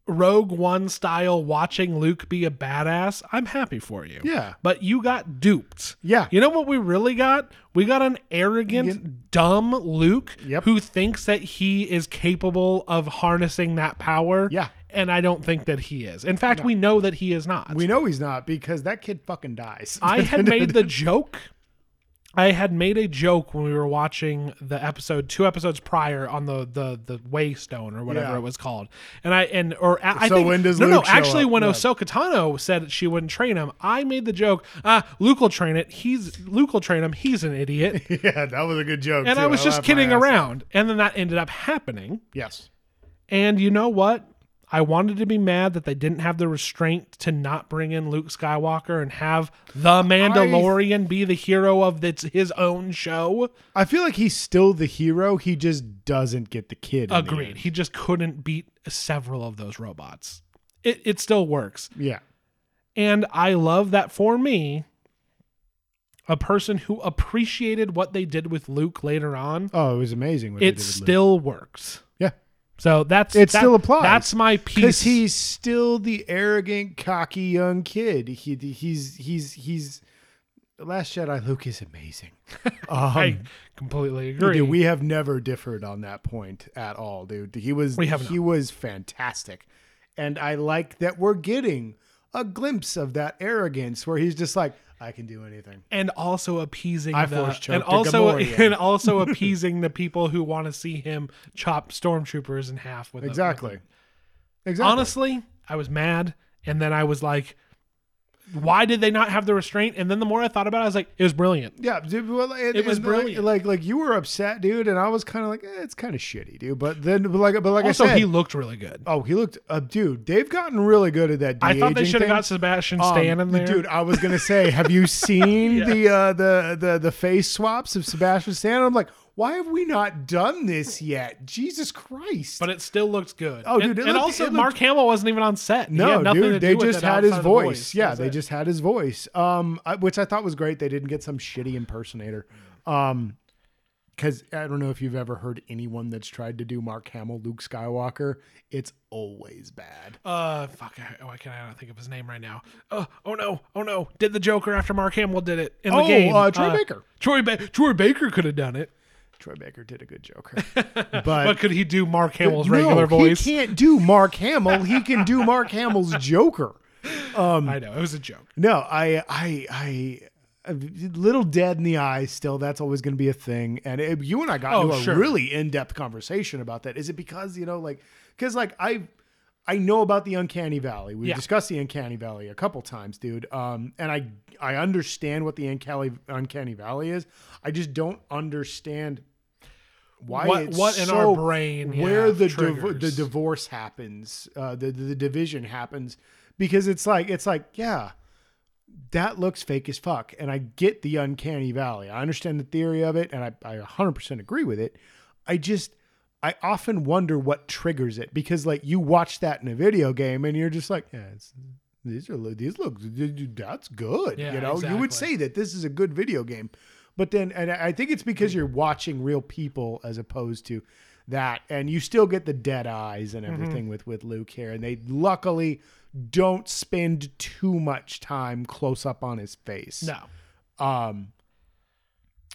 Speaker 1: Rogue One style watching Luke be a badass, I'm happy for you.
Speaker 2: Yeah.
Speaker 1: But you got duped.
Speaker 2: Yeah.
Speaker 1: You know what we really got? We got an arrogant, dumb Luke
Speaker 2: Yep.
Speaker 1: who thinks that he is capable of harnessing that power.
Speaker 2: Yeah.
Speaker 1: And I don't think that he is. In fact, we know that he is not.
Speaker 2: We know he's not because that kid fucking dies.
Speaker 1: I had made the joke I had made a joke when we were watching the episode two episodes prior on the the the waystone or whatever
Speaker 2: Yeah.
Speaker 1: it was called, and I and or a- I
Speaker 2: So
Speaker 1: think
Speaker 2: when does
Speaker 1: no no
Speaker 2: Luke show
Speaker 1: actually
Speaker 2: up?
Speaker 1: when
Speaker 2: Yeah.
Speaker 1: Ahsoka Tano said that she wouldn't train him, I made the joke ah Luke will train it he's Luke will train him he's an idiot,
Speaker 2: <laughs> <laughs> yeah, that was a good joke.
Speaker 1: and
Speaker 2: too.
Speaker 1: I was just
Speaker 2: laughed my
Speaker 1: kidding
Speaker 2: ass off.
Speaker 1: around, and then that ended up happening,
Speaker 2: Yes.
Speaker 1: and you know what. I wanted to be mad that they didn't have the restraint to not bring in Luke Skywalker and have the Mandalorian be the hero of its, his own show.
Speaker 2: I feel like he's still the hero. He just doesn't get the kid. in the
Speaker 1: Agreed.
Speaker 2: end.
Speaker 1: He just couldn't beat several of those robots. It it still works.
Speaker 2: Yeah.
Speaker 1: And I love that for me, a person who appreciated what they did with Luke later on,
Speaker 2: Oh, it was amazing. What they did
Speaker 1: it
Speaker 2: with Luke.
Speaker 1: still works.
Speaker 2: Yeah.
Speaker 1: So that's
Speaker 2: It
Speaker 1: that-
Speaker 2: still applies.
Speaker 1: That's my piece.
Speaker 2: because he's still the arrogant, cocky young kid. He he's he's he's. The Last Jedi Luke is amazing.
Speaker 1: <laughs> I
Speaker 2: Um,
Speaker 1: completely agree.
Speaker 2: dude, we have never differed on that point at all, dude. He was
Speaker 1: We have
Speaker 2: he was fantastic, and I like that we're getting a glimpse of that arrogance where he's just like, I can do anything.
Speaker 1: and also appeasing
Speaker 2: I
Speaker 1: the,
Speaker 2: force choked
Speaker 1: and
Speaker 2: a
Speaker 1: also <laughs>
Speaker 2: Gamorrean.
Speaker 1: and also appeasing the people who want to see him chop stormtroopers in half with a- with a
Speaker 2: Exactly.
Speaker 1: uh,
Speaker 2: Exactly.
Speaker 1: honestly, I was mad, and then I was like, "Why did they not have the restraint?" And then the more I thought about it, I was like, "It was brilliant."
Speaker 2: Yeah, dude, well, and-
Speaker 1: It was
Speaker 2: and, like-
Speaker 1: brilliant.
Speaker 2: Like, like you were upset, dude, and I was kind of like, eh, it's kind of shitty, dude. But then, but like, but like
Speaker 1: Also,
Speaker 2: I said,
Speaker 1: he looked really good.
Speaker 2: oh, he looked, uh, dude. They've gotten really good at that.
Speaker 1: I thought they
Speaker 2: de-aging
Speaker 1: should have
Speaker 2: thing.
Speaker 1: got Sebastian
Speaker 2: Um,
Speaker 1: Stan in there.
Speaker 2: dude. I was gonna say,
Speaker 1: <laughs>
Speaker 2: have you seen
Speaker 1: Yeah.
Speaker 2: the uh, the the the face swaps of Sebastian Stan? I'm like, why have we not done this yet? Jesus Christ!
Speaker 1: but it still looks good.
Speaker 2: Oh,
Speaker 1: And-
Speaker 2: dude, it
Speaker 1: and,
Speaker 2: looked-
Speaker 1: also
Speaker 2: it looked-
Speaker 1: Mark Hamill wasn't even on set. He had
Speaker 2: No,
Speaker 1: nothing to
Speaker 2: dude,
Speaker 1: do
Speaker 2: they
Speaker 1: with
Speaker 2: just
Speaker 1: it
Speaker 2: had his
Speaker 1: outside the
Speaker 2: voice.
Speaker 1: That
Speaker 2: Yeah,
Speaker 1: was
Speaker 2: they
Speaker 1: it.
Speaker 2: just had his voice. Um, I, which I thought was great. They didn't get some shitty impersonator. Um, because I don't know if you've ever heard anyone that's tried to do Mark Hamill, Luke Skywalker. It's always bad.
Speaker 1: Uh, fuck! I, why can I not think of his name right now? Oh, oh no! Oh no! Did the Joker after Mark Hamill did it in the
Speaker 2: Oh,
Speaker 1: game?
Speaker 2: uh, Troy Baker.
Speaker 1: Troy, ba- Troy Baker could have done it,
Speaker 2: Troy Baker did a
Speaker 1: <laughs>
Speaker 2: good Joker,
Speaker 1: but
Speaker 2: but.
Speaker 1: could he do Mark Hamill's
Speaker 2: no,
Speaker 1: regular voice?
Speaker 2: He can't do Mark Hamill. He can do Mark Hamill's Joker.
Speaker 1: Um, I know it was a joke.
Speaker 2: No, I, I, I, little dead in the eye. Still, that's always going to be a thing. And it, you and I got
Speaker 1: Oh,
Speaker 2: into a
Speaker 1: sure.
Speaker 2: really in-depth conversation about that. Is it because you know, like, because like I, I know about the uncanny valley. We've
Speaker 1: Yeah.
Speaker 2: discussed the uncanny valley a couple times, dude. Um, and I, I understand what the uncanny uncanny valley is. I just don't understand why
Speaker 1: What-
Speaker 2: it's
Speaker 1: what in
Speaker 2: so-
Speaker 1: our brain,
Speaker 2: where
Speaker 1: yeah,
Speaker 2: the div- the
Speaker 1: triggers.
Speaker 2: divorce happens, uh, the the division happens, because it's like it's like yeah, that looks fake as fuck, and I get the uncanny valley. I understand the theory of it, and I I 100% agree with it. I just I often wonder what triggers it because like you watch that in a video game and you're just like yeah. It's, these are these look that's good
Speaker 1: Yeah,
Speaker 2: you know you
Speaker 1: exactly.
Speaker 2: would say that this is a good video game but then and i I think it's because you're watching real people as opposed to that and you still get the dead eyes and
Speaker 1: Mm-hmm.
Speaker 2: everything with with luke here and they luckily don't spend too much time close up on his face
Speaker 1: No.
Speaker 2: um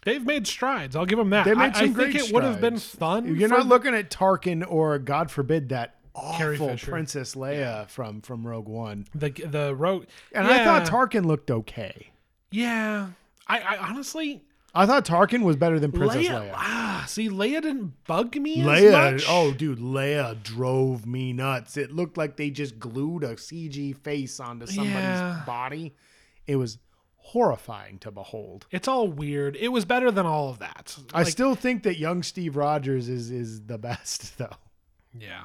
Speaker 1: They've made strides. I'll give them that.
Speaker 2: They made
Speaker 1: I,
Speaker 2: some
Speaker 1: I
Speaker 2: great
Speaker 1: think it would have been
Speaker 2: strides.
Speaker 1: fun.
Speaker 2: you're not
Speaker 1: for-
Speaker 2: looking at tarkin or god forbid that
Speaker 1: Carrie
Speaker 2: awful
Speaker 1: Fisher.
Speaker 2: princess leia from from rogue one
Speaker 1: the the road.
Speaker 2: and
Speaker 1: yeah,
Speaker 2: i thought tarkin looked okay
Speaker 1: yeah, I, I honestly
Speaker 2: i thought tarkin was better than princess
Speaker 1: Leia,
Speaker 2: leia.
Speaker 1: Ah, see, Leia didn't bug me
Speaker 2: Leia,
Speaker 1: as much.
Speaker 2: oh dude, Leia drove me nuts. It looked like they just glued a CG face onto somebody's
Speaker 1: Yeah.
Speaker 2: body. It was horrifying to behold.
Speaker 1: it's all weird. It was better than all of that.
Speaker 2: I
Speaker 1: Like,
Speaker 2: still think that young Steve Rogers is is the <laughs> best though.
Speaker 1: yeah.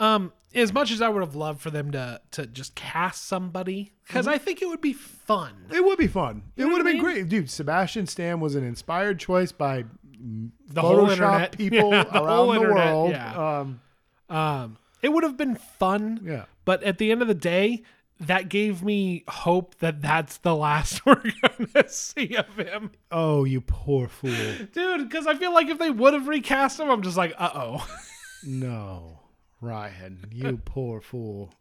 Speaker 1: Um, as much as I would have loved for them to to just cast somebody, because I think it would be fun.
Speaker 2: It would be fun. it
Speaker 1: know
Speaker 2: would have
Speaker 1: what I mean?
Speaker 2: been great, dude. Sebastian Stan was an inspired choice by
Speaker 1: The whole
Speaker 2: Photoshop
Speaker 1: internet, <laughs>
Speaker 2: people
Speaker 1: Yeah, the
Speaker 2: around
Speaker 1: whole
Speaker 2: the
Speaker 1: internet,
Speaker 2: world.
Speaker 1: Yeah.
Speaker 2: Um,
Speaker 1: Um, it would have been fun.
Speaker 2: yeah.
Speaker 1: But at the end of the day, that gave me hope that that's the last <laughs> we're gonna see of him,
Speaker 2: Oh, you poor fool.
Speaker 1: dude. Because I feel like if they would have recast him, I'm just like, uh oh.
Speaker 2: No, Ryan,
Speaker 1: <laughs>
Speaker 2: you poor fool.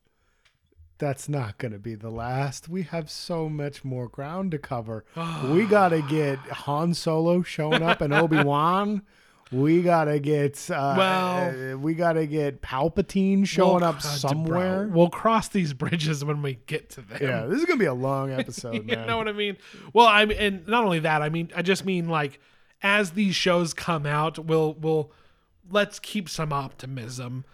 Speaker 2: That's not going to be the last. We have so much
Speaker 1: <sighs>
Speaker 2: more ground to cover. we got to get Han Solo showing up and Obi Wan. We gotta get uh,
Speaker 1: Well-
Speaker 2: uh, we gotta get Palpatine showing
Speaker 1: We'll-
Speaker 2: up
Speaker 1: Oh, God,
Speaker 2: somewhere.
Speaker 1: bro, We'll cross these bridges when we get to them.
Speaker 2: Yeah, this is gonna be a long
Speaker 1: <laughs>
Speaker 2: episode,
Speaker 1: you
Speaker 2: man.
Speaker 1: know what I mean? Well, I mean, and not only that, I mean, I just mean like as these shows come out, we'll we'll let's keep some optimism.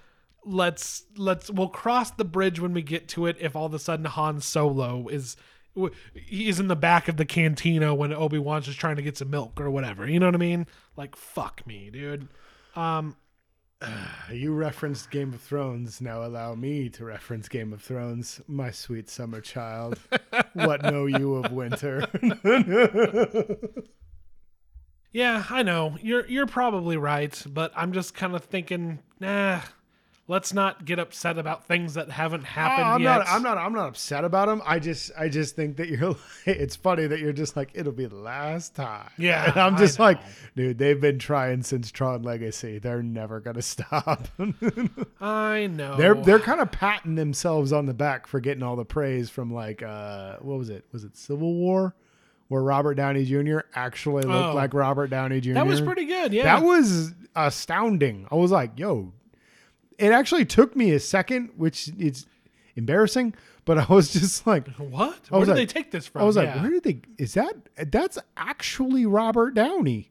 Speaker 1: Let's let's we'll cross the bridge when we get to it. If all of a sudden Han Solo is w- he's in the back of the cantina when Obi Wan's just trying to get some milk or whatever, you know what I mean? Like fuck me, dude. Um,
Speaker 2: You referenced Game of Thrones. Now allow me to reference Game of Thrones, my sweet summer <laughs> child. what know you of <laughs> winter?
Speaker 1: Yeah, I know. You're you're probably right, but I'm just kind of thinking, nah, let's not get upset about things that haven't happened
Speaker 2: Oh, I'm
Speaker 1: yet.
Speaker 2: not. I'm not. I'm not upset about him. I just. I just think that you're. <laughs> It's funny that you're just like it'll be the last time.
Speaker 1: Yeah,
Speaker 2: and I'm
Speaker 1: I
Speaker 2: just
Speaker 1: know.
Speaker 2: like, dude, they've been trying since Tron Legacy. They're never gonna stop. <laughs>
Speaker 1: I know.
Speaker 2: they're they're kind of patting themselves on the back for getting all the praise from like uh what was it? Was it Civil War, where Robert Downey Jr. actually looked
Speaker 1: Oh.
Speaker 2: like Robert Downey Jr.
Speaker 1: that was pretty good. Yeah.
Speaker 2: That was astounding. I was like, yo, it actually took me a second, which is embarrassing, but I was just like,
Speaker 1: what?
Speaker 2: was
Speaker 1: Where did
Speaker 2: like-
Speaker 1: they take this from?
Speaker 2: I was like,
Speaker 1: Yeah.
Speaker 2: where did they, is that, that's actually Robert Downey.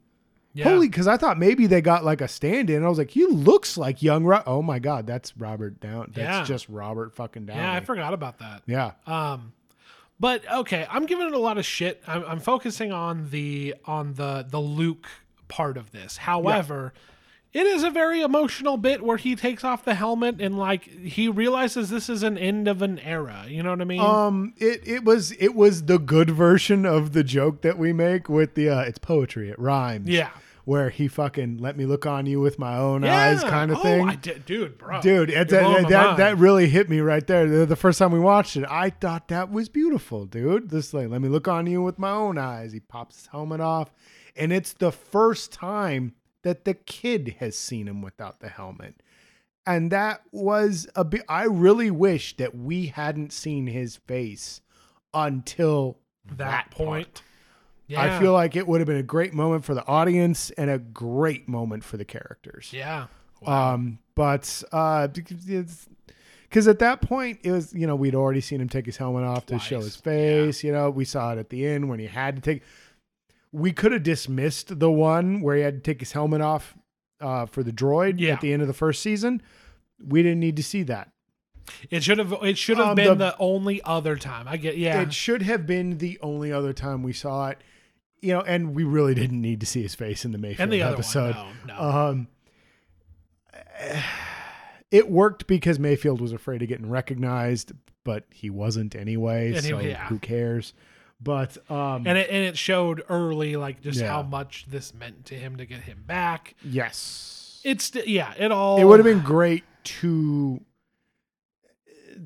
Speaker 1: Yeah.
Speaker 2: Holy, because I thought maybe they got like a stand in. I was like, he looks like young Ro- Oh my God, that's Robert Down. That's
Speaker 1: Yeah.
Speaker 2: just Robert fucking Downey.
Speaker 1: Yeah, I forgot about that.
Speaker 2: yeah.
Speaker 1: Um, but okay, I'm giving it a lot of shit. I'm, I'm focusing on the on the the Luke part of this. However, it is a very emotional bit where he takes off the helmet and like he realizes this is an end of an era. You know what I mean?
Speaker 2: Um, it it was it was the good version of the joke that we make with the uh, it's poetry, it rhymes.
Speaker 1: Yeah.
Speaker 2: where he fucking let me look on you with my own eyes kind of
Speaker 1: oh,
Speaker 2: thing.
Speaker 1: I did, dude, <laughs> bro,
Speaker 2: Dude,
Speaker 1: You're
Speaker 2: it, that
Speaker 1: blowing
Speaker 2: that,
Speaker 1: my
Speaker 2: that
Speaker 1: mind.
Speaker 2: really hit me right there. The, the first time we watched it, I thought that was beautiful, dude. This like, let me look on you with my own eyes. He pops his helmet off, and it's the first time that the kid has seen him without the helmet. And that was a bit. I really wish that we hadn't seen his face until
Speaker 1: that,
Speaker 2: that
Speaker 1: point.
Speaker 2: part.
Speaker 1: Yeah,
Speaker 2: I feel like it would have been a great moment for the audience and a great moment for the characters.
Speaker 1: yeah,
Speaker 2: Um, but uh, because at that point it was you know we'd already seen him take his helmet off to show
Speaker 1: Twice,
Speaker 2: his face. You know we saw it at the end when he had to take. We could have dismissed the one where he had to take his helmet off uh, for the droid
Speaker 1: Yeah.
Speaker 2: at the end of the first season. We didn't need to see that.
Speaker 1: it should have it should have
Speaker 2: Um,
Speaker 1: been
Speaker 2: the-
Speaker 1: the, only other time. I get yeah,
Speaker 2: It should have been the only other time we saw it. You know, and we really didn't need to see his face in the Mayfield
Speaker 1: and the other
Speaker 2: episode.
Speaker 1: one. No, no.
Speaker 2: Um, <sighs> it worked because Mayfield was afraid of getting recognized, but he wasn't anyway.
Speaker 1: And he-
Speaker 2: so
Speaker 1: yeah.
Speaker 2: who cares? But um,
Speaker 1: and it and it showed early like just
Speaker 2: Yeah.
Speaker 1: how much this meant to him to get him back.
Speaker 2: yes,
Speaker 1: It's st- yeah, it all
Speaker 2: it would have been great to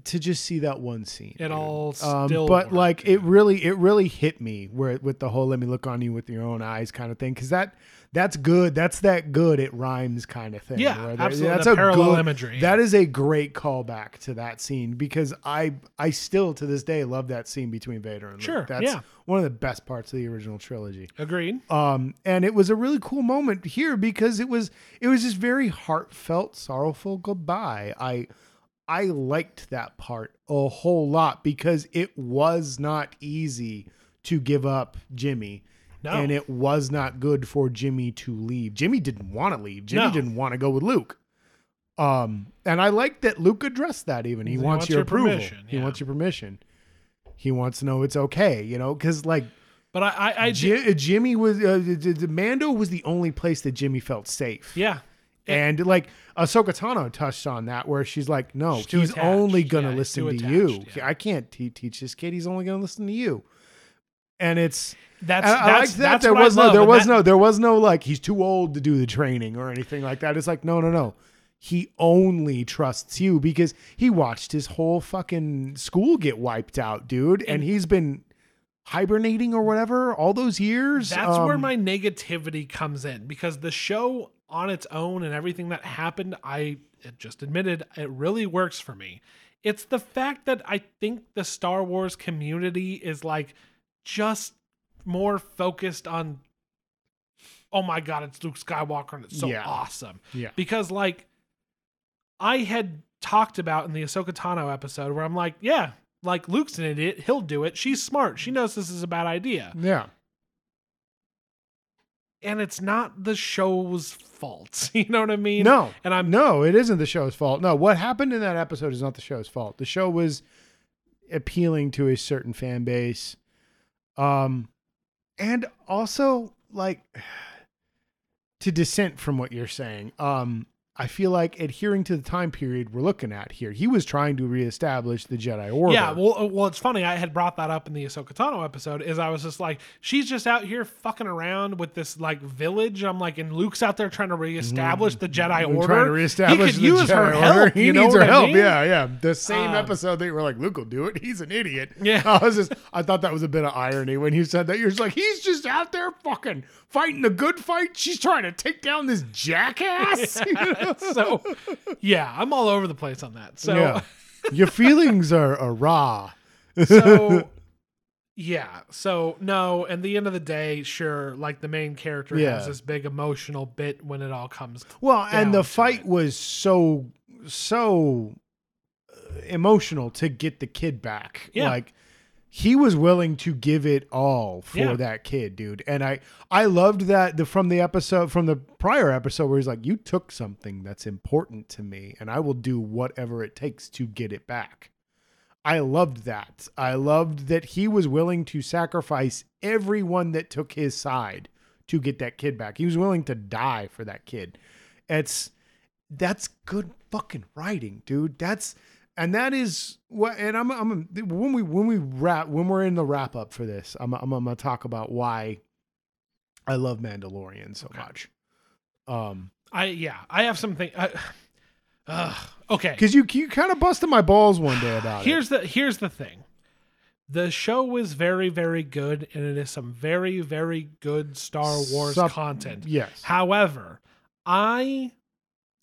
Speaker 2: to just see that one scene.
Speaker 1: it all
Speaker 2: Um,
Speaker 1: still,
Speaker 2: but
Speaker 1: worked.
Speaker 2: like it really, it really hit me where with the whole "let me look on you with your own eyes" kind of thing because that that's good. That's that good. It rhymes kind of thing.
Speaker 1: Yeah,
Speaker 2: where there-
Speaker 1: absolutely. the parallel
Speaker 2: good-
Speaker 1: imagery.
Speaker 2: That is a great callback to that scene because I I still to this day love that scene between Vader and
Speaker 1: Sure,
Speaker 2: Luke. That's
Speaker 1: yeah.
Speaker 2: one of the best parts of the original trilogy.
Speaker 1: agreed.
Speaker 2: Um, and it was a really cool moment here because it was it was just very heartfelt, sorrowful goodbye. I I liked that part a whole lot because it was not easy to give up Jimmy.
Speaker 1: No.
Speaker 2: And it was not good for Jimmy to leave. Jimmy didn't want to leave. Jimmy
Speaker 1: No.
Speaker 2: didn't want to go with Luke. Um, and I like that Luke addressed that even. He,
Speaker 1: He
Speaker 2: wants,
Speaker 1: wants
Speaker 2: your,
Speaker 1: your
Speaker 2: approval.
Speaker 1: permission,
Speaker 2: He
Speaker 1: yeah.
Speaker 2: wants your permission. He wants to know it's okay, you know, because like
Speaker 1: But I I, I did,
Speaker 2: Ji- Jimmy was uh, the- the the Mando was the only place that Jimmy felt safe.
Speaker 1: yeah.
Speaker 2: And like Ahsoka Tano touched on that, where she's like, "No,
Speaker 1: She's too
Speaker 2: he's
Speaker 1: attached.
Speaker 2: only gonna
Speaker 1: Yeah, he's
Speaker 2: listen
Speaker 1: too
Speaker 2: to
Speaker 1: attached,
Speaker 2: you.
Speaker 1: yeah.
Speaker 2: I can't te- teach this kid. He's only gonna listen to you." And it's
Speaker 1: That's
Speaker 2: and I,
Speaker 1: that's,
Speaker 2: like that.
Speaker 1: that's
Speaker 2: there
Speaker 1: what I
Speaker 2: was no,
Speaker 1: love,
Speaker 2: there
Speaker 1: and
Speaker 2: was
Speaker 1: that-
Speaker 2: no, there was no like he's too old to do the training or anything like that. It's like no, no, no. He only trusts you because he watched his whole fucking school get wiped out, dude, and, he's been hibernating or whatever all those years.
Speaker 1: That's
Speaker 2: Um,
Speaker 1: where my negativity comes in because the show on its own and everything that happened, I it just admitted it really works for me. It's the fact that I think the Star Wars community is like just more focused on oh my god, it's Luke Skywalker and it's so
Speaker 2: Yeah.
Speaker 1: awesome.
Speaker 2: Yeah.
Speaker 1: Because like I had talked about in the Ahsoka Tano episode where I'm like, yeah, like Luke's an idiot, he'll do it. She's smart. She knows this is a bad idea.
Speaker 2: Yeah.
Speaker 1: And it's not the show's fault. <laughs> You know what I mean?
Speaker 2: No.
Speaker 1: And I'm
Speaker 2: No, it isn't the show's fault. No, what happened in that episode is not the show's fault. The show was appealing to a certain fan base. Um and also like to dissent from what you're saying. Um I feel like adhering to the time period we're looking at here. He was trying to reestablish the Jedi order.
Speaker 1: Yeah, well, uh, well, it's funny. I had brought that up in the Ahsoka Tano episode. Is I was just like, she's just out here fucking around with this like village. I'm like, and Luke's out there trying to reestablish the Jedi Order.
Speaker 2: We're Mm-hmm. trying to reestablish
Speaker 1: he could
Speaker 2: the
Speaker 1: use
Speaker 2: Jedi
Speaker 1: her
Speaker 2: order.
Speaker 1: help.
Speaker 2: he
Speaker 1: you know
Speaker 2: needs
Speaker 1: what
Speaker 2: her
Speaker 1: I
Speaker 2: help.
Speaker 1: mean?
Speaker 2: Yeah, yeah. The same
Speaker 1: Um,
Speaker 2: episode that you were like, Luke will do it. He's an idiot.
Speaker 1: Yeah.
Speaker 2: <laughs> I was just, I thought that was a bit of irony when you said that. You're just like, he's just out there fucking fighting a good fight. She's trying to take down this jackass.
Speaker 1: <laughs>
Speaker 2: <laughs> You know?
Speaker 1: so, yeah, I'm all over the place on that. So,
Speaker 2: Yeah. Your feelings are a raw.
Speaker 1: <laughs>
Speaker 2: <laughs>
Speaker 1: so yeah so no and the end of the day sure like the main character
Speaker 2: Yeah.
Speaker 1: has this big emotional bit when it all comes
Speaker 2: Well, and
Speaker 1: down
Speaker 2: the
Speaker 1: to
Speaker 2: fight was so so uh, emotional to get the kid back.
Speaker 1: Yeah.
Speaker 2: Like he was willing to give it all for
Speaker 1: Yeah.
Speaker 2: that kid, dude. And I I loved that the from the episode from the prior episode where he's like you took something that's important to me and I will do whatever it takes to get it back. I loved that. I loved that he was willing to sacrifice everyone that took his side to get that kid back. He was willing to die for that kid. It's that's good fucking writing, dude. That's and that is what. And I'm I'm when we when we wrap when we're in the wrap up for this, I'm I'm, gonna talk about why I love Mandalorian so much. Um,
Speaker 1: i yeah i have something I, <sighs> uh, okay
Speaker 2: because you you kind of busted my balls one
Speaker 1: <sighs>
Speaker 2: day about it.
Speaker 1: here's the here's the thing the show is very very good and it is some very very good star wars
Speaker 2: Sup-
Speaker 1: content
Speaker 2: Yes.
Speaker 1: however i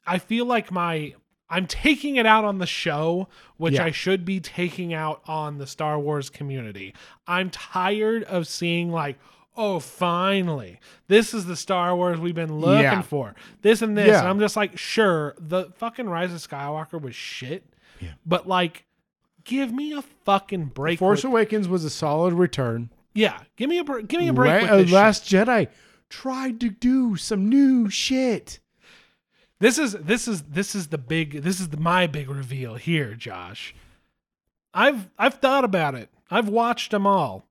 Speaker 1: i feel like my i'm taking it out on the show which
Speaker 2: Yeah.
Speaker 1: i should be taking out on the star wars community i'm tired of seeing like oh finally this is the star wars we've been looking
Speaker 2: Yeah.
Speaker 1: for this and this
Speaker 2: Yeah.
Speaker 1: and i'm just like sure the fucking rise of skywalker was shit
Speaker 2: Yeah.
Speaker 1: but like give me a fucking break
Speaker 2: Force
Speaker 1: with-
Speaker 2: Awakens was a solid return.
Speaker 1: yeah give me a br- give me a break
Speaker 2: Ra-
Speaker 1: with
Speaker 2: uh,
Speaker 1: this shit.
Speaker 2: Last Jedi tried to do some new shit.
Speaker 1: This is this is this is the big this is the, my big reveal here, Josh. I've I've thought about it. I've watched them all.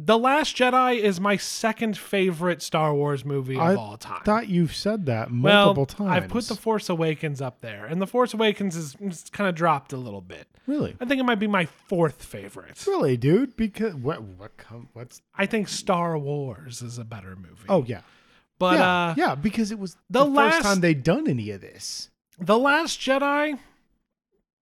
Speaker 1: The Last Jedi is my second favorite Star Wars movie of
Speaker 2: I
Speaker 1: all time.
Speaker 2: Thought you've said that
Speaker 1: well,
Speaker 2: multiple times.
Speaker 1: I've put The Force Awakens up there, and The Force Awakens is kind of dropped a little bit.
Speaker 2: really.
Speaker 1: I think it might be my fourth favorite.
Speaker 2: Really, dude? Because what? What? Com- what's?
Speaker 1: I think Star Wars is a better movie.
Speaker 2: Oh yeah,
Speaker 1: but
Speaker 2: yeah,
Speaker 1: uh,
Speaker 2: yeah. Because it was
Speaker 1: the
Speaker 2: the,
Speaker 1: last-
Speaker 2: first time they'd done any of this.
Speaker 1: The Last Jedi,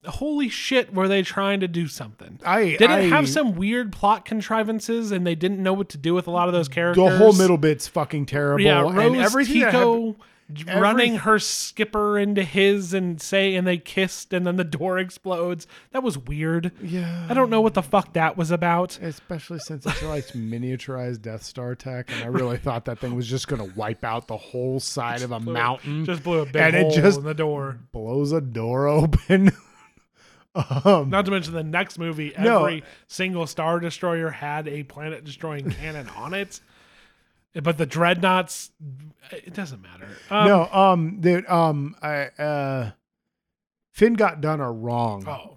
Speaker 1: holy shit, were they trying to do something?
Speaker 2: I
Speaker 1: Did
Speaker 2: I,
Speaker 1: it have some weird plot contrivances and they didn't know what to do with a lot of those characters?
Speaker 2: The whole middle bit's fucking terrible.
Speaker 1: yeah,
Speaker 2: and
Speaker 1: Rose
Speaker 2: everything that happened-
Speaker 1: Tico
Speaker 2: every-
Speaker 1: running her skipper into his and say and they kissed and then the door <laughs> explodes. That was weird.
Speaker 2: yeah,
Speaker 1: I don't know what the fuck that was about.
Speaker 2: Especially since it's like miniaturized Death Star tech, and I really thought that thing was just gonna wipe out the whole side of a mountain.
Speaker 1: Just blew a big
Speaker 2: And it
Speaker 1: hole
Speaker 2: just-
Speaker 1: in the door.
Speaker 2: blows a door open. <laughs> um,
Speaker 1: Not to mention the next movie,
Speaker 2: No.
Speaker 1: every single Star Destroyer had a planet
Speaker 2: <laughs>
Speaker 1: destroying cannon on it. But the dreadnoughts, it doesn't matter. Um,
Speaker 2: no, um, dude, um, I, uh, Finn got done a wrong.
Speaker 1: Oh,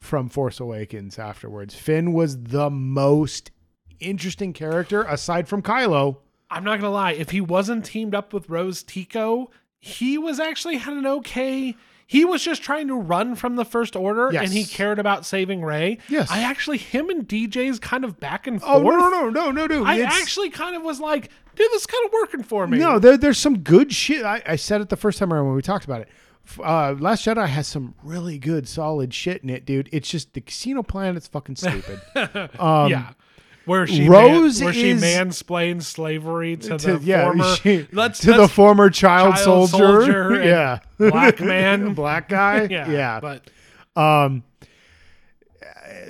Speaker 2: from Force Awakens afterwards. Finn was the most interesting character aside from Kylo.
Speaker 1: I'm not gonna lie. If he wasn't teamed up with Rose Tico, he was actually had an okay. He was just trying to run from the first order,
Speaker 2: Yes.
Speaker 1: and he cared about saving Ray.
Speaker 2: Yes.
Speaker 1: I actually him and DJ's kind of back and forth.
Speaker 2: Oh no no no no no!
Speaker 1: I
Speaker 2: it's-
Speaker 1: actually kind of was like, dude, this is kind of working for me.
Speaker 2: no. There, there's some good shit. I, I said it the first time around when we talked about it. F- Uh, Last Jedi has some really good, solid shit in it, dude. It's just the casino planet's fucking <laughs> stupid. um,
Speaker 1: yeah. Where she
Speaker 2: Rose
Speaker 1: man, where she
Speaker 2: is-
Speaker 1: mansplained slavery to,
Speaker 2: to,
Speaker 1: the
Speaker 2: yeah,
Speaker 1: former
Speaker 2: she-
Speaker 1: let's,
Speaker 2: <laughs> to the
Speaker 1: let's-
Speaker 2: former child,
Speaker 1: child
Speaker 2: soldier, <laughs>
Speaker 1: soldier and
Speaker 2: yeah,
Speaker 1: black man.
Speaker 2: <laughs> black guy,
Speaker 1: yeah,
Speaker 2: yeah.
Speaker 1: But
Speaker 2: Um,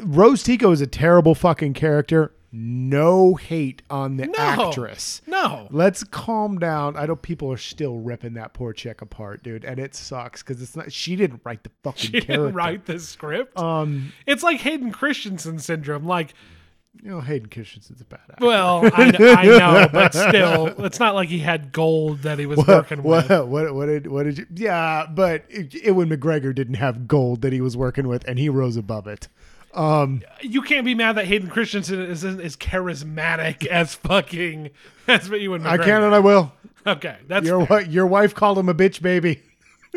Speaker 2: Rose Tico is a terrible fucking character. no hate on the
Speaker 1: No.
Speaker 2: actress.
Speaker 1: No.
Speaker 2: Let's calm down. I know people are still ripping that poor chick apart, dude, and it sucks because it's not. She didn't write the
Speaker 1: <laughs>
Speaker 2: fucking
Speaker 1: She didn't
Speaker 2: character.
Speaker 1: write this script.
Speaker 2: Um,
Speaker 1: it's like Hayden Christensen syndrome. Like,
Speaker 2: you know, Hayden Christensen's a bad actor.
Speaker 1: well, I,
Speaker 2: <laughs>
Speaker 1: I know, but still, it's not like he had gold that he was working with.
Speaker 2: What, what, what did what did you? Yeah, but it, Ewan McGregor didn't have gold that he was working with, and he rose above it.
Speaker 1: You can't be mad that Hayden Christensen is is charismatic <laughs> as fucking as what you would.
Speaker 2: I can and I will.
Speaker 1: Okay, that's
Speaker 2: Your wi- your wife called him a bitch, baby.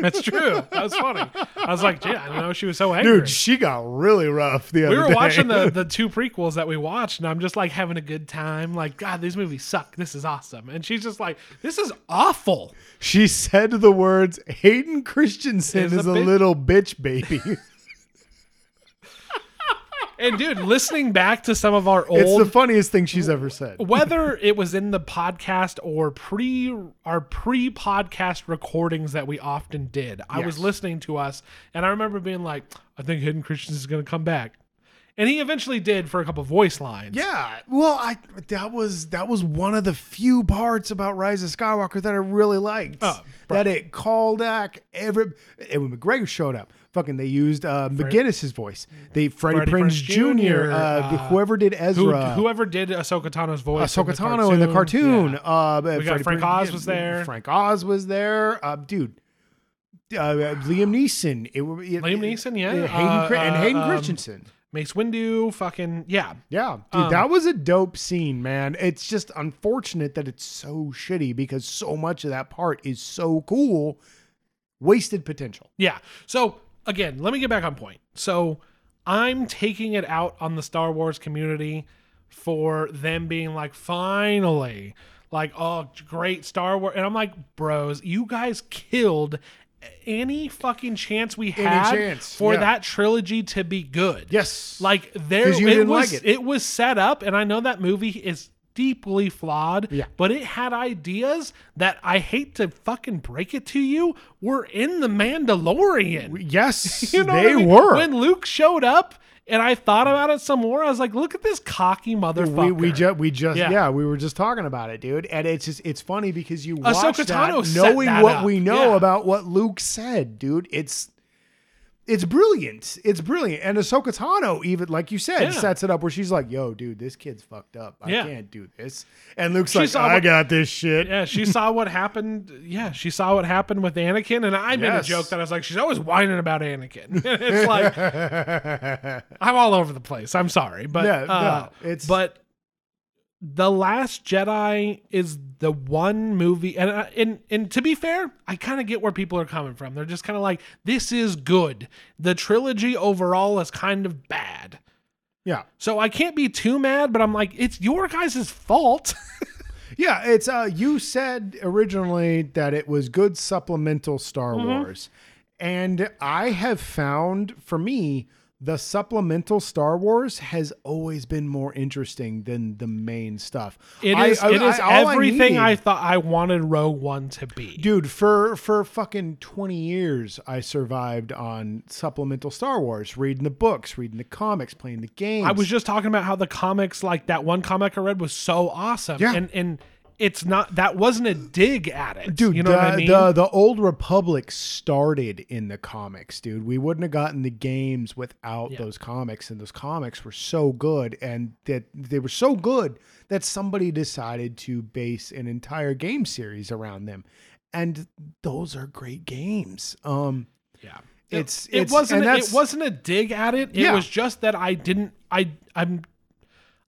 Speaker 1: <laughs> that's true. That was funny. I was like, gee, I didn't know she was so angry.
Speaker 2: Dude, she got really rough the
Speaker 1: we
Speaker 2: other
Speaker 1: were
Speaker 2: day.
Speaker 1: watching the, the two prequels that we watched, and I'm just like having a good time. Like, God, these movies suck. This is awesome. And she's just like, this is awful.
Speaker 2: <laughs> She said the words, "Hayden Christensen
Speaker 1: Is
Speaker 2: is,
Speaker 1: a
Speaker 2: a,
Speaker 1: bitch."
Speaker 2: little
Speaker 1: <laughs>
Speaker 2: bitch, baby."
Speaker 1: And dude, listening back to some of our
Speaker 2: it's
Speaker 1: old
Speaker 2: the funniest thing she's ever said.
Speaker 1: whether it was in the podcast or pre our pre-podcast recordings that we often did i was
Speaker 2: Yes.
Speaker 1: listening to us and i remember being like i think hidden christians is going to come back and he eventually did for a couple voice lines
Speaker 2: Yeah, well, I that was that was one of the few parts about Rise of Skywalker that I really liked.
Speaker 1: Oh,
Speaker 2: that it called back every and when McGregor showed up, fucking they used uh, McGinnis's voice. They Freddie,
Speaker 1: Freddie
Speaker 2: Prinze
Speaker 1: Prinze
Speaker 2: Jr.
Speaker 1: Jr.,
Speaker 2: uh,
Speaker 1: uh,
Speaker 2: whoever did
Speaker 1: Who,
Speaker 2: Ezra,
Speaker 1: whoever did Ahsoka Tano's voice?
Speaker 2: Ahsoka Tano in the cartoon.
Speaker 1: Yeah.
Speaker 2: Uh,
Speaker 1: We got Frank Oz was there.
Speaker 2: Frank Oz was there. Uh, dude, uh, uh, Liam Neeson. It, were- it-
Speaker 1: Liam
Speaker 2: it-
Speaker 1: Neeson, yeah.
Speaker 2: Hayden,
Speaker 1: Uh,
Speaker 2: Chri- and
Speaker 1: uh,
Speaker 2: Hayden
Speaker 1: um,
Speaker 2: Christensen.
Speaker 1: Mace Windu, fucking yeah.
Speaker 2: Yeah, dude,
Speaker 1: Um,
Speaker 2: that was a dope scene, man. It's just unfortunate that it's so shitty because so much of that part is so cool. Wasted potential.
Speaker 1: Yeah. So again, let me get back on point. So I'm taking it out on the Star Wars community for them being like, finally, like, oh, great Star Wars. And I'm like, bros, you guys killed any fucking chance we had
Speaker 2: chance,
Speaker 1: for
Speaker 2: yeah.
Speaker 1: that trilogy to be good.
Speaker 2: Yes.
Speaker 1: Like there
Speaker 2: 'Cause you
Speaker 1: it
Speaker 2: didn't
Speaker 1: was
Speaker 2: like
Speaker 1: it.
Speaker 2: it.
Speaker 1: was set up and I know that movie is deeply flawed,
Speaker 2: Yeah.
Speaker 1: but it had ideas that I hate to fucking break it to you, were in the Mandalorian. <laughs> <laughs>
Speaker 2: yes,
Speaker 1: you know what
Speaker 2: they
Speaker 1: I mean?
Speaker 2: were.
Speaker 1: When Luke showed up and I thought about it some more, I was like, look at this cocky motherfucker.
Speaker 2: we we just we just
Speaker 1: Yeah.
Speaker 2: yeah. we were just talking about it, dude. And it's just it's funny because you watch
Speaker 1: Ahsoka
Speaker 2: that
Speaker 1: Tano Uh, set
Speaker 2: knowing
Speaker 1: that
Speaker 2: what
Speaker 1: up,
Speaker 2: we know
Speaker 1: yeah.
Speaker 2: about what Luke said, dude. It's it's brilliant. It's brilliant. And Ahsoka Tano, even like you said,
Speaker 1: Yeah.
Speaker 2: sets it up where she's like, "Yo, dude, this kid's fucked up. I
Speaker 1: Yeah.
Speaker 2: can't do this." And Luke's
Speaker 1: She
Speaker 2: like,
Speaker 1: saw
Speaker 2: "I
Speaker 1: what-
Speaker 2: got this shit."
Speaker 1: yeah, she
Speaker 2: <laughs>
Speaker 1: saw what happened. Yeah, she saw what happened with Anakin, and I made
Speaker 2: Yes.
Speaker 1: a joke that I was like, "She's always whining about Anakin." <laughs>
Speaker 2: <laughs>
Speaker 1: it's like I'm all over the place. I'm sorry, but
Speaker 2: No, no,
Speaker 1: uh,
Speaker 2: it's-
Speaker 1: but the Last Jedi is the one movie, and I, and and to be fair, I kind of get where people are coming from. They're just kind of like, "This is good." The trilogy overall is kind of bad.
Speaker 2: <laughs> yeah.
Speaker 1: So I can't be too mad, but I'm like, it's your guys' fault.
Speaker 2: Yeah, it's uh you said originally that it was good supplemental Star
Speaker 1: Mm-hmm.
Speaker 2: Wars. And I have found for me the supplemental Star Wars has always been more interesting than the main stuff.
Speaker 1: It
Speaker 2: I-
Speaker 1: is.
Speaker 2: I-
Speaker 1: it is
Speaker 2: I- all I
Speaker 1: everything
Speaker 2: need-
Speaker 1: I, thought I wanted Rogue One to be.
Speaker 2: Dude, for for fucking 20 years I survived on supplemental Star Wars, reading the books, reading the comics, playing the games.
Speaker 1: I was just talking about how the comics, like that one comic I read, was so awesome.
Speaker 2: Yeah.
Speaker 1: And and it's not that wasn't a dig at it,
Speaker 2: dude
Speaker 1: You know
Speaker 2: the,
Speaker 1: what I mean?
Speaker 2: the the old republic started in the comics dude we wouldn't have gotten the games without those comics and those comics were so good and that they were so good that somebody decided to base an entire game series around them and those are great games um
Speaker 1: yeah.
Speaker 2: it's-
Speaker 1: it,
Speaker 2: it's-
Speaker 1: wasn't
Speaker 2: and
Speaker 1: it
Speaker 2: that's-
Speaker 1: wasn't a dig at it. It
Speaker 2: Yeah.
Speaker 1: was just that I didn't. I I'm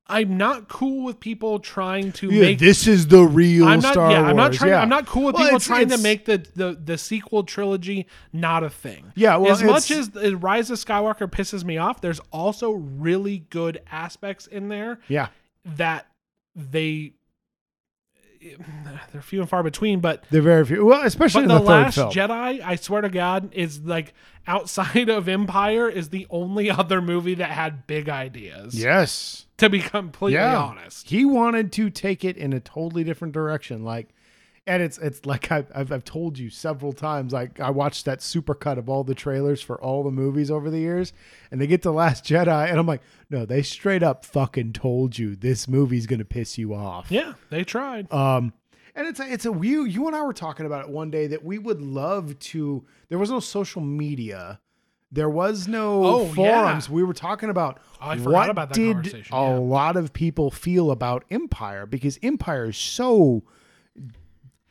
Speaker 1: I'm not cool with people trying to
Speaker 2: yeah,
Speaker 1: make
Speaker 2: this is the real
Speaker 1: I'm not.
Speaker 2: Star
Speaker 1: yeah,
Speaker 2: Wars.
Speaker 1: I'm not trying.
Speaker 2: yeah.
Speaker 1: I'm not cool with
Speaker 2: Well,
Speaker 1: people
Speaker 2: it's-
Speaker 1: trying to
Speaker 2: it's-
Speaker 1: make the, the the sequel trilogy not a thing.
Speaker 2: Yeah, well,
Speaker 1: as much
Speaker 2: it's-
Speaker 1: as the Rise of Skywalker pisses me off, there's also really good aspects in there
Speaker 2: Yeah,
Speaker 1: that they <sighs> they're few and far between. But
Speaker 2: they're very few. Well,
Speaker 1: but
Speaker 2: especially in
Speaker 1: the,
Speaker 2: the, third
Speaker 1: Last
Speaker 2: film.
Speaker 1: Jedi, I swear to God, is like outside of Empire is the only <laughs> other movie that had big ideas.
Speaker 2: Yes.
Speaker 1: to be completely honest.
Speaker 2: He wanted to take it in a totally different direction. Like and it's it's like I've, I've I've told you several times. Like I watched that supercut of all the trailers for all the movies over the years, and they get to Last Jedi, and I'm like, no, they straight up fucking told you this movie's gonna piss you off.
Speaker 1: Yeah, they tried.
Speaker 2: Um, and it's a, it's a we you and I were talking about it one day that we would love to. There was no social media. There was no
Speaker 1: Oh,
Speaker 2: forums.
Speaker 1: yeah. Oh,
Speaker 2: We were talking about
Speaker 1: I forgot
Speaker 2: what
Speaker 1: about that
Speaker 2: did a
Speaker 1: conversation, yeah.
Speaker 2: lot of people feel about Empire because Empire is so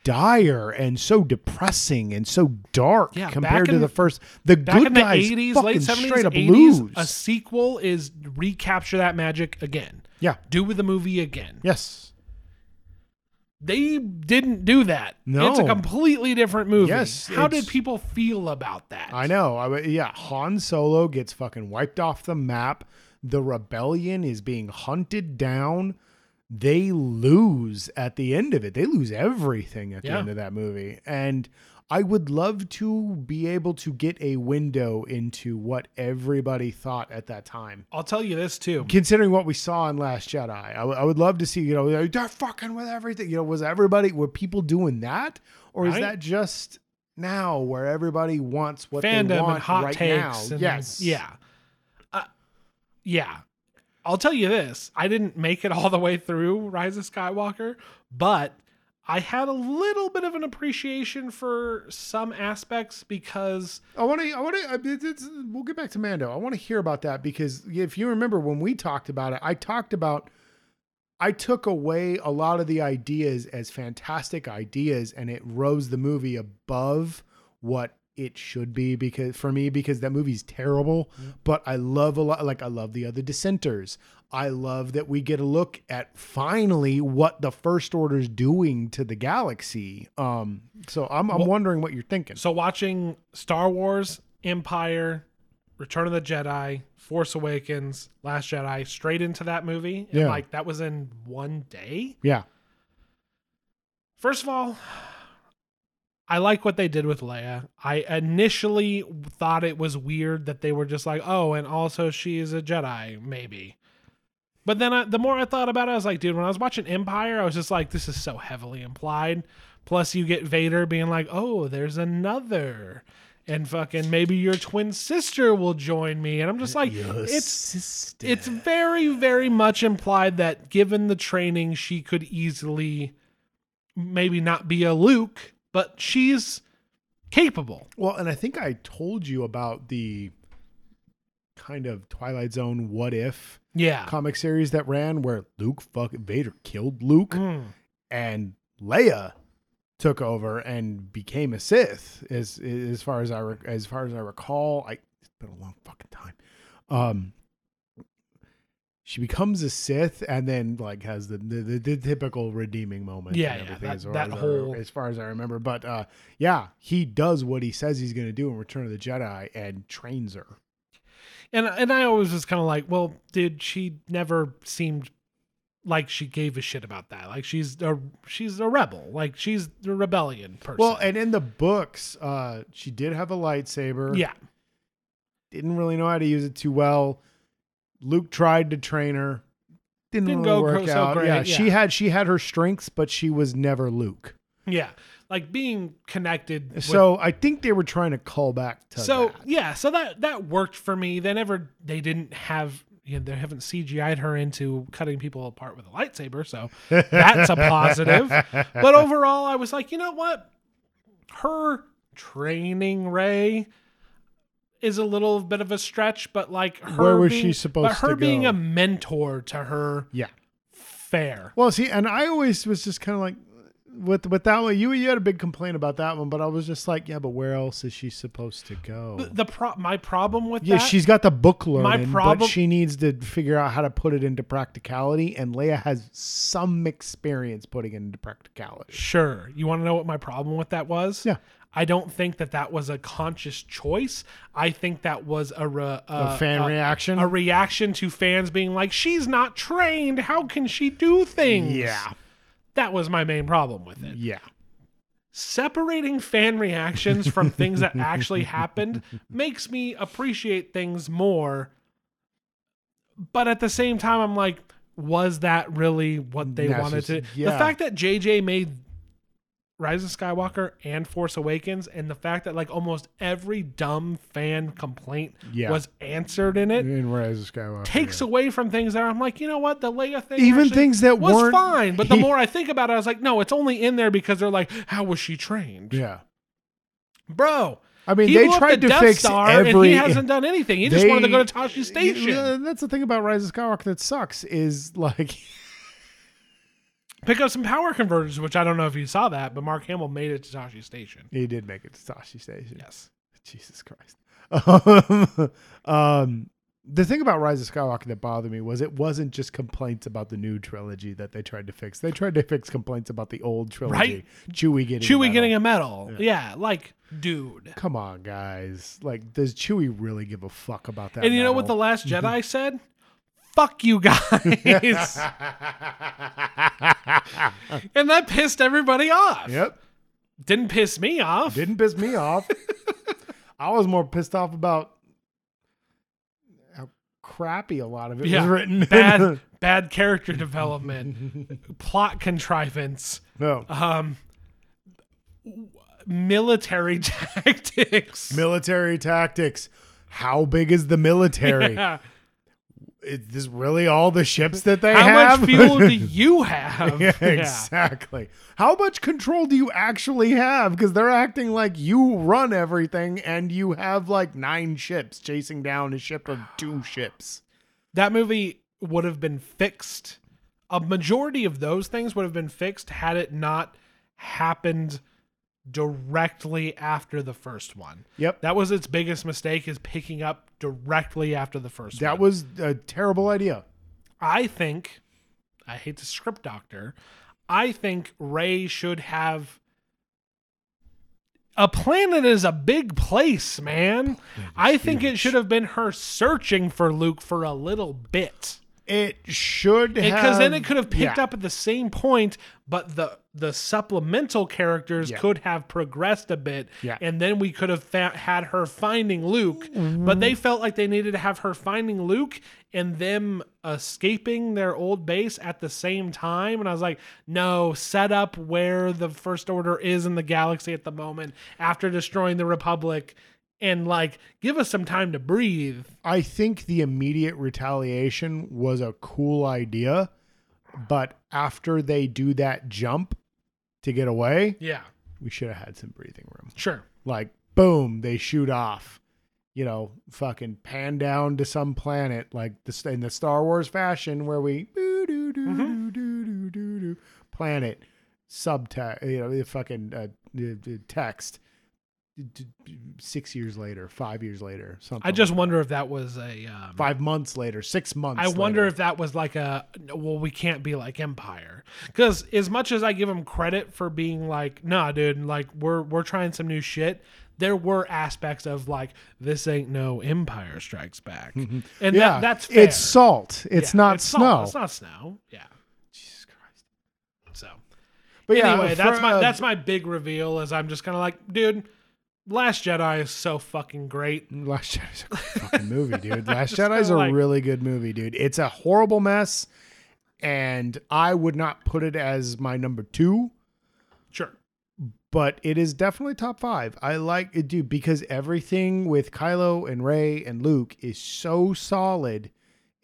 Speaker 2: dire and so depressing and so dark
Speaker 1: Yeah,
Speaker 2: compared
Speaker 1: back
Speaker 2: to
Speaker 1: in-
Speaker 2: the first. The
Speaker 1: Back
Speaker 2: good
Speaker 1: in the
Speaker 2: guys
Speaker 1: eighties,
Speaker 2: fucking
Speaker 1: late seventies,
Speaker 2: straight up
Speaker 1: eighties,
Speaker 2: lose.
Speaker 1: a sequel is recapture that magic again.
Speaker 2: yeah.
Speaker 1: Do with the movie again.
Speaker 2: Yes.
Speaker 1: They didn't do that.
Speaker 2: No.
Speaker 1: It's a completely different movie.
Speaker 2: Yes,
Speaker 1: How did
Speaker 2: it's-
Speaker 1: people feel about that?
Speaker 2: I know. I, w- yeah, Han Solo gets fucking wiped off the map. The rebellion is being hunted down. They lose at the end of it. They lose everything at the
Speaker 1: Yeah.
Speaker 2: end of that movie. And I would love to be able to get a window into what everybody thought at that time.
Speaker 1: I'll tell you this too.
Speaker 2: Considering what we saw in Last Jedi, I, w- I would love to see, you know, like, they're fucking with everything. You know, was everybody, were people doing that? Or is
Speaker 1: Right.
Speaker 2: that just now where everybody wants what they
Speaker 1: Fandom
Speaker 2: want
Speaker 1: and hot
Speaker 2: right
Speaker 1: takes.
Speaker 2: now?
Speaker 1: and-
Speaker 2: yes.
Speaker 1: Yeah. Uh, yeah. I'll tell you this. I didn't make it <laughs> all the way through Rise of Skywalker, but I had a little bit of an appreciation for some aspects because
Speaker 2: I want to, I want to, we'll get back to Mando. I want to hear about that because if you remember when we talked about it, I talked about, I took away a lot of the ideas as fantastic ideas and it rose the movie above what it should be because for me, because that movie's terrible, but I love a lot, like I love the other dissenters. I love that we get a look at finally what the first order's doing to the galaxy. Um, so I'm, I'm wondering what you're thinking.
Speaker 1: So watching Star Wars, Empire, Return of the Jedi, Force Awakens, Last Jedi, straight into that movie. And
Speaker 2: Yeah.
Speaker 1: like that was in one day.
Speaker 2: Yeah.
Speaker 1: First of all, I like what they did with Leia. I initially thought it was weird that they were just like, oh, and also she is a Jedi, maybe. But then I, the more I thought about it, I was like, dude, when I was watching Empire, I was just like, this is so heavily implied. Plus, you get Vader being like, oh, there's another. And fucking maybe your twin sister will join me. And I'm just like, it's
Speaker 2: sister.
Speaker 1: it's very very much implied that given the training she could easily maybe not be a luke but she's capable
Speaker 2: well, and I think I told you about the kind of Twilight Zone what if
Speaker 1: yeah
Speaker 2: comic series that ran where Luke fuck Vader killed Luke
Speaker 1: Mm.
Speaker 2: and Leia took over and became a Sith as as far as I rec- as far as I recall I it's been a long fucking time um she becomes a Sith and then like has the the, the, the typical redeeming moment
Speaker 1: Yeah,
Speaker 2: and
Speaker 1: yeah,
Speaker 2: everything
Speaker 1: that-
Speaker 2: as, far
Speaker 1: that
Speaker 2: as I-
Speaker 1: whole-
Speaker 2: as far as I remember but uh yeah he does what he says he's going to do in Return of the Jedi and trains her
Speaker 1: and and i always was kind of like well did she never seemed like she gave a shit about that like she's a she's a rebel like she's the rebellion person
Speaker 2: well and in the books uh she did have a lightsaber
Speaker 1: yeah
Speaker 2: didn't really know how to use it too well. Luke tried to train her. Didn't,
Speaker 1: Didn't
Speaker 2: really
Speaker 1: go
Speaker 2: work
Speaker 1: so
Speaker 2: out.
Speaker 1: great,
Speaker 2: yeah,
Speaker 1: yeah.
Speaker 2: she had she had her strengths, but she was never Luke.
Speaker 1: yeah like being connected with
Speaker 2: so I think they were trying to call back to
Speaker 1: so
Speaker 2: that.
Speaker 1: yeah so that that worked for me they never they didn't have you know, they haven't cgi'd her into cutting people apart with a lightsaber so that's a
Speaker 2: <laughs>
Speaker 1: positive but overall i was like you know what her training ray is a little bit of a stretch but like her
Speaker 2: Where was
Speaker 1: being,
Speaker 2: she supposed
Speaker 1: but her
Speaker 2: to
Speaker 1: being
Speaker 2: go?
Speaker 1: a mentor to her
Speaker 2: Yeah.
Speaker 1: fair
Speaker 2: Well, see, and I always was just kind of like with with that one. You you had a big complaint about that one, but I was just like, yeah, but where else is she supposed to go?
Speaker 1: But the pro my problem with
Speaker 2: yeah,
Speaker 1: that
Speaker 2: she's got the book learning, but
Speaker 1: problem-
Speaker 2: she needs to figure out how to put it into practicality. And Leia has some experience putting it into practicality.
Speaker 1: Sure. You want to know what my problem with that was?
Speaker 2: Yeah.
Speaker 1: I don't think that that was a conscious choice. I think that was a, re, a,
Speaker 2: a fan
Speaker 1: a-
Speaker 2: reaction.
Speaker 1: Uh, a reaction to fans being like, "She's not trained. How can she do things?"
Speaker 2: yeah,
Speaker 1: That was my main problem with it.
Speaker 2: yeah.
Speaker 1: Separating fan reactions from
Speaker 2: <laughs>
Speaker 1: things that actually happened makes me appreciate things more. But at the same time, I'm like, was that really what they
Speaker 2: That's
Speaker 1: wanted
Speaker 2: just-
Speaker 1: to?
Speaker 2: yeah.
Speaker 1: The fact that JJ made Rise of Skywalker and Force Awakens, and the fact that like almost every dumb fan complaint
Speaker 2: Yeah. Mm-hmm.
Speaker 1: was answered in it
Speaker 2: in Rise of Skywalker.
Speaker 1: takes away from things that I'm like, you know what, the Leia thing,
Speaker 2: Even
Speaker 1: actually
Speaker 2: things that
Speaker 1: was
Speaker 2: weren't-
Speaker 1: fine.
Speaker 2: <laughs>
Speaker 1: But the more I think about it, I was like, no, it's only in there because they're like, how was she trained,
Speaker 2: yeah.
Speaker 1: bro?
Speaker 2: I mean,
Speaker 1: he
Speaker 2: they
Speaker 1: blew up
Speaker 2: tried
Speaker 1: the
Speaker 2: to
Speaker 1: Death
Speaker 2: fix
Speaker 1: Star, and
Speaker 2: every.
Speaker 1: he
Speaker 2: <laughs>
Speaker 1: hasn't done anything. He just wanted to
Speaker 2: they-
Speaker 1: go to Tashi Station.
Speaker 2: Yeah, That's the thing about Rise of Skywalker that sucks is <laughs> like,
Speaker 1: pick up some power converters, which I don't know if you saw that, but Mark Hamill made it to Tashi Station.
Speaker 2: he did make it to Tashi Station.
Speaker 1: Yes.
Speaker 2: Jesus Christ. <laughs> Um, um, the thing about Rise of Skywalker that bothered me was it wasn't just complaints about the new trilogy that they tried to fix. They tried to fix complaints about the old trilogy.
Speaker 1: Right?
Speaker 2: Chewie getting
Speaker 1: Chewie
Speaker 2: metal.
Speaker 1: getting a medal. Yeah. like, dude.
Speaker 2: Come on, guys. Like, does Chewie really give a fuck about that?
Speaker 1: And you know what the
Speaker 2: medal?
Speaker 1: last Jedi said? Fuck you guys.
Speaker 2: <laughs>
Speaker 1: and that pissed everybody off.
Speaker 2: Yep.
Speaker 1: Didn't piss me off.
Speaker 2: Didn't piss me off. I was more pissed off about how crappy a lot of it
Speaker 1: Yeah.
Speaker 2: was written. <laughs>
Speaker 1: Bad bad character development, plot contrivance,
Speaker 2: no.
Speaker 1: um military <laughs> tactics.
Speaker 2: Military tactics. How big is
Speaker 1: <laughs>
Speaker 2: the military?
Speaker 1: Yeah.
Speaker 2: Is this really all the ships that they
Speaker 1: How
Speaker 2: have?
Speaker 1: much fuel
Speaker 2: <laughs>
Speaker 1: do you have?
Speaker 2: yeah,
Speaker 1: Yeah.
Speaker 2: exactly. How much control do you actually have? Because they're acting like you run everything and you have like nine ships chasing down a ship of two ships.
Speaker 1: that movie would have been fixed. A majority of those things would have been fixed had it not happened directly after the first one.
Speaker 2: Yep.
Speaker 1: That was its biggest mistake is picking up directly after the first
Speaker 2: That
Speaker 1: one.
Speaker 2: was a terrible idea.
Speaker 1: I think I hate the script doctor. I think Ray should have a planet is a big place, man. I think it should have been her searching for Luke for a little bit.
Speaker 2: It should have
Speaker 1: because then it could have picked
Speaker 2: yeah.
Speaker 1: up at the same point, but the the supplemental characters
Speaker 2: Yeah.
Speaker 1: could have progressed a bit,
Speaker 2: Yeah.
Speaker 1: and then we could have fa- had her finding Luke. But they felt like they needed to have her finding Luke and them escaping their old base at the same time. And I was like, no, set up where the First Order is in the galaxy at the moment after destroying the Republic. And like, give us some time to breathe.
Speaker 2: I think the immediate retaliation was a cool idea, but after they do that jump to get away,
Speaker 1: Yeah,
Speaker 2: we should have had some breathing room.
Speaker 1: sure.
Speaker 2: Like, boom, they shoot off, you know, fucking pan down to some planet, like the, in the Star Wars fashion, where we doo doo doo
Speaker 1: Mm-hmm.
Speaker 2: doo doo doo doo doo planet subtext, you know, the fucking uh, the- the text. d- d- d- Six years later, five years later, something.
Speaker 1: I just wonder if that was a um,
Speaker 2: five months later, six months.
Speaker 1: I wonder
Speaker 2: later.
Speaker 1: if that was like a well, we can't be like Empire because as much as I give them credit for being like, nah, dude, like we're we're trying some new shit. There were aspects of like this ain't no Empire Strikes
Speaker 2: <laughs>
Speaker 1: Back, and that, that's fair.
Speaker 2: it's salt.
Speaker 1: Yeah,
Speaker 2: It's not
Speaker 1: salt.
Speaker 2: snow.
Speaker 1: It's not snow. Yeah.
Speaker 2: Jesus Christ.
Speaker 1: So
Speaker 2: But yeah,
Speaker 1: anyway, that's
Speaker 2: for,
Speaker 1: my
Speaker 2: uh,
Speaker 1: that's my big reveal. Is I'm just kind of like, dude, Last Jedi is so fucking great.
Speaker 2: Last Jedi's a good fucking
Speaker 1: <laughs>
Speaker 2: movie, dude. Last
Speaker 1: Just
Speaker 2: Jedi's a
Speaker 1: kinda like-
Speaker 2: really good movie, dude. It's a horrible mess, and I would not put it as my number two,
Speaker 1: Sure.
Speaker 2: but it is definitely top five. I like it, dude, because everything with Kylo and Ray and Luke is so solid.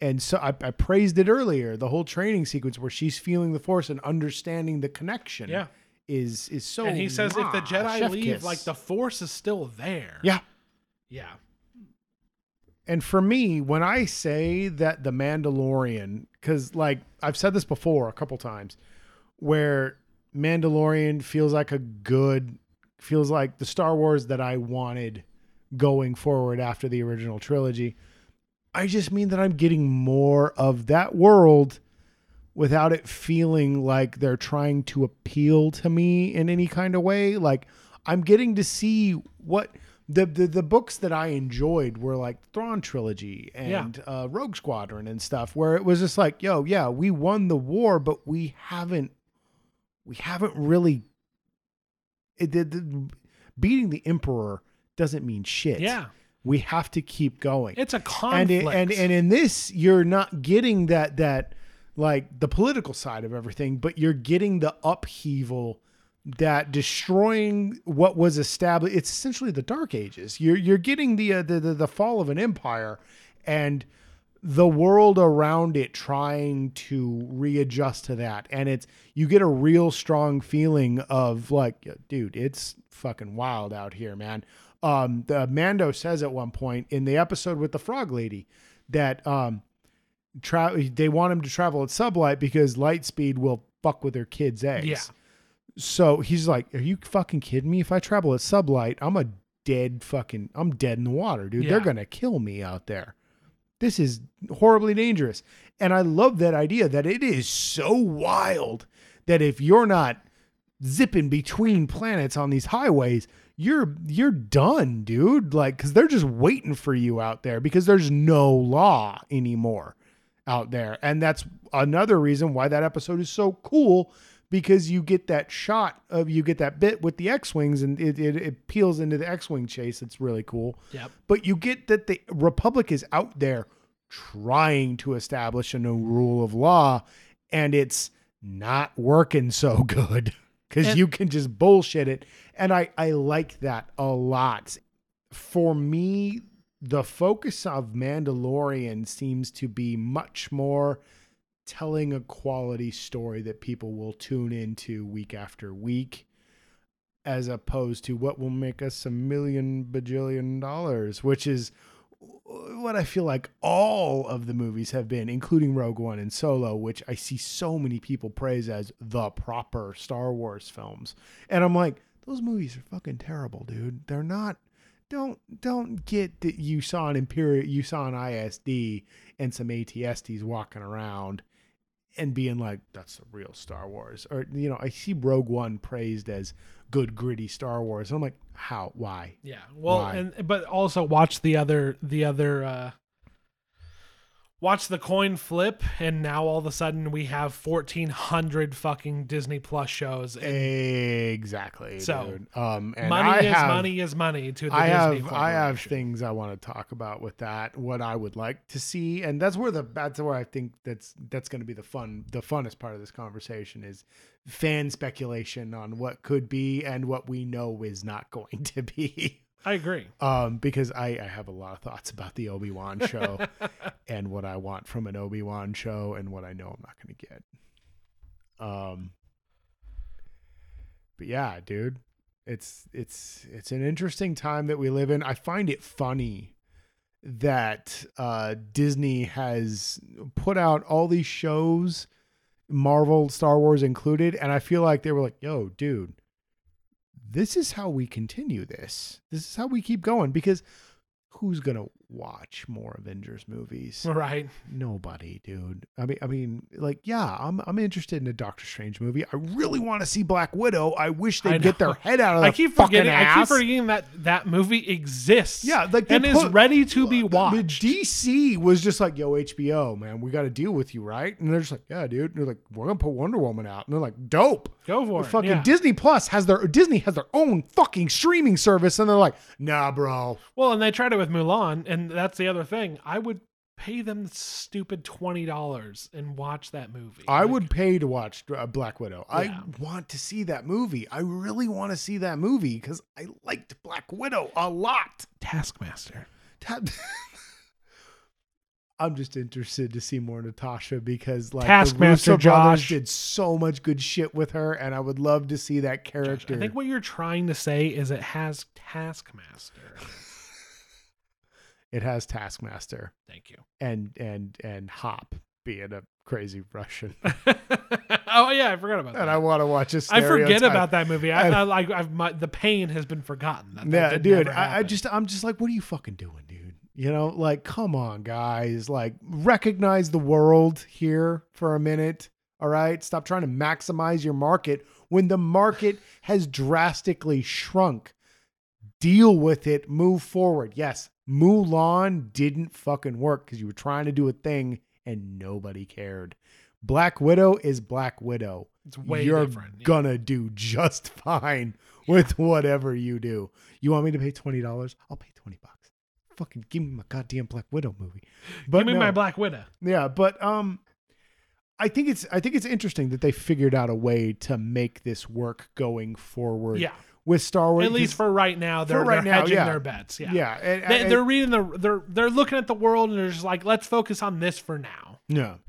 Speaker 2: And so I, I praised it earlier. The whole training sequence where she's feeling the force and understanding the connection.
Speaker 1: Yeah.
Speaker 2: Is is so
Speaker 1: and he says if the
Speaker 2: mwah,
Speaker 1: Jedi
Speaker 2: Oh chef
Speaker 1: leave,
Speaker 2: kiss.
Speaker 1: like the Force is still there.
Speaker 2: Yeah.
Speaker 1: Yeah.
Speaker 2: And for me, when I say that The Mandalorian, because like I've said this before a couple times, where Mandalorian feels like a good, feels like the Star Wars that I wanted going forward after the original trilogy. I just mean that I'm getting more of that world without it feeling like they're trying to appeal to me in any kind of way. Like I'm getting to see what the the, the books that I enjoyed were like Thrawn trilogy and uh, Rogue Squadron and stuff, where it was just like, yo, yeah, we won the war, but we haven't we haven't really it, the, the, beating the emperor doesn't mean shit.
Speaker 1: Yeah.
Speaker 2: We have to keep going
Speaker 1: It's a
Speaker 2: and
Speaker 1: conflict.
Speaker 2: it, and and in this you're not getting that that like the political side of everything but you're getting the upheaval that destroying what was established it's essentially the dark ages you're you're getting the uh, the, the the fall of an empire and the world around it trying to readjust to that and it's you get a real strong feeling of like dude it's fucking wild out here man um the mando says at one point in the episode with the frog lady that um tra- they want him to travel at sublight because light speed will fuck with their kids eggs
Speaker 1: Yeah.
Speaker 2: so he's like, "Are you fucking kidding me? If I travel at sublight, I'm a dead fucking I'm dead in the water, dude. They're
Speaker 1: Yeah.
Speaker 2: gonna kill me out there. This is horribly dangerous." And I love that idea that it is so wild that if you're not zipping between planets on these highways, you're you're done, dude. Like, cause they're just waiting for you out there because there's no law anymore out there. And that's another reason why that episode is so cool because you get that shot of you get that bit with the X-Wings and it, it, it peels into the X-Wing chase. It's really cool.
Speaker 1: Yep.
Speaker 2: But you get that the Republic is out there trying to establish a new rule of law and it's not working so good <laughs> because
Speaker 1: And-
Speaker 2: you can just bullshit it. And I, I like that a lot. For me, the focus of Mandalorian seems to be much more telling a quality story that people will tune into week after week as opposed to what will make us a million bajillion dollars, which is what I feel like all of the movies have been, including Rogue One and Solo, which I see so many people praise as the proper Star Wars films. And I'm like, those movies are fucking terrible, dude. They're not don't don't get that you saw an Imperial you saw an ISD and some ATSTs walking around and being like, that's the real Star Wars. Or, you know, I see Rogue One praised as good, gritty Star Wars. And I'm like, how? Why?
Speaker 1: Yeah. Well,
Speaker 2: Why?
Speaker 1: and but also watch the other the other uh watch the coin flip and now all of a sudden we have 1400 fucking Disney Plus shows. And
Speaker 2: Exactly.
Speaker 1: So,
Speaker 2: dude. Um, and
Speaker 1: money
Speaker 2: I
Speaker 1: is
Speaker 2: have,
Speaker 1: money is money to the
Speaker 2: I
Speaker 1: Disney
Speaker 2: have I have
Speaker 1: Corporation.
Speaker 2: things I want to talk about with that. What I would like to see, and that's where the that's where I think that's that's going to be the fun the funnest part of this conversation is fan speculation on what could be and what we know is not going to be. <laughs>
Speaker 1: I agree.
Speaker 2: um, because I, I have a lot of thoughts about the Obi Wan
Speaker 1: <laughs>
Speaker 2: show and what I want from an Obi Wan show and what I know I'm not going to get. Um, but yeah, dude, it's it's it's an interesting time that we live in. I find it funny that uh, Disney has put out all these shows, Marvel, Star Wars included, and I feel like they were like, "Yo, dude." this is how we continue this. This is how we keep going because who's gonna watch more Avengers movies?
Speaker 1: Right.
Speaker 2: Nobody, dude. I mean, I mean, like, yeah, I'm I'm interested in a Doctor Strange movie. I really want to see Black Widow. I wish
Speaker 1: I
Speaker 2: they'd get
Speaker 1: know.
Speaker 2: their head out of the
Speaker 1: I keep
Speaker 2: fucking
Speaker 1: forgetting. I keep
Speaker 2: ass.
Speaker 1: forgetting that that movie exists.
Speaker 2: Yeah, like they
Speaker 1: and is
Speaker 2: put-
Speaker 1: ready to be
Speaker 2: The-
Speaker 1: watched.
Speaker 2: The DC was just like, yo, HBO, man, we got to deal with you, right? And they're just like, yeah, dude. And they're like, we're gonna put Wonder Woman out, and they're like, dope.
Speaker 1: Go for it.
Speaker 2: fucking
Speaker 1: yeah.
Speaker 2: Disney Plus has their Disney has their own fucking streaming service, and they're like, nah, bro,
Speaker 1: well, and they tried it with Mulan, and that's the other thing. I would pay them stupid twenty dollars and watch that movie.
Speaker 2: I
Speaker 1: Like,
Speaker 2: would pay to watch uh, Black Widow.
Speaker 1: Yeah.
Speaker 2: I want to see that movie. I really want to see that movie because I liked Black Widow a lot.
Speaker 1: Taskmaster.
Speaker 2: Ta- <laughs> I'm just interested to see more Natasha because like the
Speaker 1: Taskmaster
Speaker 2: Russo brothers
Speaker 1: Josh.
Speaker 2: did so much good shit with her, and I would love to see that
Speaker 1: Josh,
Speaker 2: character.
Speaker 1: I think what you're trying to say is it has Taskmaster.
Speaker 2: it has Taskmaster
Speaker 1: Thank you. <laughs>
Speaker 2: and and and Hop being a crazy Russian, <laughs>
Speaker 1: oh yeah, I forgot about that.
Speaker 2: and I want to watch a.
Speaker 1: I forget
Speaker 2: stereotype.
Speaker 1: about that movie. I,
Speaker 2: And-
Speaker 1: I, like I've, my, the pain has been forgotten. That- that
Speaker 2: Yeah,
Speaker 1: did
Speaker 2: dude.
Speaker 1: never
Speaker 2: I, I
Speaker 1: happen.
Speaker 2: just, I'm just like, what are you fucking doing, dude? You know, like, come on, guys. Like, recognize the world here for a minute. All right. Stop trying to maximize your market when the market has drastically shrunk. Deal with it. Move forward. Yes. Mulan didn't fucking work because you were trying to do a thing and nobody cared. Black Widow is Black Widow
Speaker 1: it's way
Speaker 2: you're
Speaker 1: different. Yeah.
Speaker 2: gonna do just <laughs> fine with whatever you do. You want me to pay twenty dollars? I'll pay twenty bucks. Fucking give me my goddamn Black Widow movie. But
Speaker 1: Give me
Speaker 2: no.
Speaker 1: my Black Widow.
Speaker 2: yeah, but um, I think it's I think it's interesting that they figured out a way to make this work going forward.
Speaker 1: Yeah.
Speaker 2: With Star Wars,
Speaker 1: At least for right now, they're,
Speaker 2: right
Speaker 1: they're
Speaker 2: now,
Speaker 1: hedging
Speaker 2: yeah.
Speaker 1: their bets. Yeah.
Speaker 2: yeah, and-
Speaker 1: They,
Speaker 2: and-
Speaker 1: they're reading the they're they're looking at the world and they're just like, let's focus on this for now.
Speaker 2: no.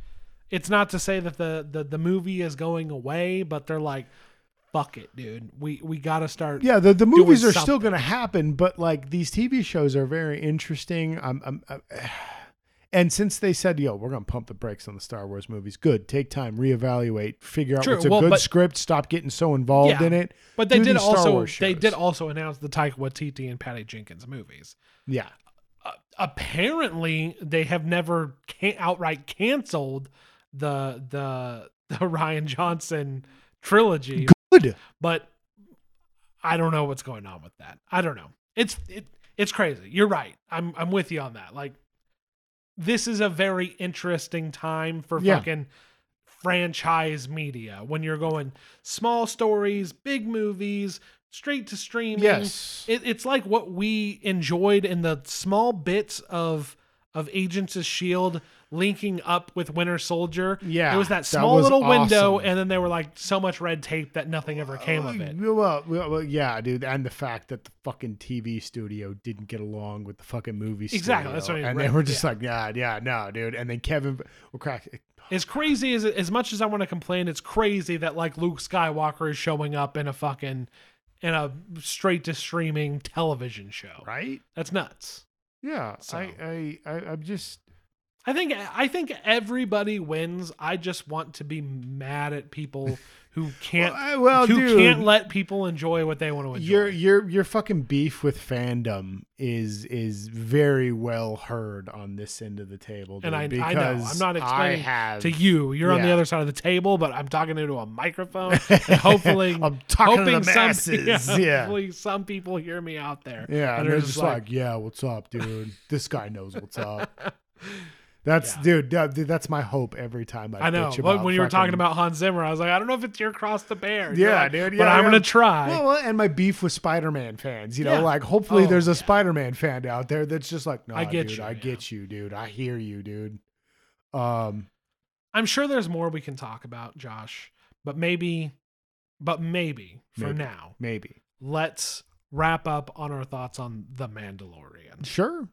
Speaker 1: It's not to say that the the, the movie is going away, but they're like, fuck it, dude. We we gotta start.
Speaker 2: Yeah, the, the movies are still
Speaker 1: something.
Speaker 2: going to happen, but like these TV shows are very interesting. I'm, I'm, I'm <sighs> and since they said, "Yo, we're going to pump the brakes on the Star Wars movies," good. Take time, reevaluate, figure out
Speaker 1: True,
Speaker 2: what's a
Speaker 1: well,
Speaker 2: good
Speaker 1: but-
Speaker 2: script. Stop getting so involved
Speaker 1: Yeah,
Speaker 2: in it.
Speaker 1: But they
Speaker 2: Do
Speaker 1: did
Speaker 2: these Star
Speaker 1: also
Speaker 2: Wars
Speaker 1: they
Speaker 2: shows.
Speaker 1: did also announce the Taika Waititi and Patty Jenkins movies.
Speaker 2: Yeah,
Speaker 1: Apparently, they have never can- outright canceled the the <laughs> the Ryan Johnson trilogy,
Speaker 2: good.
Speaker 1: but I don't know what's going on with that. I don't know. It's it, it's crazy. You're right. I'm I'm with you on that. Like this is a very interesting time for
Speaker 2: Yeah.
Speaker 1: fucking franchise media when you're going small stories, big movies, straight to streaming.
Speaker 2: Yes,
Speaker 1: It, it's like what we enjoyed in the small bits of of Agents of Shield E linking up with Winter Soldier.
Speaker 2: Yeah,
Speaker 1: it was that
Speaker 2: that
Speaker 1: small
Speaker 2: was
Speaker 1: little window,
Speaker 2: awesome.
Speaker 1: and then they were like so much red tape that nothing ever came of it.
Speaker 2: Uh, Well, well, well, yeah, dude, and the fact that the fucking TV studio didn't get along with the fucking movie
Speaker 1: Exactly,
Speaker 2: studio,
Speaker 1: that's what I mean,
Speaker 2: and
Speaker 1: right,
Speaker 2: they were just like, "Nah, yeah, no, dude." And then Kevin, well, crack,
Speaker 1: As crazy as as much as I want to complain, it's crazy that like Luke Skywalker is showing up in a fucking in a straight to streaming television show.
Speaker 2: right?
Speaker 1: That's nuts.
Speaker 2: Yeah,
Speaker 1: So-
Speaker 2: I, I, I, I'm just
Speaker 1: I think I think everybody wins. I just want to be mad at people
Speaker 2: <laughs>
Speaker 1: who can't
Speaker 2: I- well,
Speaker 1: who
Speaker 2: dude.
Speaker 1: can't let people enjoy what they want to enjoy.
Speaker 2: your your your fucking beef with fandom is is very well heard on this end of the table.
Speaker 1: and I,
Speaker 2: dude,
Speaker 1: I know I'm
Speaker 2: because
Speaker 1: not explaining
Speaker 2: I have
Speaker 1: to you. You're on the
Speaker 2: yeah.
Speaker 1: other side of the table, but I'm talking into a microphone. And hopefully,
Speaker 2: <laughs> I'm <laughs> talking to
Speaker 1: hoping
Speaker 2: the masses.
Speaker 1: Some, <laughs>
Speaker 2: yeah.
Speaker 1: hopefully some people hear me out there.
Speaker 2: Yeah,
Speaker 1: and
Speaker 2: and
Speaker 1: are
Speaker 2: they're just like, yeah, what's up, dude? this guy knows what's
Speaker 1: <laughs>
Speaker 2: up. That's
Speaker 1: Yeah.
Speaker 2: dude, that- dude, That's my hope every time I.
Speaker 1: I know.
Speaker 2: bitch
Speaker 1: But
Speaker 2: about
Speaker 1: when you were talking
Speaker 2: fucking-
Speaker 1: about Hans Zimmer, I was like, I don't know if it's your cross the bear. You're
Speaker 2: Yeah,
Speaker 1: like,
Speaker 2: dude,
Speaker 1: but
Speaker 2: yeah,
Speaker 1: I'm
Speaker 2: yeah.
Speaker 1: gonna try.
Speaker 2: Well, well, and my beef with Spider-Man fans, you know,
Speaker 1: Yeah.
Speaker 2: like hopefully
Speaker 1: Oh,
Speaker 2: there's a
Speaker 1: yeah.
Speaker 2: Spider-Man fan out there that's just like, no,
Speaker 1: I get
Speaker 2: dude,
Speaker 1: you,
Speaker 2: I
Speaker 1: yeah.
Speaker 2: get you, dude, I hear you, dude. Um,
Speaker 1: I'm sure there's more we can talk about, Josh. But maybe, but maybe for
Speaker 2: Maybe.
Speaker 1: now,
Speaker 2: maybe
Speaker 1: let's wrap up on our thoughts on The Mandalorian.
Speaker 2: sure.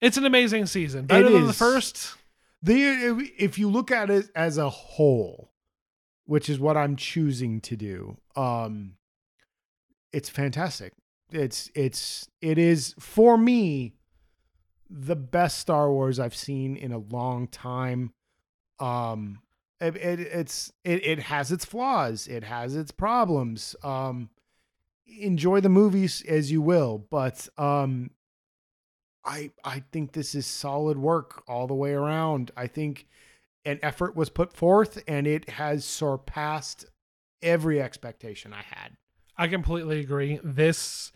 Speaker 1: It's an amazing season, better
Speaker 2: It
Speaker 1: than the
Speaker 2: is.
Speaker 1: first.
Speaker 2: The if you look at it as a whole, which is what I'm choosing to do, um, it's fantastic. It's it's it is for me the best Star Wars I've seen in a long time. Um, it, it it's it it has its flaws, it has its problems. Um, enjoy the movies as you will, but um, I I think this is solid work all the way around. I think an effort was put forth and it has surpassed every expectation I had.
Speaker 1: I completely agree. This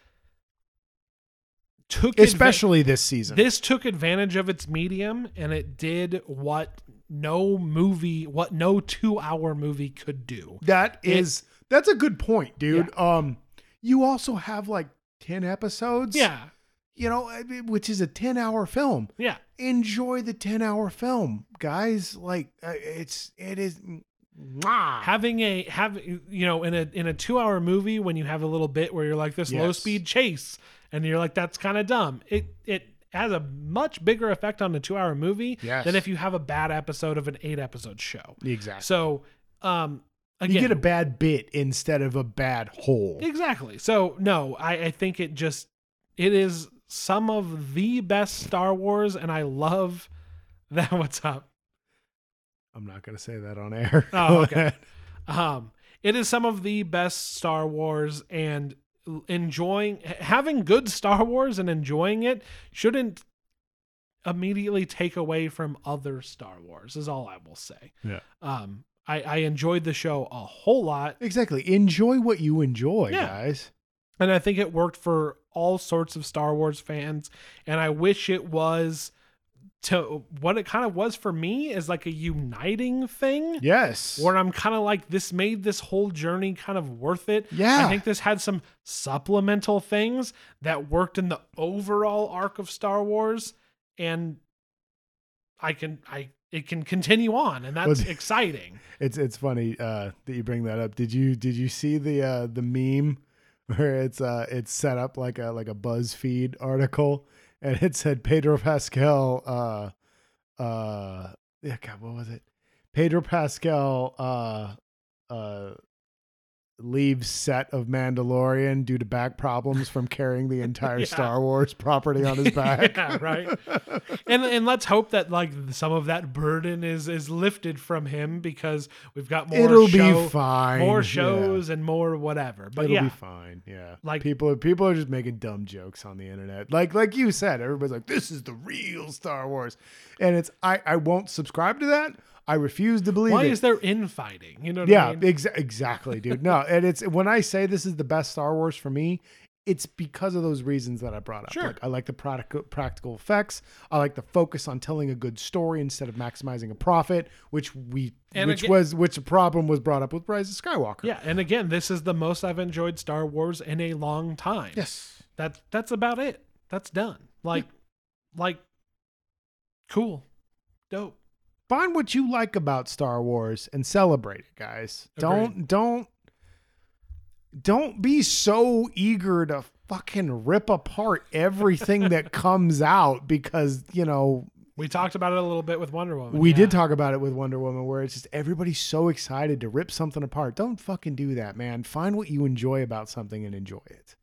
Speaker 1: took adva-
Speaker 2: Especially this season.
Speaker 1: this took advantage of its medium and it did what no movie what no 2-hour movie could do.
Speaker 2: that
Speaker 1: it-
Speaker 2: is that's a good point, dude. Um you also have like 10 episodes.
Speaker 1: Yeah.
Speaker 2: You know, I mean, which is a 10-hour film.
Speaker 1: Yeah.
Speaker 2: Enjoy the 10-hour film, guys. Like uh, it's it is mwah.
Speaker 1: Having a have you know in a in a 2-hour movie when you have a little bit where you're like this low
Speaker 2: Yes.
Speaker 1: speed chase and you're like that's kind of dumb. It it has a much bigger effect on a 2-hour movie
Speaker 2: Yes.
Speaker 1: than if you have a bad episode of an 8-episode show.
Speaker 2: exactly.
Speaker 1: So, um again,
Speaker 2: you get a bad bit instead of a bad hole.
Speaker 1: Exactly. So no, I, I think it just it is some of the best Star Wars, and I love <laughs> that. What's up?
Speaker 2: I'm not gonna say that on air.
Speaker 1: Oh, okay. Um, it is some of the best Star Wars, and l- enjoying h- having good Star Wars and enjoying it shouldn't immediately take away from other Star Wars. Is all I will say.
Speaker 2: Yeah.
Speaker 1: Um, I, I enjoyed the show a whole lot.
Speaker 2: <laughs> exactly. Enjoy what you enjoy,
Speaker 1: Yeah.
Speaker 2: guys.
Speaker 1: and I think it worked for all sorts of Star Wars fans. And I wish it was to what it kind of was for me is like a uniting thing
Speaker 2: Yes.
Speaker 1: where I'm kind of like, this made this whole journey kind of worth it.
Speaker 2: Yeah.
Speaker 1: I think this had some supplemental things that worked in the overall arc of Star Wars. And I can, I it can continue on, and that's
Speaker 2: Was-
Speaker 1: exciting.
Speaker 2: It's it's funny uh, that you bring that up. Did you did you see the uh, the meme <laughs> where it's uh, it's set up like a like a BuzzFeed article and it said Pedro Pascal uh, uh yeah God what was it Pedro Pascal uh uh leaves set of Mandalorian due to back problems from
Speaker 1: <laughs>
Speaker 2: carrying the entire
Speaker 1: Yeah.
Speaker 2: Star Wars property on his
Speaker 1: <laughs>
Speaker 2: back.
Speaker 1: yeah, right. and and let's hope that like some of that burden is is lifted from him because we've got more
Speaker 2: <laughs> It'll
Speaker 1: show,
Speaker 2: be fine.
Speaker 1: more
Speaker 2: Yeah.
Speaker 1: shows and more whatever. But
Speaker 2: It'll
Speaker 1: yeah,
Speaker 2: be fine. Yeah.
Speaker 1: Like-
Speaker 2: Like people people are just making dumb jokes on the internet. Like like you said, everybody's like, this is the real Star Wars. And it's I, I won't subscribe to that. I refuse to believe
Speaker 1: why
Speaker 2: it.
Speaker 1: is there infighting? You know what
Speaker 2: yeah,
Speaker 1: I mean?
Speaker 2: exa- exactly, dude. No, and it's when I say this is the best Star Wars for me, it's because of those reasons that I brought up.
Speaker 1: Sure.
Speaker 2: Like, I like the practical practical effects. I like the focus on telling a good story instead of maximizing a profit, which we
Speaker 1: And
Speaker 2: which
Speaker 1: again-
Speaker 2: was which problem was brought up with Rise of Skywalker.
Speaker 1: Yeah, and again, this is the most I've enjoyed Star Wars in a long time.
Speaker 2: Yes.
Speaker 1: That's that's about it. That's done. Like like cool. Dope.
Speaker 2: find what you like about Star Wars and celebrate it, guys. Don't don't don't be so eager to fucking rip apart
Speaker 1: <laughs>
Speaker 2: everything that comes out because, you know,
Speaker 1: We talked about it a little bit with Wonder Woman.
Speaker 2: we
Speaker 1: Oh, yeah.
Speaker 2: did talk about it with Wonder Woman where it's just everybody's so excited to rip something apart. Don't fucking do that, man. Find what you enjoy about something and enjoy it.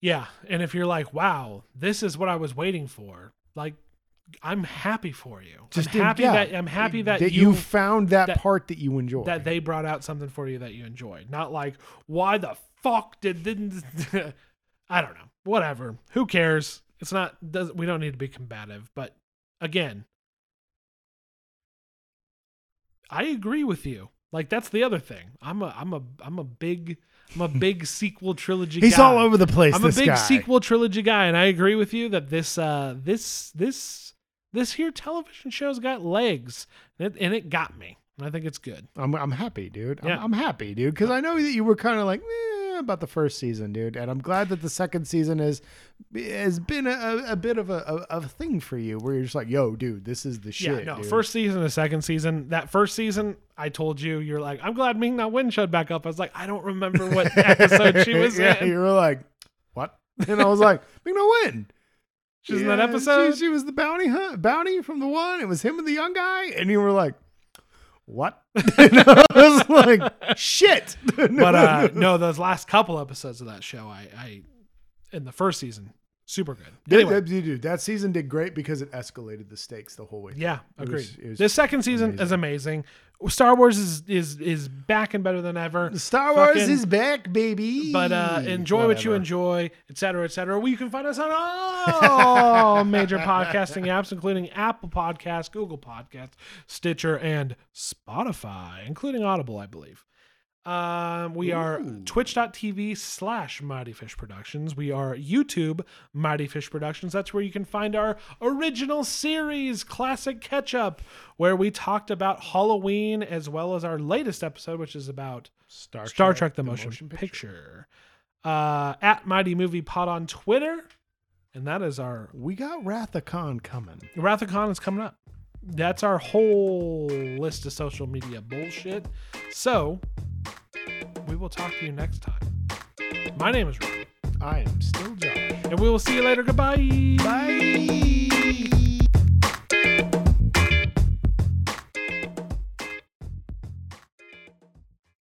Speaker 1: Yeah, and if you're like, "Wow, this is what I was waiting for," like, I'm happy for you.
Speaker 2: Just
Speaker 1: I'm
Speaker 2: did-
Speaker 1: happy
Speaker 2: yeah.
Speaker 1: that I'm happy that,
Speaker 2: That you,
Speaker 1: you,
Speaker 2: found that,
Speaker 1: that-
Speaker 2: part that you enjoy.
Speaker 1: that they brought out something for you that you enjoyed. Not like, "Why the fuck did didn't?" <laughs> I don't know. Whatever. Who cares? It's not. Does, we don't need to be combative. But again, I agree with you. Like that's the other thing. I'm a I'm a I'm a big
Speaker 2: <laughs>
Speaker 1: I'm a big sequel trilogy.
Speaker 2: He's
Speaker 1: guy.
Speaker 2: all over the place.
Speaker 1: I'm a
Speaker 2: this
Speaker 1: big
Speaker 2: guy.
Speaker 1: sequel trilogy guy, and I agree with you that this uh this this this here television show's got legs, and it, and it got me. And I think it's good.
Speaker 2: I'm I'm happy, dude. I'm,
Speaker 1: Yeah.
Speaker 2: I'm happy, dude, because I know that you were kind of like eh, about the first season, dude, and I'm glad that the second season is has been a, a, a bit of a, a, a thing for you, where you're just like, yo, dude, this is the shit.
Speaker 1: yeah, no,
Speaker 2: dude.
Speaker 1: first season, the second season. That first season, I told you, you're like, I'm glad Ming Na Wen showed back up. I was like, I don't remember
Speaker 2: <laughs>
Speaker 1: what episode she was
Speaker 2: yeah,
Speaker 1: in.
Speaker 2: you were like, what? And I was like, we know when.
Speaker 1: She was in that episode?
Speaker 2: She, she was the bounty hunt, bounty from the one. It was him and the young guy, and you were like, what? <laughs> and I was like, shit. <laughs>
Speaker 1: but uh no, those last couple episodes of that show, I I in the first season, super good.
Speaker 2: That-
Speaker 1: Anyway,
Speaker 2: that, dude, that season did great because it escalated the stakes the whole way. through.
Speaker 1: Yeah,
Speaker 2: It
Speaker 1: agreed.
Speaker 2: was- it was
Speaker 1: this second season is amazing. Star Wars is is is back and better than ever.
Speaker 2: Star Wars
Speaker 1: Fucking-
Speaker 2: is back, baby.
Speaker 1: But uh, enjoy what you
Speaker 2: Whatever.
Speaker 1: enjoy, et cetera, et cetera. Well, you can find us on
Speaker 2: <laughs>
Speaker 1: all major podcasting apps, including Apple Podcasts, Google Podcasts, Stitcher, and Spotify, including Audible, I believe. Um, we are
Speaker 2: Ooh.
Speaker 1: twitch.tv slash Mighty Fish Productions. We are YouTube Mighty Fish Productions. That's where you can find our original series, Classic Catch Up, where we talked about Halloween as well as our latest episode, which is about
Speaker 2: Star,
Speaker 1: Star Trek the, motion, picture. Uh, at Mighty Movie Pod on Twitter. And that is our
Speaker 2: We got Wrath of Khan coming.
Speaker 1: Wrath of Khan is coming up. That's our whole list of social media bullshit. So we will talk to you next time. My name is Ryan,
Speaker 2: I am still Josh.
Speaker 1: and we will see you later. Goodbye.
Speaker 2: Bye.